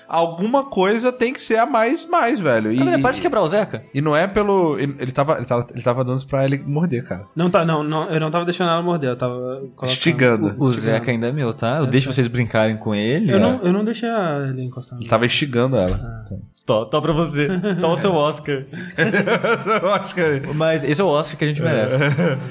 Speaker 2: Alguma coisa tem que ser a mais, mais, velho.
Speaker 3: Cara,
Speaker 2: E,
Speaker 3: para de quebrar o Zeca.
Speaker 2: e não é pelo. Ele, ele tava, ele, tava, ele tava dando isso pra ele morder, cara.
Speaker 1: Não tá, não, não, eu não tava deixando ela morder, eu tava colocando.
Speaker 2: Estigando.
Speaker 3: O Zeca ainda é meu, tá? Eu deixo vocês brincarem com ele.
Speaker 1: Eu não, eu não deixei a- ele encostar.
Speaker 2: Ele tava estigando ela.
Speaker 3: Tó, tó Tá, pra você. Tó o seu Oscar.
Speaker 2: Eu acho que-
Speaker 3: Mas esse é o Oscar que a gente merece.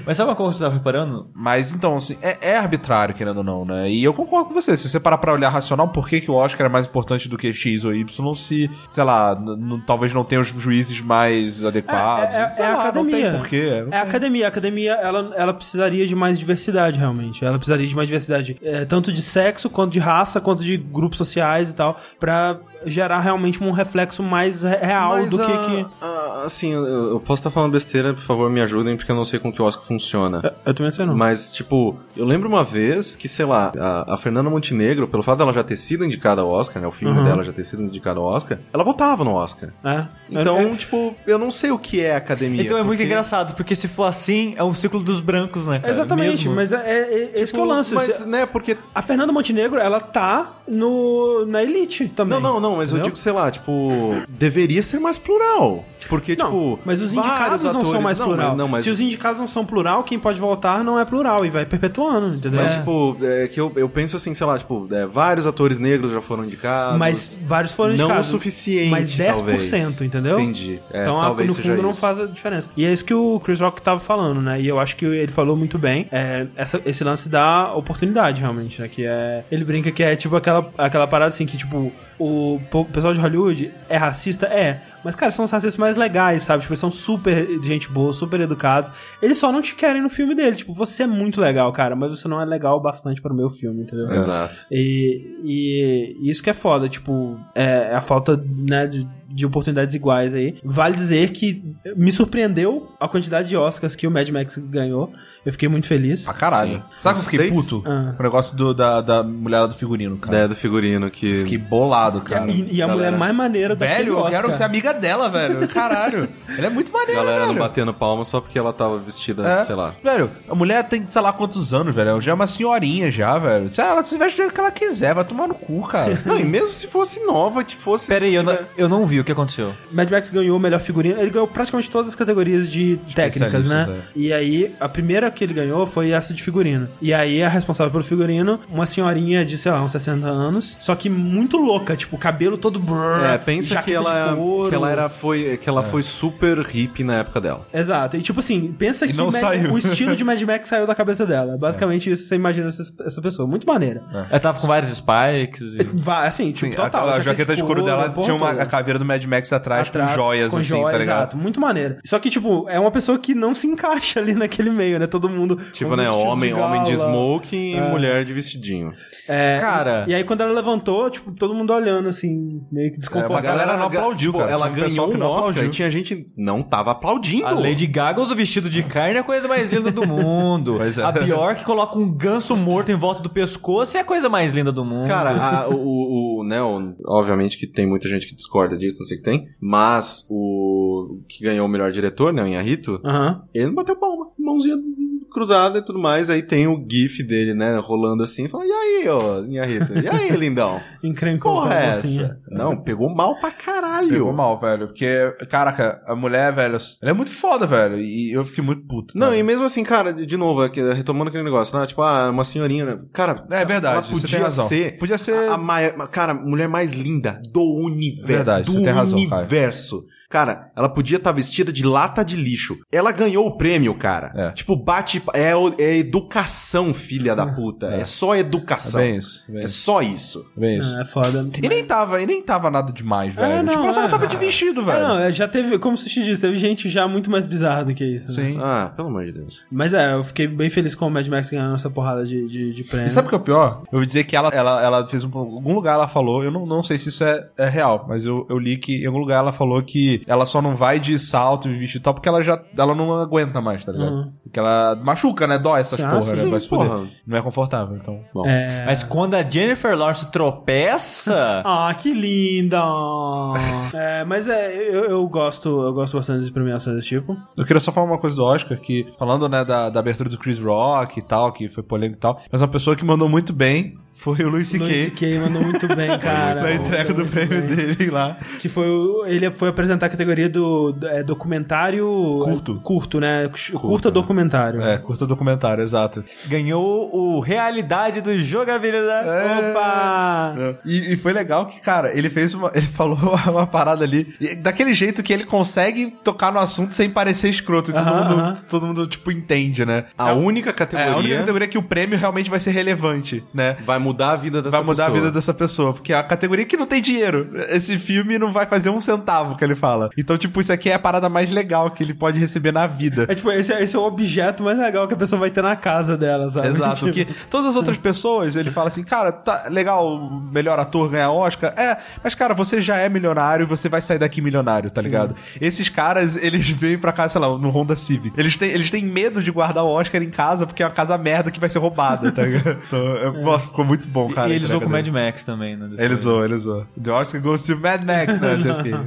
Speaker 3: Mas sabe uma coisa que você tava reparando?
Speaker 2: Mas então, assim, é, é arbitrário, querendo ou não, né? E eu concordo com você. Se você parar pra olhar racional, por que, que o Oscar é mais importante do que X ou Y, se, sei lá, n- n- talvez não tenha os juízes mais adequados.
Speaker 1: É, é-
Speaker 2: sei
Speaker 1: é a
Speaker 2: lá,
Speaker 1: academia.
Speaker 2: Não tem porquê.
Speaker 1: É a academia. A academia, ela, ela precisaria de mais diversidade, realmente. Ela precisaria de mais diversidade, é, tanto de sexo, quanto de raça, quanto de grupos sociais e tal, pra gerar realmente um reflexo mais re- real
Speaker 4: Mas,
Speaker 1: do que,
Speaker 4: ah,
Speaker 1: que...
Speaker 4: ah, assim, eu, eu posso estar falando besteira, por favor, me ajudem, porque eu não sei como que o Oscar funciona.
Speaker 1: Eu também não sei É, não.
Speaker 4: Mas, tipo, eu lembro uma vez que, sei lá, a, a Fernanda Montenegro, pelo fato dela já ter sido indicada ao Oscar, né? O filme
Speaker 1: Uhum.
Speaker 4: dela já ter sido indicado ao Oscar, ela votava no Oscar.
Speaker 1: É.
Speaker 4: Então,
Speaker 1: É-
Speaker 4: tipo, eu não sei o que é academia.
Speaker 3: Então é muito
Speaker 4: porque-
Speaker 3: engraçado, porque se for assim, é um ciclo dos brancos, né,
Speaker 1: é-
Speaker 3: cara?
Speaker 1: exatamente,
Speaker 3: Mesmo.
Speaker 1: mas é, é- é esse que é o lance.
Speaker 4: tipo, Mas,
Speaker 1: Se-
Speaker 4: né, porque.
Speaker 1: A Fernanda Montenegro, ela tá no, na elite também.
Speaker 4: Não, não, não, mas eu
Speaker 1: entendeu?
Speaker 4: digo, sei lá, tipo, deveria ser mais plural. Porque,
Speaker 1: Não,
Speaker 4: tipo.
Speaker 1: mas os
Speaker 4: vários
Speaker 1: indicados não são
Speaker 4: atores-
Speaker 1: mais
Speaker 4: não,
Speaker 1: plural.
Speaker 4: Mas, não, mas
Speaker 1: Se os indicados não são plural, quem pode voltar não é plural e vai perpetuando, entendeu?
Speaker 4: Mas,
Speaker 1: É.
Speaker 4: tipo, é que eu, eu penso assim, sei lá, tipo, é, vários atores negros já foram indicados.
Speaker 1: Mas vários foram
Speaker 4: Não
Speaker 1: indicados.
Speaker 4: o suficiente,
Speaker 1: Mas 10%,
Speaker 4: talvez.
Speaker 1: entendeu?
Speaker 4: Entendi. É,
Speaker 1: então, a-
Speaker 4: talvez
Speaker 1: no
Speaker 4: seja
Speaker 1: fundo, não
Speaker 4: isso.
Speaker 1: faz a diferença. E é isso que o Chris Rock tava falando, né? E eu acho que ele falou muito bem. É, essa- esse lance da oportunidade, realmente, né? Que é... Ele brinca que é, tipo, aquela, aquela parada, assim, que, tipo, o po- pessoal de Hollywood é racista? É. Mas, cara, são os racistas mais legais, sabe? Tipo, eles são super de gente boa, super educados. Eles só não te querem no filme dele. Tipo, você é muito legal, cara, mas você não é legal o bastante para o meu filme, entendeu?
Speaker 4: É. Exato.
Speaker 1: E, e isso que é foda, tipo, é, é a falta né, de, de oportunidades iguais aí. Vale dizer que me surpreendeu a quantidade de Oscars que o Mad Max ganhou. Eu fiquei muito feliz.
Speaker 4: Ah,
Speaker 2: Pra caralho.
Speaker 4: Sim.
Speaker 2: Sabe que eu fiquei
Speaker 4: Seis?
Speaker 2: puto?
Speaker 1: Ah.
Speaker 2: O negócio do- da, da mulherada do figurino,
Speaker 1: É.
Speaker 2: cara.
Speaker 4: Ideia do figurino que.
Speaker 2: Fiquei bolado, cara.
Speaker 1: E, e a mulher mais maneira daquele
Speaker 2: Velho, eu
Speaker 1: Oscar.
Speaker 2: quero ser amiga dela, velho. Caralho. Ela é muito
Speaker 4: A
Speaker 2: maneira,
Speaker 4: galera não
Speaker 2: velho.
Speaker 4: batendo palma só porque ela tava vestida,
Speaker 2: É.
Speaker 4: sei
Speaker 1: Hum.
Speaker 4: lá.
Speaker 2: Velho, a mulher tem sei lá quantos anos, velho. Já é uma senhorinha já, velho. Se ela se veste do jeito que ela quiser, vai tomar no cu, cara.
Speaker 4: Não, e mesmo se fosse nova, que fosse.
Speaker 3: Pera aí, eu, não- eu não vi o que aconteceu.
Speaker 1: Mad Max ganhou o melhor figurino. Ele ganhou praticamente todas as categorias de técnicas, né?
Speaker 4: é.
Speaker 1: E aí, a primeira que ele ganhou foi essa de figurino. E aí, a responsável pelo figurino, uma senhorinha de, sei lá, uns 60 anos, só que muito louca, tipo, cabelo todo brrr,
Speaker 4: É, pensa
Speaker 1: jaqueta
Speaker 4: que ela,
Speaker 1: Né? de couro.
Speaker 4: que ela era, foi, que ela foi super hippie na época dela.
Speaker 1: Exato. E tipo assim, pensa que
Speaker 2: não
Speaker 1: Mad-
Speaker 2: saiu. É.
Speaker 1: o estilo de Mad Max saiu da cabeça dela. Basicamente isso, você imagina essa, essa pessoa. Muito maneira.
Speaker 3: Ela tava com vários spikes. E...
Speaker 1: Vá, assim, tipo,
Speaker 2: Sim,
Speaker 1: total.
Speaker 2: a, a jaqueta de couro dela
Speaker 1: a porra
Speaker 2: tinha uma
Speaker 1: toda.
Speaker 2: a caveira do Mad Max tipo atrás, com joias,
Speaker 1: com
Speaker 2: assim,
Speaker 1: joia,
Speaker 2: tá ligado?
Speaker 1: Exato, muito maneiro. Só que, tipo, é uma pessoa que não se encaixa ali naquele meio, né? Todo mundo.
Speaker 4: Tipo,
Speaker 1: com
Speaker 4: né?
Speaker 1: vestido de
Speaker 4: Homem, homem de
Speaker 1: gala.
Speaker 4: smoking e mulher de vestidinho.
Speaker 1: É,
Speaker 3: Cara.
Speaker 1: E aí, quando ela levantou, tipo, todo mundo olhando, assim, meio que
Speaker 2: É,
Speaker 4: Pô, a
Speaker 1: desconfortável.
Speaker 4: galera não
Speaker 2: ga-
Speaker 4: aplaudiu,
Speaker 2: tipo,
Speaker 4: cara.
Speaker 2: ela
Speaker 4: Tinha um
Speaker 2: ganhou
Speaker 4: pessoal que
Speaker 2: um
Speaker 4: não
Speaker 2: Oscar
Speaker 4: aplaudiu.
Speaker 2: e
Speaker 4: E tinha gente não tava aplaudindo.
Speaker 3: A Lady Gaga usa o vestido de carne é a coisa mais linda do mundo.
Speaker 2: Pois é.
Speaker 3: A Bjork coloca um ganso morto em volta do pescoço é a coisa mais linda do mundo.
Speaker 4: Cara, a- o, o, o- né, o- obviamente que tem muita gente que discorda disso, não sei o que tem, mas o que ganhou o melhor diretor, né, o
Speaker 2: É,
Speaker 4: Inharito,
Speaker 1: Aham.
Speaker 4: ele não bateu palma, mãozinha cruzada e tudo mais, aí tem o gif dele, né, rolando assim, fala, e aí, ô, Inharito, e aí, lindão, que
Speaker 1: Encrencou. assim,
Speaker 4: porra
Speaker 1: com a
Speaker 4: é
Speaker 1: mocinha.
Speaker 4: essa? Não, pegou mal pra caralho.
Speaker 2: Pegou mal, velho. Porque, caraca, a mulher, velho, ela é muito foda, velho. E eu fiquei muito puto.
Speaker 4: Não,
Speaker 2: sabe?
Speaker 4: e mesmo assim, cara, de de novo, aqui, retomando aquele negócio, né? Tipo, ah, uma senhorinha, né? Cara,
Speaker 2: É verdade,
Speaker 4: ela
Speaker 2: você
Speaker 4: podia
Speaker 2: tem razão.
Speaker 4: ser.
Speaker 2: Podia ser-
Speaker 4: A, a mai- cara, mulher mais linda do universo.
Speaker 2: Verdade,
Speaker 4: do
Speaker 2: você tem razão, cara.
Speaker 4: universo. Cara. ela podia estar vestida de lata de lixo. Ela ganhou o prêmio, cara.
Speaker 2: É.
Speaker 4: Tipo, bate. É, o- é educação, filha da puta. É, só
Speaker 2: É
Speaker 4: educação.
Speaker 2: bem isso. Bem
Speaker 4: é
Speaker 2: isso.
Speaker 4: só isso.
Speaker 2: Bem isso.
Speaker 1: Ah, É foda.
Speaker 2: E nem tava, e nem tava nada demais, velho.
Speaker 1: não,
Speaker 2: tipo, ela só
Speaker 1: é.
Speaker 2: tava de vestido,
Speaker 1: É,
Speaker 2: velho.
Speaker 1: não, é, já teve, como o Sushi disse, teve gente já muito mais bizarra do que isso. né?
Speaker 2: Sim.
Speaker 4: Ah, pelo amor de Deus.
Speaker 1: Mas é, eu fiquei bem feliz com o Mad Max ganhando essa porrada de, de, de prêmio.
Speaker 2: E sabe o que é o pior? Eu vou dizer que ela, ela, ela fez um. Algum lugar ela falou, eu não, não sei se isso é, é real, mas eu, eu li que em algum lugar ela falou que ela só não vai de salto e vestido e tal, porque ela já ela não aguenta mais, tá ligado?
Speaker 1: Uhum.
Speaker 2: Porque ela machuca, né? Dói essas
Speaker 1: Ah,
Speaker 2: porra,
Speaker 1: sim,
Speaker 2: né? Vai se
Speaker 4: porra.
Speaker 2: fuder. Não é confortável, então.
Speaker 4: Bom.
Speaker 1: É.
Speaker 3: Mas quando a Jennifer Lawrence tropeça.
Speaker 1: Ah, que linda! é, mas é, eu, eu gosto, eu gosto bastante de premiações desse tipo.
Speaker 2: Eu queria só falar uma coisa do Oscar, que falando, né, da, da abertura do Chris Rock e tal, que foi polêmico e tal, mas é uma pessoa que mandou muito bem foi o Louis
Speaker 1: Louis
Speaker 2: C.K.
Speaker 1: C.K. mandou muito bem, cara.
Speaker 2: Na
Speaker 1: Mandou
Speaker 2: entrega do
Speaker 1: muito
Speaker 2: prêmio
Speaker 1: bem.
Speaker 2: dele lá.
Speaker 1: Que foi o- ele foi apresentar a categoria do do- é, documentário
Speaker 2: Curto.
Speaker 1: é, curto, né? Curta, documentário.
Speaker 2: É, curta documentário, exato.
Speaker 3: Ganhou o Realidade do Jogabilidade.
Speaker 1: É. Opa!
Speaker 2: É. E, e foi legal que, cara, ele fez uma. Ele falou uma parada ali. e daquele jeito que ele consegue tocar no assunto sem parecer escroto. E todo,
Speaker 1: Aham,
Speaker 2: mundo,
Speaker 1: aham.
Speaker 2: todo mundo, tipo, entende, né?
Speaker 4: A única
Speaker 2: É,
Speaker 4: categoria,
Speaker 2: a única categoria que o prêmio realmente vai ser relevante, né?
Speaker 4: vai mudar a vida dessa
Speaker 2: vai mudar
Speaker 4: pessoa.
Speaker 2: a vida dessa pessoa, porque é a categoria que não tem dinheiro. Esse filme não vai fazer um centavo que ele fala. Então, tipo, isso aqui é a parada mais legal que ele pode receber na vida.
Speaker 1: É tipo, esse, é- esse é o objeto mais legal que a pessoa vai ter na casa dela, sabe?
Speaker 2: Exato,
Speaker 1: Tipo,
Speaker 2: porque todas as outras pessoas, ele fala assim, cara, tá legal o melhor ator ganhar Oscar. É, mas cara, você já é milionário e você vai sair daqui milionário, tá ligado? Esses caras, eles vêm pra casa, sei lá, no Honda Civic. Eles têm, eles têm medo de guardar o Oscar em casa porque é uma casa merda que vai ser roubada, tá ligado? Então, eu- Nossa, ficou muito bom, cara.
Speaker 3: e
Speaker 2: a
Speaker 3: ele usou com
Speaker 2: entrega
Speaker 3: o Mad
Speaker 2: dele.
Speaker 3: Max também, né?
Speaker 2: Ele usou, ele usou. The Oscar goes to Mad Max, né? Just kidding.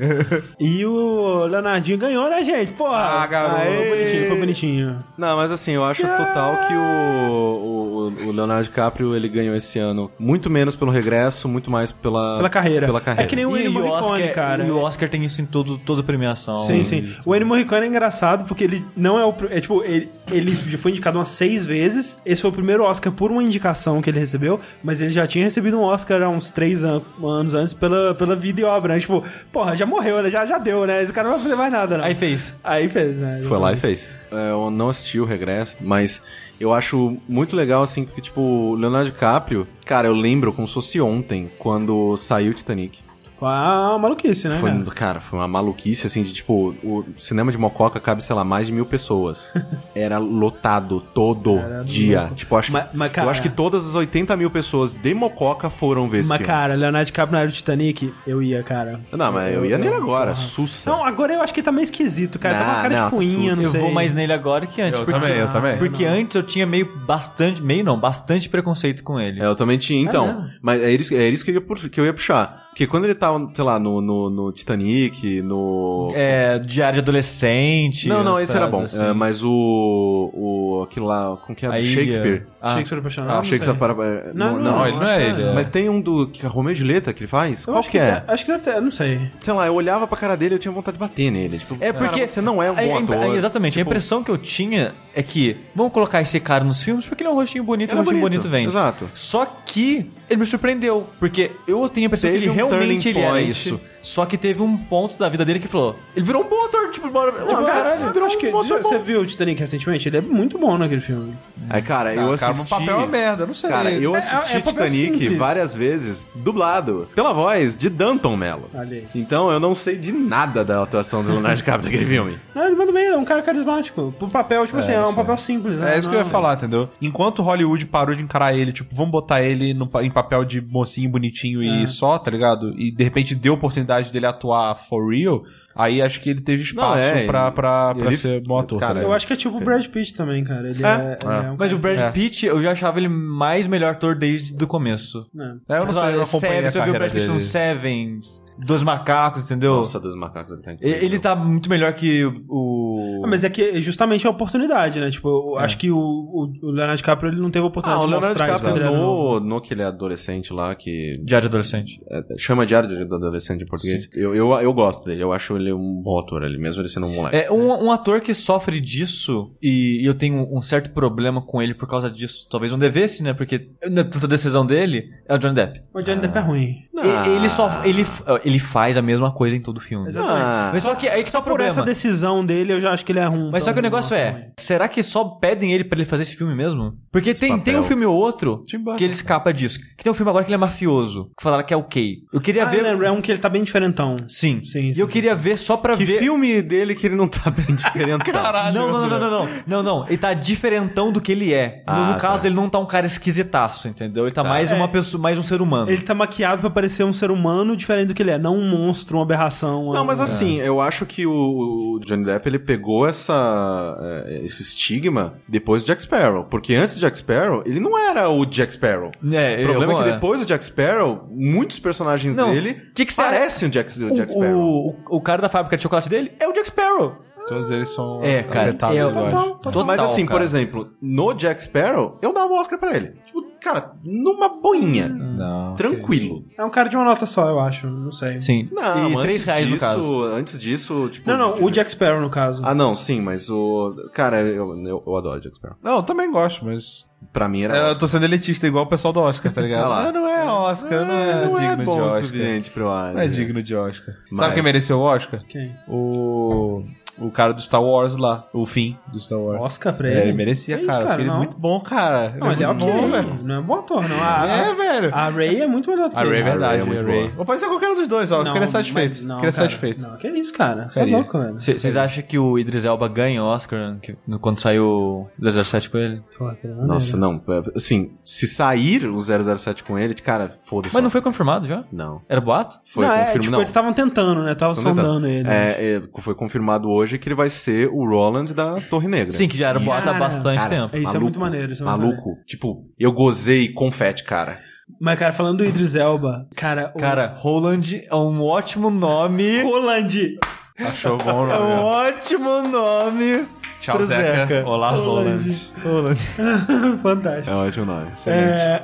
Speaker 1: E o Leonardinho ganhou, né, gente? Porra!
Speaker 2: Ah, garoto.
Speaker 1: Foi bonitinho, foi bonitinho.
Speaker 4: Não, mas assim, eu acho total que o, o, o Leonardo DiCaprio ele ganhou esse ano muito menos pelo regresso, muito mais pela,
Speaker 1: Pela carreira.
Speaker 4: Pela carreira.
Speaker 1: É que nem o
Speaker 3: E
Speaker 1: Ennio
Speaker 3: o,
Speaker 1: Morricone,
Speaker 3: Oscar,
Speaker 1: cara.
Speaker 3: e o Oscar tem isso em todo, toda premiação. Tipo,
Speaker 1: Sim, sim. O Ennio Morricone é engraçado porque ele não é o. pr- É, tipo, ele, ele já foi indicado umas seis vezes. Esse foi o primeiro Oscar por uma indicação que ele recebeu, mas ele já tinha recebido um Oscar há uns três an- anos antes pela, pela vida e obra. Né? Tipo, porra, já morreu, né? Já, já deu, né? Esse cara não vai fazer mais nada, né?
Speaker 3: Aí fez.
Speaker 1: Aí fez, né?
Speaker 4: Foi lá e fez. É, eu não assisti o regresso, mas eu acho muito legal, assim, que, tipo, o Leonardo DiCaprio, cara, eu lembro como se fosse ontem, quando saiu o Titanic.
Speaker 1: Foi uma maluquice, né?
Speaker 4: Foi, um
Speaker 1: cara?
Speaker 4: cara, foi uma maluquice, assim, de tipo, o cinema de Mococa cabe, sei lá, mais de mil pessoas. Era lotado todo
Speaker 1: Era
Speaker 4: dia.
Speaker 1: louco.
Speaker 4: Tipo, acho,
Speaker 1: Mas-
Speaker 4: que,
Speaker 1: mas, cara-
Speaker 4: eu acho que todas as 80 mil pessoas de Mococa foram ver esse
Speaker 1: Mas,
Speaker 4: filme.
Speaker 1: cara, Leonardo DiCaprio na área do Titanic, eu ia, cara.
Speaker 4: Não, mas eu ia nele agora, Sussa.
Speaker 1: Não, agora eu acho que ele tá meio esquisito, cara. tá com uma
Speaker 4: Não,
Speaker 1: cara
Speaker 4: não,
Speaker 1: de
Speaker 4: tá
Speaker 1: fuinha,
Speaker 4: sujo.
Speaker 1: não
Speaker 3: Eu
Speaker 1: sei.
Speaker 3: vou mais nele agora que antes.
Speaker 2: Eu
Speaker 3: porque,
Speaker 2: também, eu também.
Speaker 3: Porque antes eu tinha meio bastante. Meio não, bastante preconceito com ele.
Speaker 4: É, eu também tinha, então.
Speaker 1: mesmo?
Speaker 4: mas é isso, é isso que, eu ia pu- que eu ia puxar. Porque quando ele tava, sei lá, no, no, no Titanic, no.
Speaker 3: É, diário de adolescente.
Speaker 4: não, não,
Speaker 3: umas
Speaker 4: esse era bom.
Speaker 3: paradas
Speaker 4: É,
Speaker 3: assim.
Speaker 4: mas o. o Aquilo lá, como que é?
Speaker 3: A
Speaker 4: Do
Speaker 3: ilha.
Speaker 4: Shakespeare.
Speaker 3: Ah,
Speaker 1: Shakespeare apaixonado.
Speaker 4: Ah,
Speaker 1: não sei.
Speaker 4: Shakespeare para. é,
Speaker 1: Não, não,
Speaker 2: Não, ele não
Speaker 1: acho
Speaker 2: é
Speaker 1: que
Speaker 2: ele, é.
Speaker 4: Mas tem um do. Que, é Romeu e Julieta que ele faz?
Speaker 1: Eu
Speaker 4: Qual
Speaker 1: acho
Speaker 4: que, é? Tipo,
Speaker 1: deve- Acho que deve ter, eu não sei.
Speaker 4: Sei lá, eu olhava pra cara dele e eu tinha vontade de bater nele. Tipo,
Speaker 3: É
Speaker 4: cara,
Speaker 3: porque.
Speaker 4: você não é um bom
Speaker 3: a- a-
Speaker 4: ator.
Speaker 3: a- exatamente.
Speaker 4: Tipo,
Speaker 3: a impressão que eu tinha é que vamos colocar esse cara nos filmes porque ele é um rostinho bonito e um
Speaker 4: Ele é
Speaker 3: rostinho bonito,
Speaker 4: bonito,
Speaker 3: vem.
Speaker 4: exato.
Speaker 3: Só que ele me surpreendeu, porque eu tenho a impressão
Speaker 4: Teve
Speaker 3: que ele
Speaker 4: um
Speaker 3: realmente
Speaker 4: turning
Speaker 3: ele era
Speaker 4: point.
Speaker 3: isso. Só que teve um ponto da vida dele que falou: ele virou um bom ator, tipo, bora.
Speaker 1: Não,
Speaker 3: tipo,
Speaker 1: cara, eu acho que
Speaker 4: virou um
Speaker 1: já-
Speaker 4: motor bom.
Speaker 1: você viu o Titanic recentemente? Ele é muito bom naquele filme.
Speaker 4: Aí, cara, eu
Speaker 2: Ah, cara,
Speaker 4: assisti.
Speaker 2: mas papel é uma merda, não sei.
Speaker 4: Cara, eu
Speaker 1: É-
Speaker 4: assisti
Speaker 1: é papel
Speaker 4: Titanic
Speaker 1: simples.
Speaker 4: várias vezes, dublado, pela voz de Danton Mello.
Speaker 1: Olha aí.
Speaker 4: Então eu não sei de nada da atuação do Leonardo DiCaprio naquele filme.
Speaker 1: Não, ele manda bem, ele é um cara carismático. Pro papel, tipo assim, é um papel simples, né?
Speaker 2: É isso que eu ia falar, entendeu? Enquanto Hollywood parou de encarar ele, tipo, vamos botar ele no pa- em papel de mocinho bonitinho e só, tá ligado? E de repente deu a oportunidade dele atuar for real, aí acho que ele teve espaço
Speaker 4: Não, é,
Speaker 2: pra,
Speaker 4: ele-
Speaker 2: pra, pra
Speaker 4: ele-
Speaker 2: ser bom ator.
Speaker 4: cara,
Speaker 2: tá
Speaker 1: Eu acho que é tipo o Brad Pitt também, cara. Ele é, ele é um
Speaker 3: Mas o
Speaker 1: cara-
Speaker 3: Brad
Speaker 2: É.
Speaker 3: Pitt, eu já achava ele mais melhor ator desde o começo. Tipo, ah,
Speaker 1: É.
Speaker 2: É, eu não sei, eu não acompanhei
Speaker 3: Seven,
Speaker 2: a
Speaker 3: você viu o
Speaker 2: carreira
Speaker 3: Brad Pitt no
Speaker 2: dele.
Speaker 3: Seven, Dos Macacos, entendeu?
Speaker 4: Nossa, dos macacos ele tá incrível.
Speaker 3: Ele ele tá muito melhor que o...
Speaker 1: Ah, Mas é que justamente é a oportunidade, né? Tipo, eu acho que o, o o Leonardo DiCaprio ele não teve a
Speaker 4: Ah,
Speaker 1: oportunidade
Speaker 4: o
Speaker 1: de
Speaker 4: Leonardo
Speaker 1: mostrar isso.
Speaker 4: DiCaprio
Speaker 1: quando ele era novo.
Speaker 4: no, no que ele é adolescente lá, que
Speaker 3: Diário Adolescente.
Speaker 4: é, chama Diário de Adolescente em português. Eu, eu, eu gosto dele, eu acho ele um bom ator ali, mesmo ele sendo um moleque.
Speaker 3: É,
Speaker 1: né?
Speaker 3: um, um ator que sofre disso, e eu tenho um certo problema com ele por causa disso, talvez não devesse, né? Porque não é tanta decisão dele, é o Johnny Depp.
Speaker 1: O Johnny Depp é ruim.
Speaker 3: E- Ele só. Ele, ele faz a mesma coisa em todo filme.
Speaker 1: Exatamente.
Speaker 4: Ah.
Speaker 3: Mas só que aí que tá o
Speaker 1: Por essa
Speaker 3: problema.
Speaker 1: decisão dele, eu já acho que ele é ruim.
Speaker 3: Mas só que o
Speaker 1: Então,
Speaker 3: negócio
Speaker 1: não
Speaker 3: é, será que só pedem ele pra ele fazer esse filme mesmo? Porque tem, tem um
Speaker 4: papel.
Speaker 3: filme ou outro
Speaker 1: Tipo,
Speaker 2: Tim Burton.
Speaker 3: que ele escapa disso. Que tem um filme agora que ele é mafioso, que falaram que é ok. Eu queria
Speaker 1: Ah,
Speaker 3: ver.
Speaker 1: eu lembro, é um que ele tá bem diferentão.
Speaker 3: Sim.
Speaker 1: Sim,
Speaker 3: E eu
Speaker 1: sim.
Speaker 3: queria ver só pra
Speaker 4: Que
Speaker 3: ver.
Speaker 4: filme dele que ele não tá bem diferente.
Speaker 2: Caralho,
Speaker 3: Não, não, não,
Speaker 2: André.
Speaker 3: não, não, não. Não, não. Ele tá diferentão do que ele é. No-
Speaker 4: Ah,
Speaker 3: no
Speaker 4: tá.
Speaker 3: caso, ele não tá um cara esquisitaço, entendeu? Ele tá, mais
Speaker 1: É.
Speaker 3: uma pessoa, mais um ser humano.
Speaker 1: Ele tá maquiado pra parecer um ser humano diferente do que ele é. Não um monstro, uma aberração.
Speaker 4: Não,
Speaker 1: um-
Speaker 3: É.
Speaker 4: mas assim, eu acho que o o Johnny Depp ele pegou essa, eh, esse estigma depois do Jack Sparrow. Porque antes do Jack Sparrow, ele não era o Jack Sparrow.
Speaker 3: É,
Speaker 4: o problema
Speaker 3: eu-
Speaker 4: é que
Speaker 3: é.
Speaker 4: depois do Jack Sparrow, muitos personagens
Speaker 3: Não,
Speaker 4: dele
Speaker 3: que que será?
Speaker 4: parecem o Jack, o
Speaker 3: é O,
Speaker 4: Jack Sparrow.
Speaker 3: o, o- o cara da fábrica de chocolate dele é o Jack Sparrow.
Speaker 2: Todos eles são
Speaker 3: É, cara,
Speaker 2: afetados,
Speaker 3: é,
Speaker 2: eu
Speaker 3: total,
Speaker 2: acho.
Speaker 3: total,
Speaker 4: Mas assim, por
Speaker 3: cara.
Speaker 4: exemplo, no Jack Sparrow, eu dava o Oscar pra ele. Tipo, cara, numa boinha.
Speaker 3: Hum,
Speaker 2: Não.
Speaker 4: Tranquilo.
Speaker 1: É um cara de uma nota só, eu acho. Não sei.
Speaker 3: Sim.
Speaker 4: Não,
Speaker 3: e três
Speaker 4: antes
Speaker 3: reais no
Speaker 4: disso,
Speaker 3: caso.
Speaker 4: antes disso, tipo...
Speaker 1: Não, não, o Jack Sparrow, no caso.
Speaker 4: Ah, não, sim, mas o... Cara, eu, eu, eu adoro Jack Sparrow.
Speaker 2: Não, eu também gosto, mas.
Speaker 4: Pra mim era
Speaker 2: É,
Speaker 4: Oscar.
Speaker 2: eu tô sendo elitista, igual o pessoal do Oscar, tá ligado?
Speaker 4: Olha lá.
Speaker 2: Ah, não é Oscar, não é,
Speaker 4: Ah, não
Speaker 2: digno de
Speaker 4: bom o
Speaker 2: Oscar.
Speaker 4: suficiente pro Oscar.
Speaker 2: Não é digno de Oscar.
Speaker 4: Mas-
Speaker 2: Sabe quem mereceu o Oscar?
Speaker 1: Quem?
Speaker 2: O. O cara do Star Wars lá. O fim do Star Wars.
Speaker 1: Oscar pra
Speaker 2: É,
Speaker 1: ele?
Speaker 2: ele, merecia,
Speaker 1: Que isso,
Speaker 2: cara. porque ele é
Speaker 1: não.
Speaker 2: muito bom, cara.
Speaker 1: Não, ele é
Speaker 2: muito
Speaker 1: ok.
Speaker 2: bom, velho.
Speaker 1: Não é bom ator, não. A,
Speaker 2: É,
Speaker 1: a-
Speaker 2: velho.
Speaker 1: a Ray é muito melhor do que
Speaker 2: A Ray é
Speaker 1: ele.
Speaker 2: verdade,
Speaker 4: é
Speaker 2: a Ray.
Speaker 4: muito boa.
Speaker 2: Ou pode ser qualquer um dos dois, ó. Eu Queria
Speaker 1: mas-
Speaker 2: satisfeito.
Speaker 1: não,
Speaker 2: Queria
Speaker 1: cara,
Speaker 2: satisfeito.
Speaker 1: Não, que isso, cara. Você é
Speaker 2: Seria.
Speaker 1: louco, mano.
Speaker 3: C- Vocês acham que o Idris Elba ganha o Oscar que- no- quando saiu 007 com ele?
Speaker 1: Pô, seria maneiro.
Speaker 4: Nossa, não. é, Assim, se sair o 007 com ele, cara, foda-se.
Speaker 3: Mas não foi confirmado já?
Speaker 4: Não.
Speaker 3: Era boato?
Speaker 4: Foi
Speaker 1: não, é,
Speaker 4: confirmado.
Speaker 1: tipo,
Speaker 4: não.
Speaker 1: eles
Speaker 3: tá
Speaker 1: estavam tentando, né? Estavam
Speaker 4: Estão tentando.
Speaker 1: sondando ele.
Speaker 4: É, é, foi confirmado hoje que ele vai ser o Roland da Torre Negra.
Speaker 3: Sim, que já era boato há
Speaker 1: Cara,
Speaker 3: bastante
Speaker 4: Cara,
Speaker 3: tempo.
Speaker 1: Isso é muito maneiro, isso é muito
Speaker 4: maluco. Tipo, eu gozei confete, cara.
Speaker 1: Mas, cara, falando do Idris Elba, cara... o-
Speaker 3: Cara, Roland é um ótimo nome.
Speaker 1: Roland!
Speaker 2: Achou bom o
Speaker 3: É um
Speaker 2: nome.
Speaker 3: ótimo nome.
Speaker 2: Tchau,
Speaker 3: pro
Speaker 2: Zeca.
Speaker 3: Olá, Roland. Ah, Roland.
Speaker 1: Fantástico.
Speaker 4: É ótimo nome.
Speaker 1: É,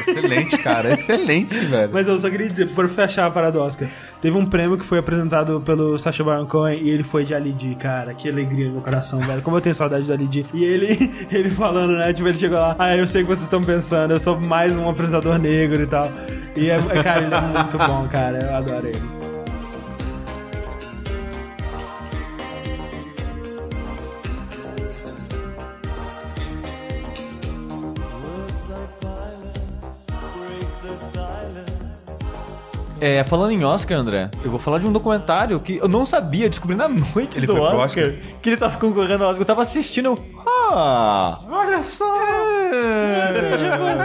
Speaker 2: Excelente, cara. Excelente, velho.
Speaker 1: mas eu só queria dizer, por fechar a parada do Oscar, teve um prêmio que foi apresentado pelo Sacha Baron Cohen e ele foi de Ali G, cara. Que alegria no meu coração, velho. Como eu tenho saudade do Ali G. E ele, ele falando, né? Tipo, ele chegou lá, ah, eu sei o que vocês estão pensando, eu sou mais um apresentador negro e tal. E, é, é, cara, ele é muito bom, cara. Eu adoro ele.
Speaker 3: É, falando em Oscar, André, eu vou falar de um documentário que eu não sabia, eu descobri na noite
Speaker 2: Ele
Speaker 3: do
Speaker 2: foi pro
Speaker 3: Oscar,
Speaker 2: Oscar?
Speaker 3: que ele tava concorrendo ao Oscar. Eu tava assistindo. eu, Ah!
Speaker 2: Olha só!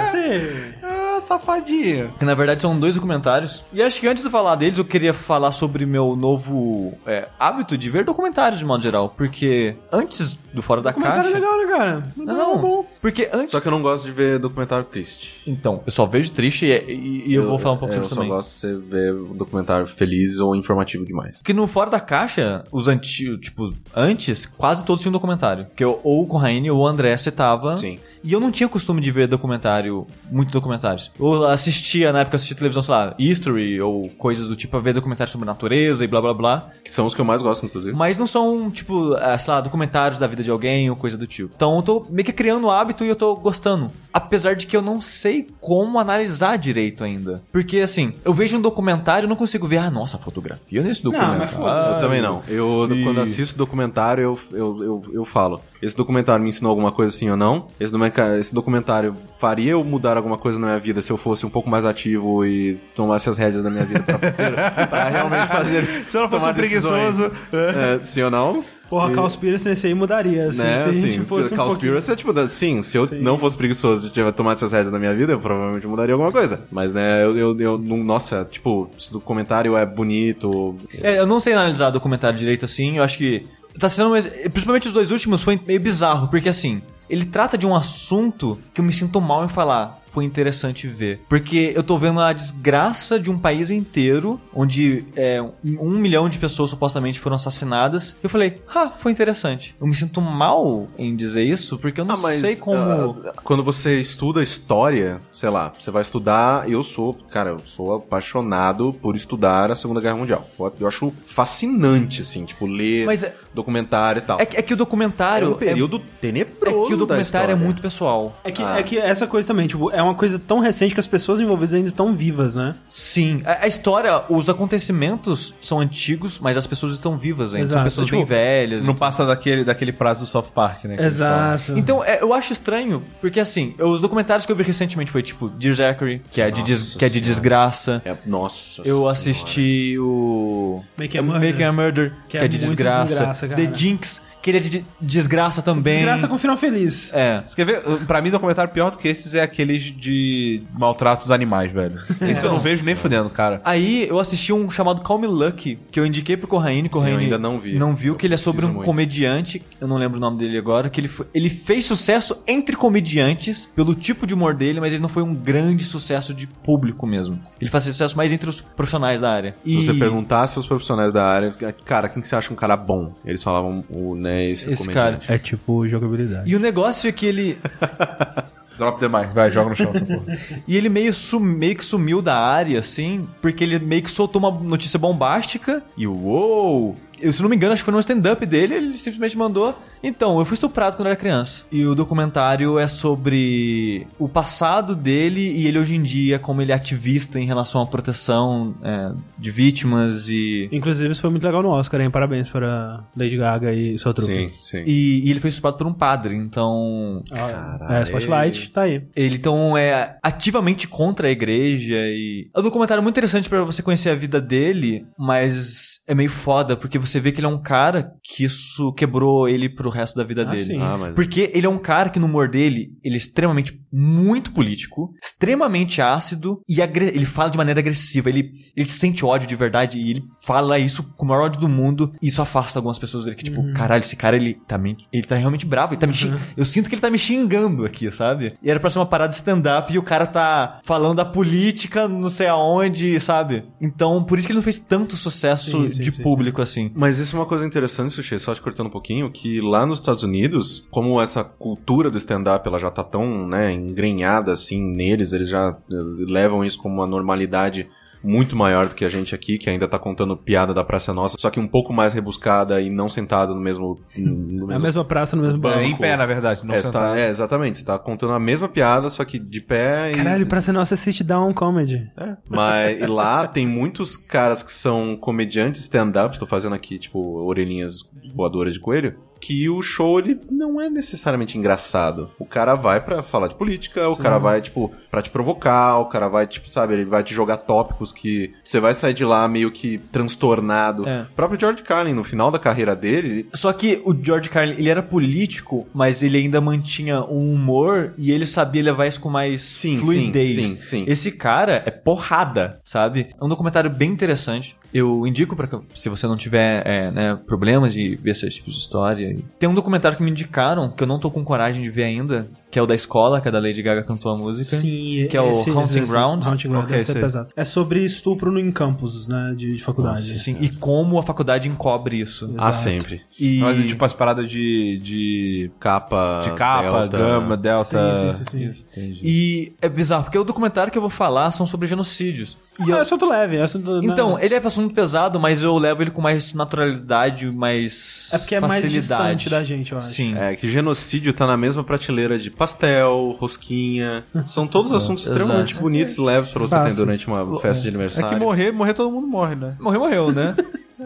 Speaker 1: Você!
Speaker 2: Ah, safadinho.
Speaker 3: Que na verdade são dois documentários. E acho que antes de falar deles, eu queria falar sobre meu novo é, hábito de ver documentários de modo geral. Porque antes do Fora da Caixa.
Speaker 1: Comentário legal, né, cara?
Speaker 3: Não, não. Porque antes.
Speaker 4: Só que eu não gosto de ver documentário triste. É,
Speaker 3: Então, eu só vejo triste e, e- e eu, vou falar um pouco
Speaker 4: eu
Speaker 3: sobre isso também.
Speaker 4: Eu só gosto de você ver documentário feliz ou informativo demais.
Speaker 3: Que no Fora da Caixa, os antigos, tipo, antes, quase todos tinham documentário. Que eu, ou o Corraine ou o André citava.
Speaker 4: Sim.
Speaker 3: E eu não tinha costume de ver documentário, muitos documentários. Eu assistia, na época eu assistia televisão, sei lá, History ou coisas do tipo, a ver documentários sobre natureza e blá blá blá.
Speaker 4: Que são os que eu mais gosto, inclusive.
Speaker 3: é, Mas não são, tipo, ah, sei lá, documentários da vida de alguém ou coisa do tipo. Então eu tô meio que criando o hábito hábito e eu tô gostando. Apesar de que eu não sei como analisar direito ainda. Porque, assim, eu vejo um documentário e não consigo ver, ah, nossa, fotografia nesse documentário.
Speaker 1: mas foda-se.
Speaker 4: Eu também não. Eu,
Speaker 2: E-
Speaker 4: quando assisto documentário, eu, eu, eu, eu falo. Esse documentário me ensinou alguma coisa assim ou não? Esse, documentário- esse documentário faria eu mudar alguma coisa na minha vida se eu fosse um pouco mais ativo e tomasse as rédeas da minha vida pra, pra- pra realmente fazer.
Speaker 2: Se eu não fosse
Speaker 4: tomar
Speaker 2: um preguiçoso.
Speaker 4: decisões. É, sim ou não?
Speaker 1: Porra, Carl Spears nesse aí mudaria. Assim,
Speaker 4: né?
Speaker 1: se a gente
Speaker 4: assim,
Speaker 1: fosse. um
Speaker 4: Carl
Speaker 1: pouquinho-
Speaker 4: Spears é tipo, da- sim, se eu não fosse preguiçoso e tivesse tomado essas rédeas na minha vida, eu provavelmente mudaria alguma coisa. Mas, né, eu, eu, eu não- nossa, tipo, se o comentário é bonito.
Speaker 3: É, eu não sei analisar documentário direito assim, eu acho que. Tá sendo. um ex- Principalmente os dois últimos foi meio bizarro, porque assim, ele trata de um assunto que eu me sinto mal em falar. Foi interessante ver. Porque eu tô vendo a desgraça de um país inteiro, onde é, um- um milhão de pessoas supostamente foram assassinadas. Eu falei, ah, foi interessante. Eu me sinto mal em dizer isso, porque eu não sei como.
Speaker 4: ah, quando você estuda história, sei lá, você vai estudar. Eu sou, cara, eu sou apaixonado por estudar a Segunda Guerra Mundial. Eu- Eu acho fascinante, assim, tipo, ler
Speaker 3: Mas é-
Speaker 4: documentário e tal.
Speaker 3: é, que- é que o documentário.
Speaker 4: ah, É um período
Speaker 3: é, é
Speaker 4: tenebroso.
Speaker 3: que o
Speaker 4: da
Speaker 3: documentário é
Speaker 4: história.
Speaker 3: muito pessoal.
Speaker 1: É que, é que essa coisa também, tipo, é uma coisa tão recente que as pessoas envolvidas ainda estão vivas, né?
Speaker 3: Sim, a, a história, os acontecimentos são antigos, mas as pessoas estão vivas ainda. São
Speaker 1: Exato,
Speaker 3: pessoas bem
Speaker 1: tipo,
Speaker 3: velhas.
Speaker 2: Não passa daquele, daquele prazo do South Park, né? que eles falam.
Speaker 3: Então, é, eu acho estranho, porque assim, os documentários que eu vi recentemente foi tipo Dear Zachary, que é de, des-
Speaker 4: Nossa
Speaker 3: que é de
Speaker 4: Senhora.
Speaker 3: desgraça.
Speaker 4: É, nossa.
Speaker 3: Eu assisti o.
Speaker 1: Making a Murder.
Speaker 3: Making a Murder, que,
Speaker 1: É Que
Speaker 3: é,
Speaker 1: é
Speaker 3: de
Speaker 1: muito
Speaker 3: desgraça.
Speaker 1: desgraça, cara.
Speaker 3: The Jinx, que ele é de de desgraça também.
Speaker 1: Desgraça com final feliz.
Speaker 3: É.
Speaker 2: Você quer ver? Pra mim, documentário pior do que esses é aqueles de maltratos animais, velho. Esse eu não vejo nem fudendo, cara.
Speaker 3: Aí eu assisti um chamado Call Me Lucky, que eu indiquei pro Corraine. Corraine
Speaker 4: eu ainda não vi.
Speaker 3: Não viu,
Speaker 4: Eu
Speaker 3: que ele é sobre um
Speaker 4: preciso muito.
Speaker 3: comediante, eu não lembro o nome dele agora, que ele, foi- ele fez sucesso entre comediantes, pelo tipo de humor dele, mas ele não foi um grande sucesso de público mesmo. Ele faz sucesso mais entre os profissionais da área.
Speaker 4: Se
Speaker 3: E
Speaker 4: você perguntasse aos profissionais da área, cara, quem que você acha um cara bom? Eles falavam o, né, esse,
Speaker 3: Esse
Speaker 4: comediante.
Speaker 1: É tipo jogabilidade.
Speaker 3: E o negócio é que ele.
Speaker 2: Drop the mic, vai, joga no chão essa porra.
Speaker 3: E ele meio, sum, meio que sumiu da área, assim, porque ele meio que soltou uma notícia bombástica e uou! Eu, se não me engano, acho que foi num stand-up dele, ele simplesmente mandou. Então, eu fui estuprado quando era criança. E o documentário é sobre o passado dele e ele hoje em dia, como ele é ativista em relação à proteção é, de vítimas e.
Speaker 1: Inclusive, isso foi muito legal no Oscar, hein? Parabéns para Lady Gaga e sua trupe.
Speaker 4: Sim, sim.
Speaker 3: é E, e ele foi estuprado por um padre, então.
Speaker 1: É, Spotlight, tá aí.
Speaker 3: Ele então é ativamente contra a igreja e. É um documentário muito interessante pra você conhecer a vida dele, mas é meio foda, porque você vê que ele é um cara que isso quebrou ele pro resto da vida
Speaker 1: Ah,
Speaker 3: dele.
Speaker 1: sim.
Speaker 4: Ah, mas...
Speaker 3: Porque ele é um cara que no humor dele, ele é extremamente, muito político, extremamente ácido e agre- ele fala de maneira agressiva. Ele, ele sente ódio de verdade e ele fala isso com o maior ódio do mundo e isso afasta algumas pessoas dele que tipo,
Speaker 1: Uhum.
Speaker 3: caralho, esse cara, ele tá, me- ele tá realmente bravo. Ele tá me xing- Eu sinto que ele tá me xingando aqui, sabe? E era pra ser uma parada de stand-up e o cara tá falando da política, não sei aonde, sabe? Então, por isso que ele não fez tanto sucesso
Speaker 1: Sim, sim,
Speaker 3: de
Speaker 1: sim,
Speaker 3: público assim.
Speaker 4: Mas isso é uma coisa interessante, Sushi, só te cortando um pouquinho, que lá nos Estados Unidos, como essa cultura do stand-up ela já tá tão né, engrenhada assim neles, eles já eh, levam isso como uma normalidade muito maior do que a gente aqui, que ainda tá contando piada da Praça Nossa, só que um pouco mais rebuscada e não sentado no mesmo... No
Speaker 1: É a
Speaker 4: mesmo...
Speaker 1: mesma praça, no mesmo
Speaker 4: Banco.
Speaker 2: É,
Speaker 1: banco.
Speaker 2: em pé, na verdade, não
Speaker 4: É, você tá-
Speaker 2: sentado.
Speaker 4: é, exatamente, você tá contando a mesma piada, só que de pé e...
Speaker 1: Caralho, Praça Nossa é sit-down comedy.
Speaker 4: Mas e lá tem muitos caras que são comediantes stand-up, estou fazendo aqui, tipo, orelhinhas voadoras de coelho, que o show ele não é necessariamente engraçado. O cara vai pra falar de política, o cara vai, tipo, pra te provocar, o cara vai, tipo, sabe, ele vai te jogar tópicos que você vai sair de lá meio que transtornado.
Speaker 3: É.
Speaker 4: O próprio George Carlin, no final da carreira dele,
Speaker 3: Só que o George Carlin, ele era político, mas ele ainda mantinha um humor e ele sabia levar isso com mais
Speaker 4: Sim,
Speaker 3: fluidez.
Speaker 4: sim, sim, sim.
Speaker 3: Esse cara é porrada, sabe? É um documentário bem interessante. Eu indico para se você não tiver é, né, problemas de ver esses tipos de história. Tem um documentário que me indicaram, que eu não tô com coragem de ver ainda, que é o da escola, que a da Lady Gaga cantou a música. Que é o Haunting Ground.
Speaker 1: Haunting Ground,
Speaker 2: Ok,
Speaker 1: deve ser
Speaker 2: sei.
Speaker 1: pesado. É sobre estupro no- em campus, né, de, de faculdade.
Speaker 3: Sim, e como a faculdade encobre isso.
Speaker 4: há sempre.
Speaker 3: E...
Speaker 2: Mas,
Speaker 4: é
Speaker 2: tipo, as paradas de... de...
Speaker 4: Capa,
Speaker 2: De capa,
Speaker 4: delta.
Speaker 2: gama, delta.
Speaker 1: Sim, sim, sim, sim.
Speaker 2: Entendi.
Speaker 3: E é bizarro, porque o documentário que eu vou falar são sobre genocídios. E
Speaker 1: Ah,
Speaker 3: eu-
Speaker 1: é assunto leve, é assunto... né?
Speaker 3: Então, ele é assunto pesado, mas eu levo ele com mais naturalidade, mais
Speaker 1: É porque é mais
Speaker 3: facilidade.
Speaker 1: distante da gente, eu acho.
Speaker 3: Sim.
Speaker 4: É, que genocídio tá na mesma prateleira de pastel, rosquinha. São todos assuntos extremamente
Speaker 3: exato.
Speaker 4: bonitos e leves pra você ter
Speaker 1: Fáceis.
Speaker 4: durante uma festa de
Speaker 2: É
Speaker 4: aniversário.
Speaker 2: que morrer, morrer todo mundo morre, né?
Speaker 3: Morreu, morreu, né?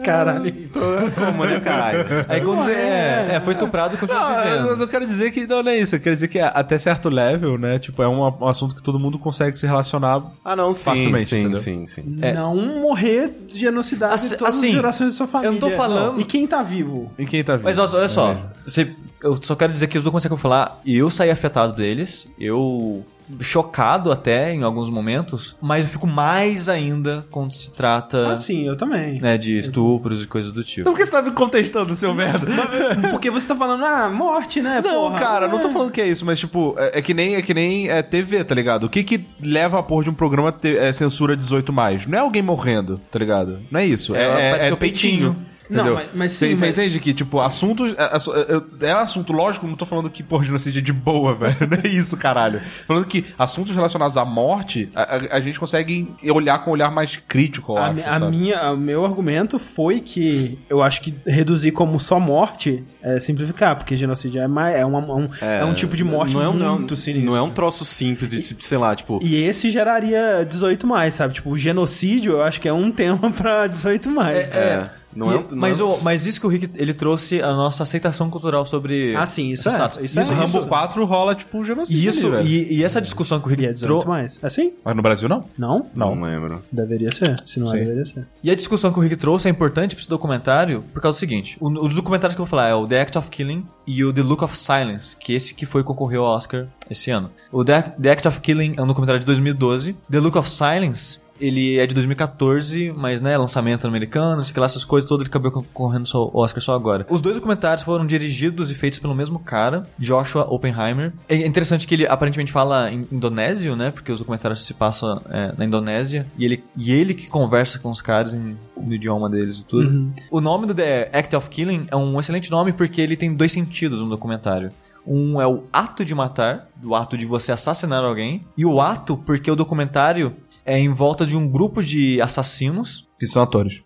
Speaker 1: Caralho.
Speaker 4: Como, né, caralho?
Speaker 3: Aí quando você é, é, foi estuprado e continua
Speaker 2: Não, eu- Ah, mas
Speaker 3: vivendo.
Speaker 2: eu quero dizer que não, não é isso. Eu quero dizer que até certo level, né? Tipo, é um, um assunto que todo mundo consegue se relacionar.
Speaker 4: Ah, não, sim,
Speaker 2: Facilmente,
Speaker 4: sim,
Speaker 2: entendeu?
Speaker 4: sim, sim.
Speaker 1: Não morrer de genocidade
Speaker 3: Assim-
Speaker 1: de todas
Speaker 3: assim,
Speaker 1: as gerações de sua família.
Speaker 3: eu não tô falando-
Speaker 1: E quem tá vivo?
Speaker 2: E quem tá vivo?
Speaker 3: Mas olha só, olha só,
Speaker 4: É.
Speaker 3: você- eu só quero dizer que os documentos que eu vou falar, eu saí afetado deles, eu chocado até em alguns momentos, mas eu fico mais ainda quando se trata
Speaker 1: Ah, sim, eu também.
Speaker 3: né, de estupros e coisas do tipo.
Speaker 2: Então por que você tá me contestando, seu merda?
Speaker 1: Porque você tá falando, ah, morte, né?
Speaker 2: Não,
Speaker 1: porra?
Speaker 2: Então, cara, não tô
Speaker 1: É.
Speaker 2: falando que é isso, mas tipo, é, é que nem, é que nem é, TV, tá ligado? O que que leva a porra de um programa a ter, é, censura 18 mais? Não é alguém morrendo, tá ligado? Não é isso. É,
Speaker 3: É,
Speaker 2: é,
Speaker 3: aparece
Speaker 2: é
Speaker 3: o
Speaker 2: peitinho.
Speaker 3: peitinho.
Speaker 1: Não,
Speaker 2: entendeu?
Speaker 1: mas- mas
Speaker 2: Você-
Speaker 1: sim,
Speaker 2: Você
Speaker 1: mas-
Speaker 2: entende que, tipo, assuntos. É, assu- é- é assunto, lógico, não tô falando que, porra, genocídio é de boa, velho. Não é isso, caralho. Tô Falando que assuntos relacionados à morte, a, a- a gente consegue olhar com um olhar mais crítico, eu
Speaker 1: A,
Speaker 2: acho.
Speaker 1: mi- a
Speaker 2: sabe?
Speaker 1: minha, o meu argumento foi que eu acho que reduzir como só morte é simplificar, porque genocídio é, mais, é, uma- um, é, um tipo de morte
Speaker 4: não é um,
Speaker 1: muito
Speaker 4: não,
Speaker 1: sinistro.
Speaker 4: Não é um troço simples de, tipo, sei lá, tipo...
Speaker 1: E esse geraria 18 mais, sabe? Tipo, o genocídio eu acho que é um tema pra 18 mais.
Speaker 4: É, não é um... não
Speaker 3: mas,
Speaker 4: é um-
Speaker 3: o- mas isso que o Rick ele trouxe a nossa aceitação cultural sobre.
Speaker 1: Ah, sim, isso
Speaker 3: esses
Speaker 1: é,
Speaker 3: atos.
Speaker 1: isso é.
Speaker 2: Isso, Rambo 4 rola, tipo,
Speaker 3: E
Speaker 2: genocídio.
Speaker 3: isso,
Speaker 2: ali, velho.
Speaker 3: e, e essa discussão que o
Speaker 1: E é
Speaker 3: Rick
Speaker 1: 18
Speaker 3: trouxe.
Speaker 1: mais. É assim?
Speaker 2: Mas no Brasil não?
Speaker 1: Não?
Speaker 2: Não.
Speaker 4: Não lembro.
Speaker 1: Deveria ser. Se não
Speaker 2: Sim.
Speaker 1: é, deveria ser.
Speaker 3: E a discussão que o Rick trouxe é importante pra esse documentário por causa do seguinte: o, os documentários que eu vou falar é o The Act of Killing e o The Look of Silence, que é esse que foi concorreu ao Oscar esse ano. O The, Act- The Act of Killing é um documentário de 2012. The Look of Silence. Ele é de 2014, mas né, lançamento americano, não sei o que lá, essas coisas todas, ele acabou concorrendo só ao Oscar só agora. Os dois documentários foram dirigidos e feitos pelo mesmo cara, Joshua Oppenheimer. É interessante que ele aparentemente fala em indonésio, né? Porque os documentários se passam é, na Indonésia. E ele, e ele que conversa com os caras em- no idioma deles e
Speaker 1: Uhum.
Speaker 3: tudo. O nome do The Act of Killing é um excelente nome porque ele tem dois sentidos no documentário. Um é o ato de matar, o ato de você assassinar alguém. E o ato, porque o documentário é em volta de um grupo de assassinos
Speaker 2: Que são atores.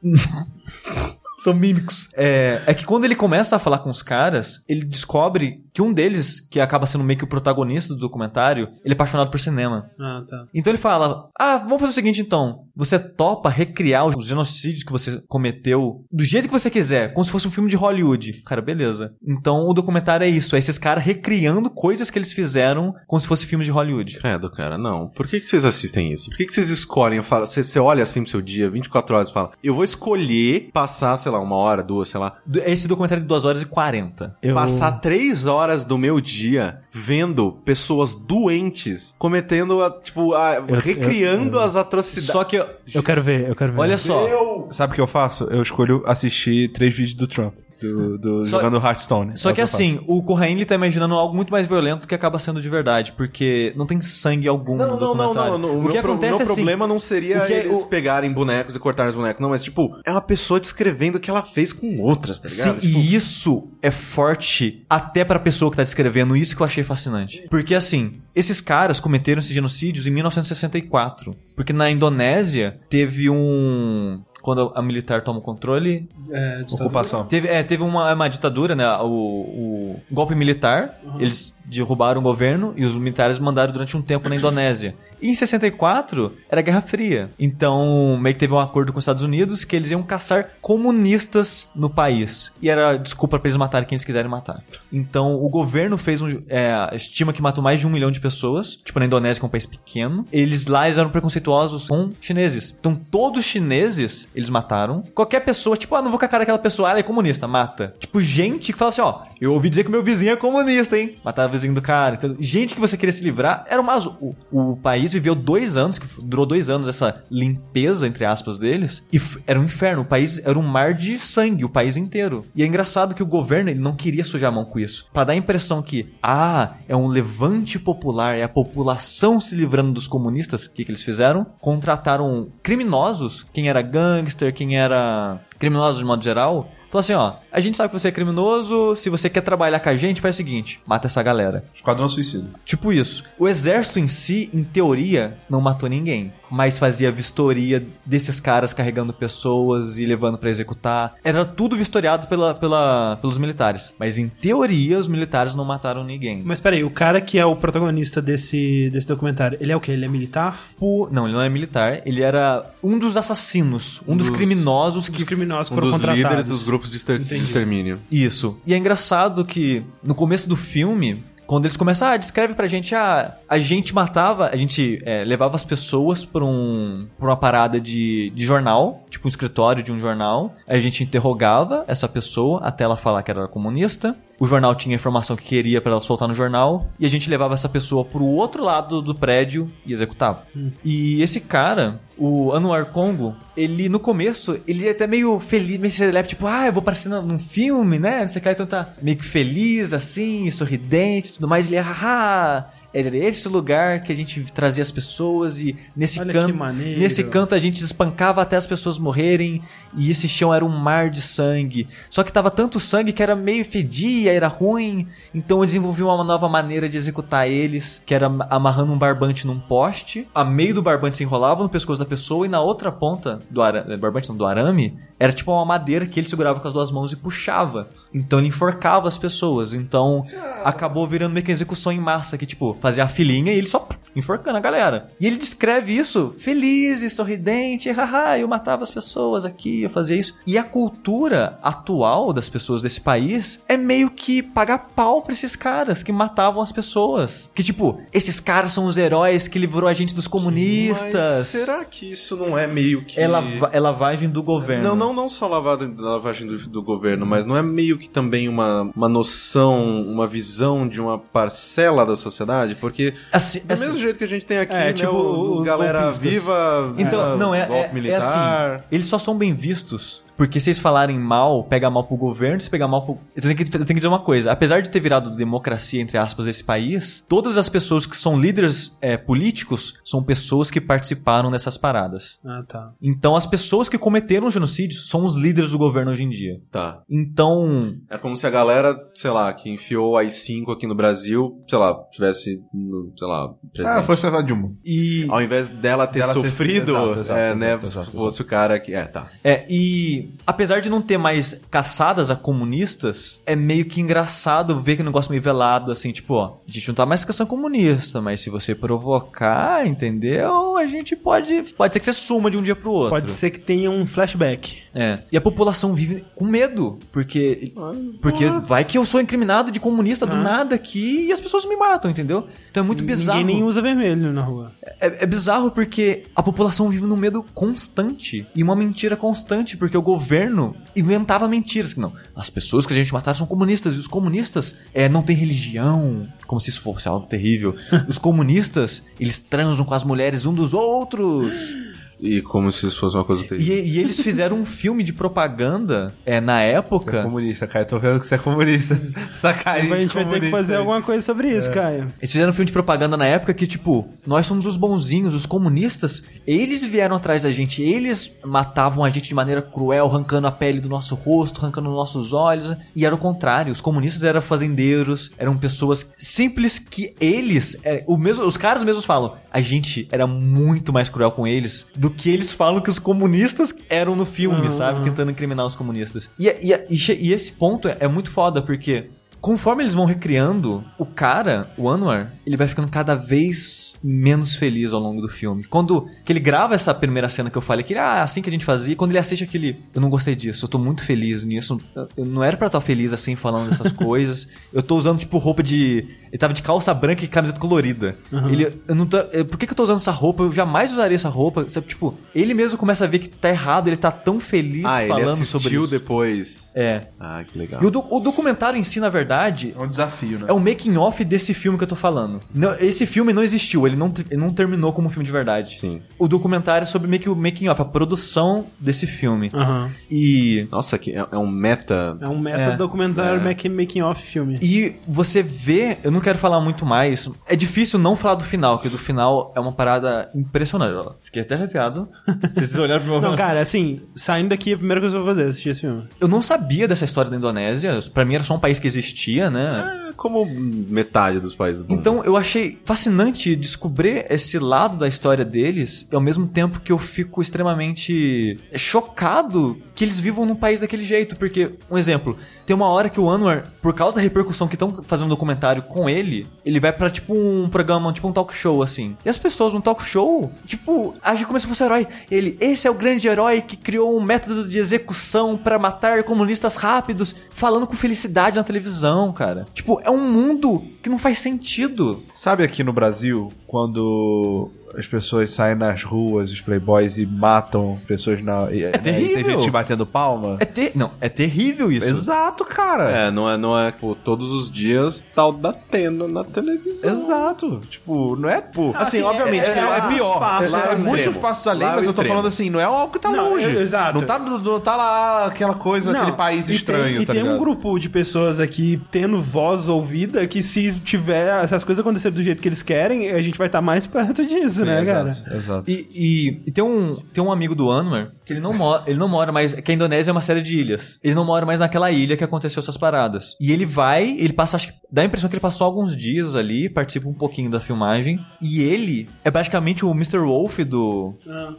Speaker 3: são mímicos. É, é que quando ele começa a falar com os caras, ele descobre que um deles, que acaba sendo meio que o protagonista do documentário, ele é apaixonado por cinema.
Speaker 1: Ah, tá.
Speaker 3: Então ele fala: Ah, vamos fazer o seguinte então. Você topa recriar os genocídios que você cometeu do jeito que você quiser, como se fosse um filme de Hollywood. Cara, beleza. Então o documentário é isso: é esses caras recriando coisas que eles fizeram como se fosse filme de Hollywood.
Speaker 4: Credo, cara, não. Por que, que vocês assistem isso? Por que, que vocês escolhem? Eu falo- Você, você olha assim pro seu dia, 24 horas, e fala, eu vou escolher passar, sei lá, uma hora, duas, sei lá,
Speaker 3: Do- Esse documentário é de 2 horas e 40.
Speaker 1: Eu...
Speaker 4: passar três horas do meu dia vendo pessoas doentes cometendo, a, tipo, a- recriando as atrocidades.
Speaker 3: Só que,
Speaker 1: Eu quero ver, eu quero ver.
Speaker 3: olha só.
Speaker 2: Sabe o que eu faço? Eu escolho assistir três vídeos do Trump. Do, do-
Speaker 3: Só-
Speaker 2: jogando Hearthstone.
Speaker 3: Só
Speaker 2: É o
Speaker 3: que
Speaker 2: eu faço.
Speaker 3: assim, o Corraine ele tá imaginando algo muito mais violento do que acaba sendo de verdade, porque não tem sangue algum no
Speaker 4: Não, não, não,
Speaker 3: um documentário.
Speaker 4: não, não.
Speaker 3: O que
Speaker 4: meu pro-
Speaker 3: acontece
Speaker 4: meu
Speaker 3: é assim,
Speaker 4: problema não
Speaker 3: o
Speaker 4: seria
Speaker 3: que é-
Speaker 4: eles
Speaker 3: o-
Speaker 4: pegarem bonecos e cortarem os bonecos, não, mas tipo, é uma pessoa descrevendo o que ela fez com outras, tá
Speaker 3: Sim,
Speaker 4: ligado? Tipo,
Speaker 3: e isso é forte até pra pessoa que tá descrevendo, isso que eu achei fascinante. Porque assim, esses caras cometeram esses genocídios em 1964, porque na Indonésia teve um quando a militar toma o controle,
Speaker 1: É, ditadura.
Speaker 2: Ocupação.
Speaker 3: Teve, é, teve uma, uma ditadura, né? O, o golpe militar. Eles derrubaram o governo e os militares mandaram durante um tempo na Indonésia. E em 64 era a Guerra Fria. Então, meio que teve um acordo com os Estados Unidos que eles iam caçar comunistas no país. E era desculpa pra eles matarem quem eles quiserem matar. Então, o governo fez um. é, estima que matou mais de um milhão de pessoas. Tipo, na Indonésia, que é um país pequeno. Eles lá eles eram preconceituosos com chineses. Então, todos os chineses eles mataram. Qualquer pessoa, tipo, ah, não vou com a cara daquela pessoa, ah, ela é comunista, mata. Tipo, gente que fala assim, ó, eu ouvi dizer que meu vizinho é comunista, hein? Mataram o vizinho do cara. Então, gente que você queria se livrar, era uma. O, o país viveu dois anos, que durou dois anos essa limpeza, entre aspas, deles, e f- era um inferno. O país era um mar de sangue, o país inteiro. E é engraçado que o governo, ele não queria sujar a mão com isso. Pra dar a impressão que, ah, é um levante popular, é a população se livrando dos comunistas, o que, que eles fizeram? Contrataram criminosos, quem era gangster, quem era criminosos de modo geral, Falou assim, ó, a gente sabe que você é criminoso, se você quer trabalhar com a gente, faz o seguinte, mata essa galera.
Speaker 2: Esquadrão Suicida.
Speaker 3: Tipo isso. O exército em si, em teoria, não matou ninguém, mas fazia vistoria desses caras carregando pessoas e levando pra executar. Era tudo vistoriado pela, pela, pelos militares. Mas em teoria, os militares não mataram ninguém.
Speaker 1: Mas peraí, o cara que é o protagonista desse, desse documentário, ele é o quê? Ele é militar?
Speaker 3: Por- Não, ele não é militar, ele era um dos assassinos, um dos, criminosos
Speaker 1: Que
Speaker 3: que
Speaker 1: os criminosos
Speaker 4: Um
Speaker 1: foram
Speaker 4: dos líderes
Speaker 1: contratados.
Speaker 4: dos grupos de, exter- de extermínio.
Speaker 3: Isso. E é engraçado que no começo do filme, quando eles começam, ah, descreve pra gente, ah, a gente matava, a gente é, levava as pessoas pra, um, pra uma parada de, de jornal, tipo um escritório de um jornal, a gente interrogava essa pessoa até ela falar que era comunista, o jornal tinha a informação que queria pra ela soltar no jornal, e a gente levava essa pessoa pro outro lado do prédio e executava.
Speaker 1: Hum.
Speaker 3: E esse cara, o Anwar Congo, ele no começo, ele é até meio feliz, meio celeb, tipo, ah, eu vou aparecer num num filme, né? Você cai então tá meio que feliz, assim, sorridente e tudo mais. Ele, ah, era esse o lugar que a gente trazia as pessoas e nesse
Speaker 1: Olha
Speaker 3: canto.
Speaker 1: que maneiro.
Speaker 3: Nesse canto a gente espancava até as pessoas morrerem e esse chão era um mar de sangue. Só que tava tanto sangue que era meio fedia, era ruim. Então eu desenvolvi uma nova maneira de executar eles, que era amarrando um barbante num poste. A meio do barbante se enrolava no pescoço da pessoa e na outra ponta do arame, barbante não, do arame, era tipo uma madeira que ele segurava com as duas mãos e puxava. Então ele enforcava as pessoas. Então acabou virando meio que execução em massa, que tipo, fazia a filinha e ele só pff, enforcando a galera. E ele descreve isso feliz e sorridente, haha, eu matava as pessoas aqui, eu fazia isso. E a cultura atual das pessoas desse país é meio que pagar pau pra esses caras que matavam as pessoas. Que tipo, esses caras são os heróis que livrou a gente dos comunistas.
Speaker 4: Mas será que isso não é meio que...
Speaker 3: É lava- é lavagem do governo.
Speaker 4: Não, não, não só lavada, lavagem do, do governo, mas não é meio que também uma, uma noção, uma visão de uma parcela da sociedade? Porque
Speaker 3: Assim,
Speaker 4: do
Speaker 3: assim-
Speaker 4: mesmo jeito que a gente tem aqui,
Speaker 1: É,
Speaker 4: né,
Speaker 1: tipo,
Speaker 4: o, o
Speaker 1: os
Speaker 4: galera
Speaker 1: golpistas.
Speaker 4: viva,
Speaker 3: Então,
Speaker 4: é,
Speaker 3: não, é,
Speaker 4: golpe
Speaker 3: é, é
Speaker 4: militar...
Speaker 3: assim. Eles só são bem vistos. Porque se eles falarem mal, pega mal pro governo, se pegar mal pro. Eu tenho, que, eu tenho que dizer uma coisa. Apesar de ter virado democracia, entre aspas, esse país, todas as pessoas que são líderes é, políticos são pessoas que participaram dessas paradas.
Speaker 1: Ah, tá.
Speaker 3: Então as pessoas que cometeram genocídios são os líderes do governo hoje em dia.
Speaker 4: Tá.
Speaker 3: Então.
Speaker 4: É como se a galera, sei lá, que enfiou as 5 aqui no Brasil, sei lá, tivesse, no, sei lá, presidente.
Speaker 2: Ah, Força Naval Dilma.
Speaker 3: E.
Speaker 4: Ao invés dela ter
Speaker 2: Dela ter-
Speaker 4: sofrido,
Speaker 2: Exato, exato,
Speaker 4: é,
Speaker 2: exato,
Speaker 4: né,
Speaker 2: exato,
Speaker 4: se
Speaker 2: exato.
Speaker 4: fosse o cara que... É, tá.
Speaker 3: É, e apesar de não ter mais caçadas a comunistas, é meio que engraçado ver que o negócio meio velado, assim, tipo, ó, a gente não tá mais caçando comunista, mas se você provocar, entendeu? A gente pode. Pode ser que você suma de um dia pro outro.
Speaker 1: Pode ser que tenha um flashback.
Speaker 3: É. E a população vive com medo, porque porque vai que eu sou incriminado de comunista
Speaker 1: Ah.
Speaker 3: do nada aqui e as pessoas me matam, entendeu? Então é muito bizarro.
Speaker 1: Ninguém nem usa vermelho na rua.
Speaker 3: É, é bizarro porque a população vive num medo constante e uma mentira constante, porque o governo inventava mentiras. que Não, as pessoas que a gente mataram são comunistas e os comunistas é, não têm religião, como se isso fosse algo terrível. Os comunistas, eles transam com as mulheres um dos outros.
Speaker 4: E como se isso fosse uma coisa
Speaker 3: E, é
Speaker 4: terrível.
Speaker 3: e eles fizeram um filme de propaganda é, na
Speaker 2: Você é
Speaker 3: época.
Speaker 2: comunista, Caio. Tô vendo que você é comunista. Sacarinho
Speaker 1: Então a gente vai ter que
Speaker 2: né?
Speaker 1: fazer alguma coisa sobre isso, Caio.
Speaker 3: Eles fizeram um filme de propaganda na época que, tipo, nós somos os bonzinhos, os comunistas, eles vieram atrás da gente, eles matavam a gente de maneira cruel, arrancando a pele do nosso rosto, arrancando os nossos olhos, né? e era o contrário, os comunistas eram fazendeiros, eram pessoas simples que eles, é, o mesmo, os caras mesmos falam, a gente era muito mais cruel com eles do que eles falam que os comunistas eram no filme, sabe? Tentando incriminar os comunistas. E, é, e- e che- e esse ponto é- é muito foda, porque Conforme eles vão recriando, o cara, o Anwar, ele vai ficando cada vez menos feliz ao longo do filme. Quando que ele grava essa primeira cena que eu falei, que ele, ah, assim que a gente fazia, quando ele assiste aquele, eu não gostei disso, eu tô muito feliz nisso, eu- eu não era pra estar feliz assim falando dessas coisas. Eu tô usando tipo roupa de, ele tava de calça branca e camiseta colorida. Ele, eu não tô, eu- por que que eu tô usando essa roupa? Eu jamais usaria essa roupa. Sabe, tipo, ele mesmo começa a ver que tá errado, ele tá tão feliz
Speaker 4: ah, ele
Speaker 3: falando
Speaker 4: assistiu
Speaker 3: sobre isso.
Speaker 4: depois.
Speaker 3: É.
Speaker 4: Ah, que legal.
Speaker 3: E o, do- o documentário em si, na verdade,
Speaker 2: É um desafio, né?
Speaker 3: é o making off desse filme que eu tô falando. Não, esse filme não existiu, ele não, te- ele não terminou como um filme de verdade.
Speaker 4: Sim.
Speaker 3: O documentário é sobre meio que o making off, a produção desse filme.
Speaker 1: Aham.
Speaker 3: E
Speaker 4: Nossa, que é, é um meta.
Speaker 1: É um meta-documentário make- making off filme.
Speaker 3: E você vê, eu não quero falar muito mais. É difícil não falar do final, porque do final é uma parada impressionante. Ó, Fiquei até arrepiado. Vocês olharam pro meu
Speaker 1: Não, cara, assim, saindo daqui, a primeira coisa que eu vou fazer é assistir esse filme.
Speaker 3: Eu não sabia dessa história da Indonésia. Pra mim era só um país que existia, né?
Speaker 4: É como metade dos países do mundo.
Speaker 3: Então eu achei fascinante descobrir esse lado da história deles, ao mesmo tempo que eu fico extremamente chocado que eles vivam num país daquele jeito. Porque, um exemplo, tem uma hora que o Anwar, por causa da repercussão que estão fazendo um documentário com ele, ele vai pra tipo um programa, tipo um talk show assim. E as pessoas no talk show, tipo, agem como se fosse herói. Ele, esse é o grande herói que criou um método de execução pra matar comunistas rápidos, falando com felicidade na televisão, cara. Tipo, é um mundo que não faz sentido.
Speaker 2: Sabe aqui no Brasil, quando as pessoas saem nas ruas, os playboys, e matam pessoas na. É
Speaker 3: terrível.
Speaker 2: Tem gente batendo palma?
Speaker 3: É ter... Não, é terrível isso.
Speaker 2: Exato, cara.
Speaker 4: É, não é, não é, pô, todos os dias tal da tenda na televisão.
Speaker 2: Exato. Tipo, não é, pô.
Speaker 1: Ah,
Speaker 2: Assim,
Speaker 1: sim,
Speaker 2: obviamente,
Speaker 1: é-
Speaker 2: é,
Speaker 1: é
Speaker 2: é
Speaker 1: um
Speaker 2: pior.
Speaker 1: espaço,
Speaker 2: é
Speaker 1: lá é
Speaker 2: é
Speaker 1: o
Speaker 2: muitos
Speaker 4: extremo.
Speaker 2: passos além,
Speaker 4: Lá é
Speaker 2: mas eu
Speaker 4: o
Speaker 2: tô
Speaker 4: extremo.
Speaker 2: falando assim, não é algo que tá
Speaker 1: Não,
Speaker 2: longe.
Speaker 1: eu- exato.
Speaker 2: Não tá, não tá lá aquela coisa, aquele país
Speaker 1: e tem,
Speaker 2: estranho, tá
Speaker 1: E tem
Speaker 2: ligado?
Speaker 1: um grupo de pessoas aqui tendo voz ouvida que se tiver, se as coisas acontecerem do jeito que eles querem, a gente vai estar mais perto disso, né,
Speaker 2: exato,
Speaker 1: cara?
Speaker 2: Exato.
Speaker 3: E, e- e tem, um, tem um amigo do Anwar que ele não, mora, ele não mora mais. Que a Indonésia é uma série de ilhas. Ele não mora mais naquela ilha que aconteceu essas paradas. E ele vai, ele passa, acho que dá a impressão que ele passou alguns dias ali, participa um pouquinho da filmagem. E ele é basicamente o Mr. Wolf do,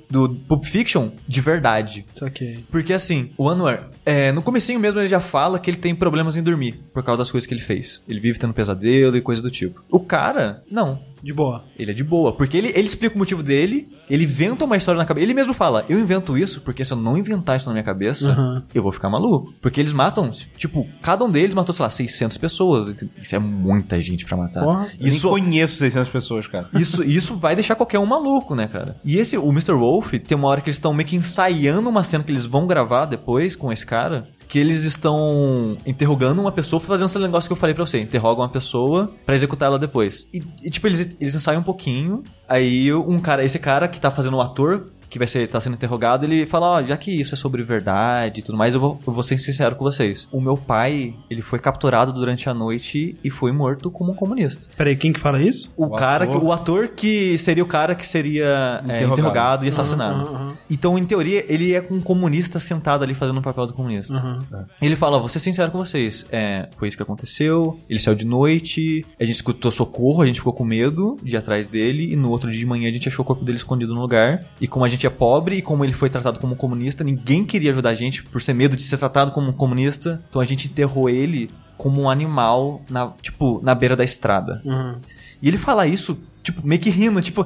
Speaker 3: do Pulp Fiction de verdade.
Speaker 1: Saquei.
Speaker 3: Porque assim, o Anwar, é, no comecinho mesmo ele já fala que ele tem problemas em dormir por causa das coisas que ele fez. Ele vive tendo pesadelo e coisa do tipo. O cara, não.
Speaker 1: De boa.
Speaker 3: Ele é de boa, porque ele, ele explica o motivo dele, ele inventa uma história na cabeça. Ele mesmo fala: Eu invento isso porque se eu não inventar isso na minha cabeça,
Speaker 1: Uhum.
Speaker 3: eu vou ficar maluco. Porque eles matam, tipo, cada um deles matou, sei lá, 600 pessoas. Isso é muita gente pra matar.
Speaker 1: Porra.
Speaker 2: Eu nem
Speaker 3: Isso,
Speaker 2: conheço 600 pessoas, cara.
Speaker 3: isso, isso vai deixar qualquer um maluco, né, cara? E esse, o Mr. Wolf, tem uma hora que eles estão meio que ensaiando uma cena que eles vão gravar depois com esse cara. Que eles estão interrogando uma pessoa, fazendo esse negócio que eu falei pra você. Interroga uma pessoa pra executar ela depois. E, e, tipo, eles, eles ensaiam um pouquinho. Aí um cara, esse cara que tá fazendo o ator, que vai ser, tá sendo interrogado, ele fala, ó, já que isso é sobre verdade e tudo mais, eu vou, eu vou ser sincero com vocês. O meu pai, ele foi capturado durante a noite e foi morto como um comunista.
Speaker 1: Peraí, quem que fala isso?
Speaker 3: O,
Speaker 2: O
Speaker 3: cara,
Speaker 2: ator.
Speaker 3: que- o ator que seria o cara que seria é,
Speaker 2: Interrogado.
Speaker 3: interrogado, e assassinado.
Speaker 1: Uhum, uhum.
Speaker 3: Então, em teoria, ele é com um comunista sentado ali fazendo o papel do comunista. Ele fala: ó, vou ser sincero com vocês. É, foi isso que aconteceu. Ele saiu de noite, a gente escutou socorro, a gente ficou com medo de ir atrás dele. E no outro dia de manhã a gente achou o corpo dele escondido no lugar. E como a gente é pobre e como ele foi tratado como comunista, ninguém queria ajudar a gente por ser medo de ser tratado como um comunista. Então a gente enterrou ele como um animal, na, tipo, na beira da estrada.
Speaker 1: Uhum.
Speaker 3: E ele fala isso, tipo, meio que rindo, tipo,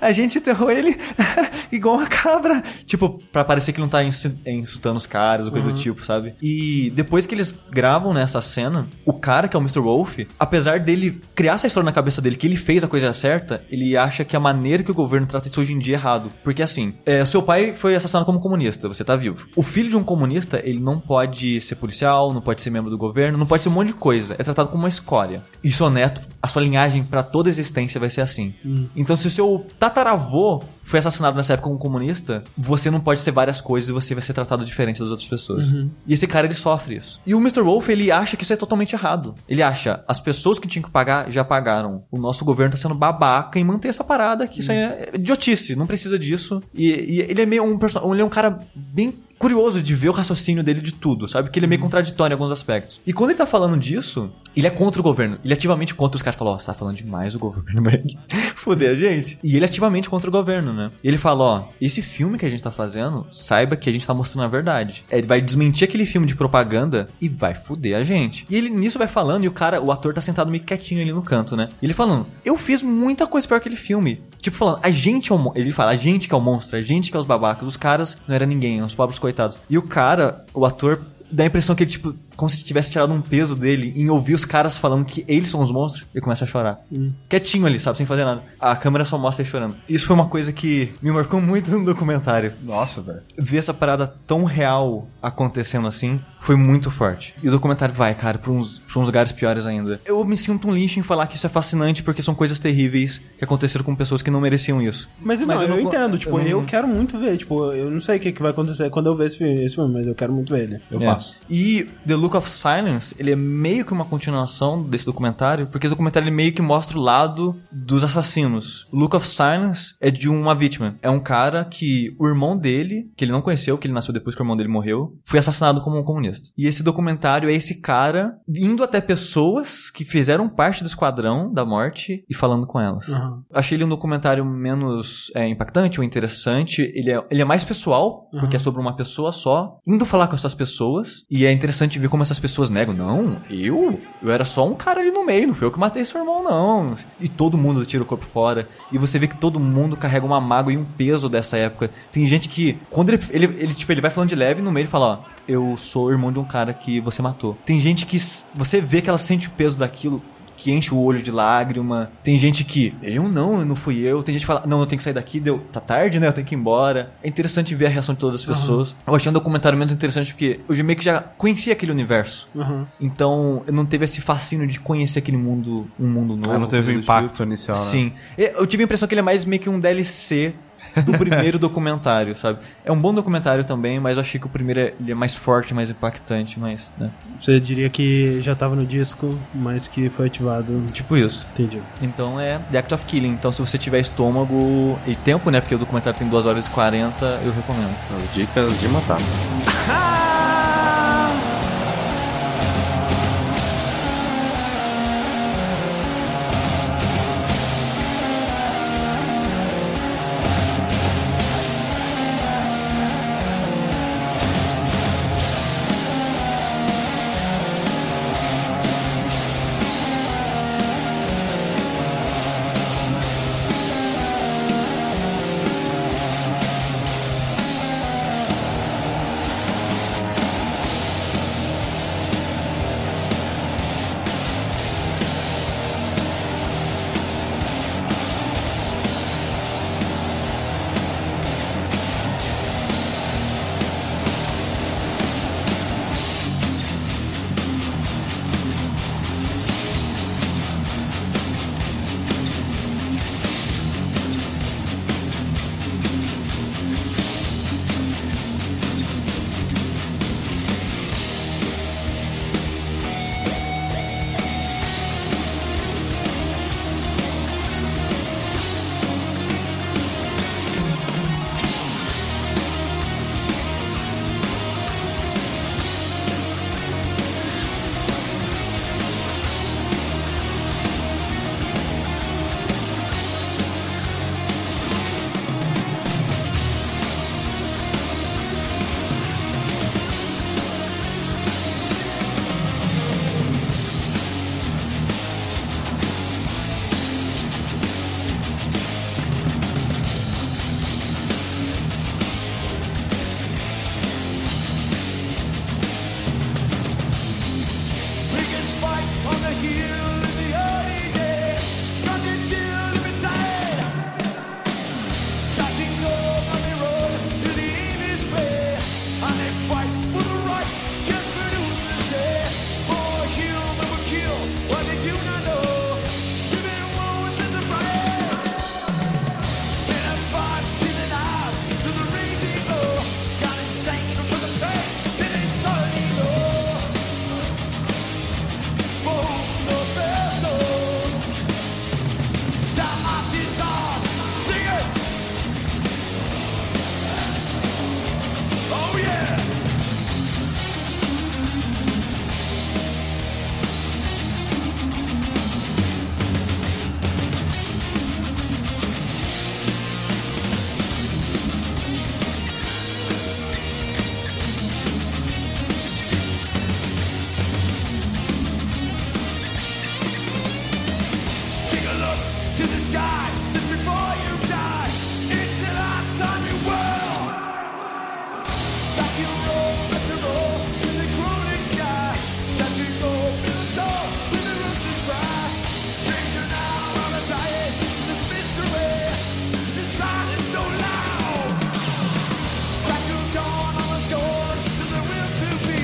Speaker 3: a gente enterrou ele igual uma cabra. Tipo, pra parecer que ele não tá insu- insultando os caras ou coisa do tipo, sabe? E depois que eles gravam nessa cena, o cara que é o Mr. Wolf, apesar dele criar essa história na cabeça dele, que ele fez a coisa certa, ele acha que a maneira que o governo trata isso hoje em dia é errado. Porque assim, é, seu pai foi assassinado como comunista, você tá vivo. O filho de um comunista, ele não pode ser policial, não pode ser membro do governo, não pode ser um monte de coisa. É tratado como uma escória. E seu neto, a sua linhagem pra toda a existência vai ser assim. Então se o seu tataravô foi assassinado nessa época como comunista, você não pode ser várias coisas e você vai ser tratado diferente das outras pessoas. E esse cara, ele sofre isso. E o Mr. Wolf, ele acha que isso é totalmente errado. Ele acha, as pessoas que tinham que pagar, já pagaram. O nosso governo tá sendo babaca em manter essa parada, que isso aí é idiotice, não precisa disso. E, e ele é meio um perso- ele é um cara bem curioso de ver o raciocínio dele de tudo, sabe? Que ele é meio contraditório em alguns aspectos. E quando ele tá falando disso, ele é contra o governo. Ele ativamente contra os caras. Fala, ó, você tá falando demais o governo, vai foder a gente. E ele é ativamente contra o governo, né? E ele fala, ó, esse filme que a gente tá fazendo, saiba que a gente tá mostrando a verdade. É, Ele vai desmentir aquele filme de propaganda e vai foder a gente. E ele nisso vai falando e o cara, o ator tá sentado meio quietinho ali no canto, né? E ele falando, eu fiz muita coisa pior que aquele filme. Tipo, falando, a gente é o mon- Ele fala, a gente que é o monstro, a gente que é os babacas. Os caras não era ninguém, eram os pobres coitados. E o cara, o ator, dá a impressão que ele, tipo, como se tivesse tirado um peso dele em ouvir os caras falando que eles são os monstros. Ele começa a chorar. Quietinho ali, sabe? Sem fazer nada. A câmera só mostra ele chorando. Isso foi uma coisa que me marcou muito no documentário
Speaker 2: Nossa, velho.
Speaker 3: ver essa parada tão real acontecendo assim foi muito forte. E o documentário vai, cara, pra uns, pra uns lugares piores ainda. Eu me sinto um lixo em falar que isso é fascinante porque são coisas terríveis que aconteceram com pessoas que não mereciam isso.
Speaker 1: Mas, não,
Speaker 3: Mas
Speaker 1: eu,
Speaker 3: eu não co-
Speaker 1: entendo, tipo, eu,
Speaker 3: eu não-
Speaker 1: quero muito ver, tipo, eu não sei o que, que vai acontecer quando eu ver esse filme, esse filme, mas eu quero muito ver ele.
Speaker 2: Eu
Speaker 3: É.
Speaker 2: passo.
Speaker 3: E The Look of Silence, ele é meio que uma continuação desse documentário, porque esse documentário ele meio que mostra o lado dos assassinos. O Look of Silence é de uma vítima. É um cara que o irmão dele, que ele não conheceu, que ele nasceu depois que o irmão dele morreu, foi assassinado como um comunista. E esse documentário é esse cara indo até pessoas que fizeram parte do esquadrão da morte e falando com elas.
Speaker 1: Aham.
Speaker 3: Achei ele um documentário menos é, impactante ou interessante. Ele é, ele é mais pessoal,
Speaker 1: Aham.
Speaker 3: porque é sobre uma pessoa só, indo falar com essas pessoas. E é interessante ver como essas pessoas negam. Não, eu? Eu era só um cara ali no meio, não fui eu que matei seu irmão, não. E todo mundo tira o corpo fora. E você vê que todo mundo carrega uma mágoa e um peso dessa época. Tem gente que, quando ele, ele, ele, tipo, ele vai falando de leve, no meio ele fala, ó, eu sou irmão de um cara que você matou. Tem gente que s- você vê que ela sente o peso daquilo que enche o olho de lágrima. Tem gente que, eu não, eu não fui eu. Tem gente que fala, não, eu tenho que sair daqui, deu, tá tarde, né? Eu tenho que ir embora. É interessante ver a reação de todas as pessoas. Eu achei um documentário menos interessante porque eu já meio que já conhecia aquele universo.
Speaker 1: Aham.
Speaker 3: Então, eu não teve esse fascínio de conhecer aquele mundo, um mundo novo.
Speaker 2: Ah, não teve
Speaker 3: coisa
Speaker 2: o
Speaker 3: do
Speaker 2: impacto
Speaker 3: tipo.
Speaker 2: inicial, né?
Speaker 3: Sim. E Eu tive a impressão que ele é mais meio que um DLC do primeiro documentário, sabe? É um bom documentário também, mas eu achei que o primeiro é, ele é mais forte, mais impactante, mais, né?
Speaker 1: Você diria que já tava no disco, mas que foi ativado.
Speaker 3: Tipo isso.
Speaker 1: Entendi.
Speaker 3: Então é The Act of Killing. Então se você tiver estômago e tempo, né? Porque o documentário tem 2 horas e 40, eu recomendo.
Speaker 4: As dicas de matar.
Speaker 5: Oh yeah! Take a look to the sky just before you die. It's the last time you will. Back you roll, back you roll to the crumbling sky. Shut your door, fill the door with a ruthless cry. Stranger now, our desires, this mystery, this silence so loud. Crack your dawn on the doors to the will to be.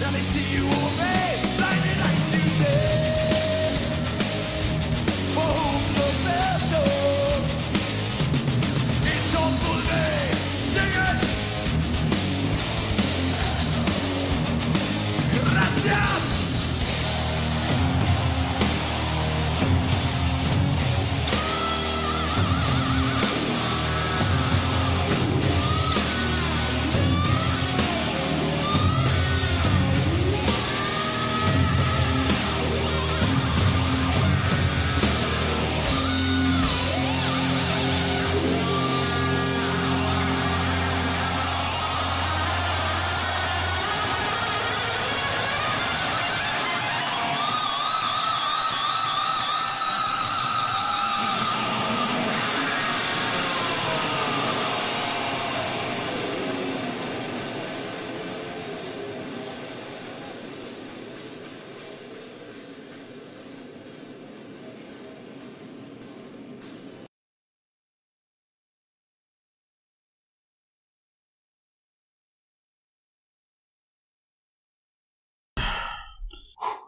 Speaker 5: Now they see you obey, blinded eyes to see. For whom the bell tolls.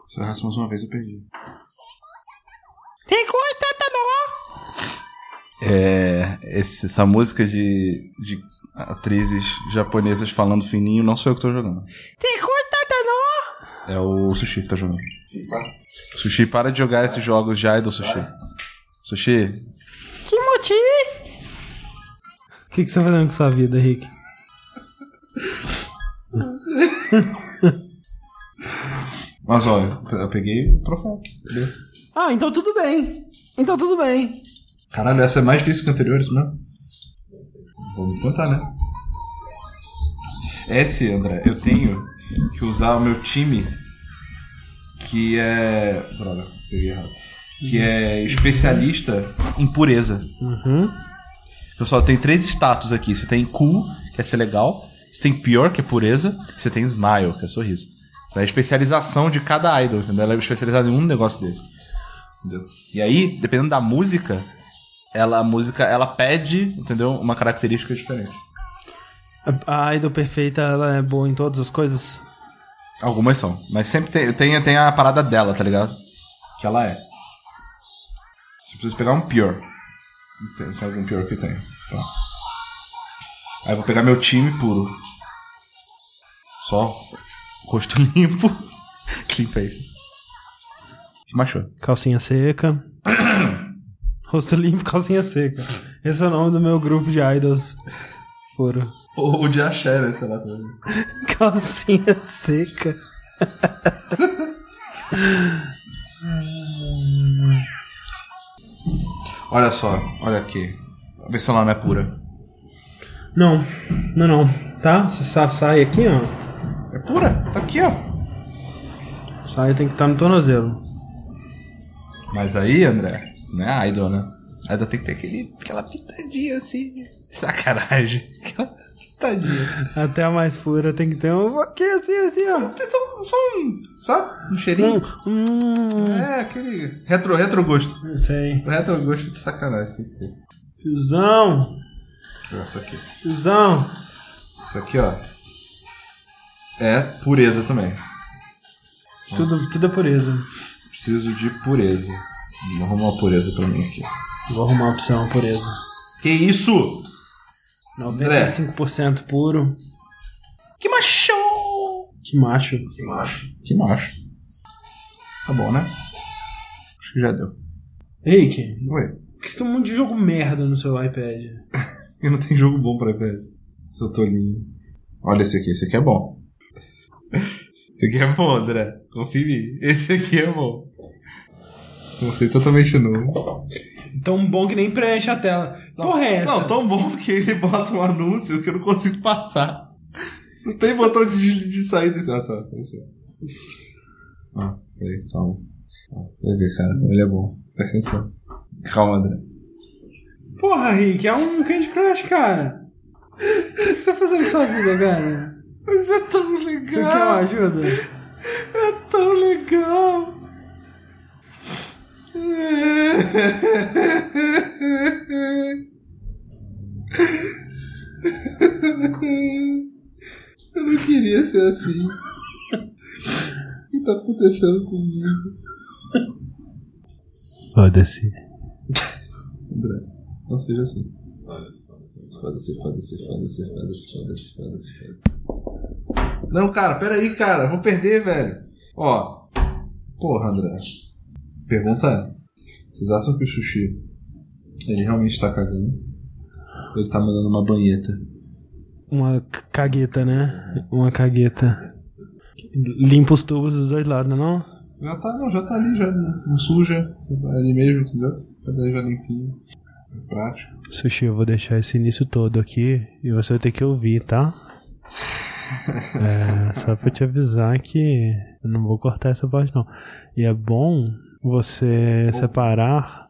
Speaker 6: Se eu errasse mais uma vez, eu perdi. É, esse- essa música de, de atrizes japonesas falando fininho, não sou eu que tô jogando. É o Sushi que tá jogando. Sushi, para de jogar esses jogos já,
Speaker 4: é
Speaker 6: Edu Sushi. Sushi,
Speaker 1: O que, que você tá fazendo com sua vida, Rick?
Speaker 6: mas olha, eu peguei o troféu.
Speaker 1: Ah, então tudo bem. Então tudo bem.
Speaker 6: Caralho, essa é mais difícil que anteriores, né? Vamos tentar, né? Esse, André, eu tenho que usar o meu time que é. Droga, peguei errado. Que é especialista em pureza.
Speaker 1: Uhum.
Speaker 2: Pessoal, tem três status aqui. Você tem cool, que é ser legal. Você tem pior, que é pureza. Você tem smile, que é sorriso. É a especialização de cada idol, entendeu? Ela é especializada em um negócio desse. Entendeu? E aí, dependendo da música, ela, a música, ela pede, entendeu? Uma característica diferente.
Speaker 1: A, a idol perfeita, ela é boa em todas as coisas.
Speaker 2: Algumas são. Mas sempre tem, tem, tem a parada dela, tá ligado?
Speaker 6: Que ela é. Você precisa pegar um pior. Não tem, tem algum pior que tem. Tá. Aí eu vou pegar meu time puro.
Speaker 2: Só rosto limpo. Clean faces.
Speaker 6: Que machou.
Speaker 1: Calcinha seca. Rosto limpo, calcinha seca. Esse é o nome do meu grupo de idols. Foram.
Speaker 6: Ou de axé, né? Sei lá.
Speaker 1: Calcinha seca.
Speaker 6: Olha só, olha aqui. Vê se o nome é pura.
Speaker 1: Não, não, não. Tá? Você sa- sai aqui, ó.
Speaker 6: É pura? Tá aqui, ó.
Speaker 1: Sai tem que estar no tornozelo.
Speaker 6: Mas aí, André, não é idol, né? Idol tem que ter aquele, aquela pitadinha assim. Sacanagem. Aquela pitadinha.
Speaker 1: Até a mais pura tem que ter um. Aqui, assim, assim, ó.
Speaker 6: Tem só, só um, sabe? Um cheirinho.
Speaker 1: Hum,
Speaker 6: É, aquele retro, retro gosto.
Speaker 1: não sei.
Speaker 6: Retro gosto de sacanagem tem que ter.
Speaker 1: Fiozão,
Speaker 6: Deixa eu ver Isso aqui.
Speaker 1: fiozão.
Speaker 6: Isso aqui, ó. É pureza também.
Speaker 1: Tudo, tudo é pureza.
Speaker 6: Preciso de pureza. Vou arrumar uma pureza pra mim aqui.
Speaker 1: Vou arrumar a opção pureza.
Speaker 6: Que isso?
Speaker 1: 95% puro.
Speaker 6: Que machão!
Speaker 1: Que macho.
Speaker 6: Que macho. Que macho. Tá bom, né? Acho que já deu.
Speaker 1: Rick,
Speaker 6: Ué,
Speaker 1: por que você tem um monte de jogo merda no seu iPad?
Speaker 6: e não tem jogo bom pra FPS. Seu tolinho. Olha esse aqui, esse aqui é bom. Esse aqui é bom, André. Confia em mim. Esse aqui é bom. Conceito totalmente novo.
Speaker 1: Tão Então, bom que nem preenche a tela. Porra, é essa?
Speaker 6: Não, tão bom porque ele bota um anúncio que eu não consigo passar. Não tem botão de, de- de saída. desse- Ah, tá. apareceu. Ah, peraí, calma. Ah, Vai ver, cara. Ele é bom. Presta atenção. Calma, André.
Speaker 1: Porra, Rick, é um Candy Crush, cara. O que você tá fazendo com sua vida, cara?
Speaker 6: Mas é tão
Speaker 1: Você quer uma
Speaker 6: legal!
Speaker 1: ajuda?
Speaker 6: É tão legal! Eu não queria ser assim. O que tá acontecendo comigo?
Speaker 1: Foda-se.
Speaker 6: André, não seja assim. Foda-se, foda-se, foda-se, foda-se, foda-se, foda-se, foda-se. Não, cara, peraí, cara, vou perder, velho. Ó, porra, André. Pergunta é: vocês acham que o sushi ele realmente tá cagando? Ele tá mandando uma banheta.
Speaker 1: Uma c- cagueta, né? Uma cagueta. Limpa os tubos dos dois lados, não é não?
Speaker 6: Já tá, não, já tá ali, já não não suja, ali mesmo, entendeu? Já daí já limpinho. É prático.
Speaker 1: Sushi, eu vou deixar esse início todo aqui e você vai ter que ouvir, tá? É, só pra te avisar que eu não vou cortar essa parte, não. E é bom você separar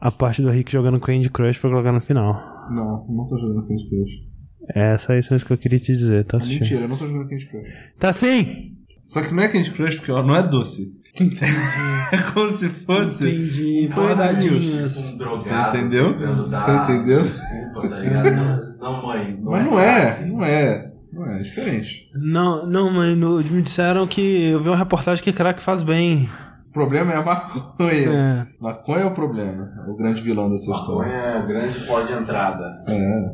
Speaker 1: a parte do Rick jogando Candy Crush pra colocar no final.
Speaker 6: Não, eu não tô jogando Candy Crush.
Speaker 1: Essa é isso mesmo que eu queria te dizer, tá,
Speaker 6: É
Speaker 1: Sushi?
Speaker 6: mentira, eu não tô jogando Candy Crush.
Speaker 1: Tá sim!
Speaker 6: Só que não é Candy Crush porque ó, não é doce. é como se fosse.
Speaker 1: Entendi. Boidadinhas.
Speaker 4: Drogado,
Speaker 6: Você entendeu?
Speaker 4: tentando dar
Speaker 6: Você entendeu?
Speaker 4: Desculpa, tá ligado? Não, não, mãe.
Speaker 6: Mas não é, não é.
Speaker 4: Ué, é diferente.
Speaker 1: Não, não, mas no- me disseram que eu vi uma reportagem que crack faz bem.
Speaker 4: O problema é a maconha.
Speaker 1: É.
Speaker 4: Maconha é o problema. É o grande vilão dessa história.
Speaker 2: Maconha é- grande pó de entrada.
Speaker 4: É.
Speaker 1: É.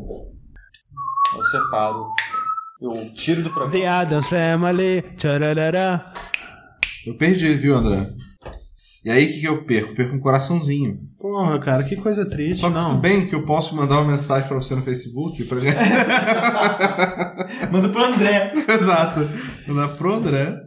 Speaker 2: Eu separo. Eu tiro do programa.
Speaker 1: The Adams Family, tchararará.
Speaker 4: Eu perdi, viu, André? E aí, o que, que eu perco? Perco um coraçãozinho.
Speaker 1: Porra, cara, que coisa triste,
Speaker 4: Só que tudo
Speaker 1: não.
Speaker 4: bem que eu posso mandar uma mensagem pra você no Facebook. Pra...
Speaker 7: Manda pro André.
Speaker 4: Exato. Mandar pro André.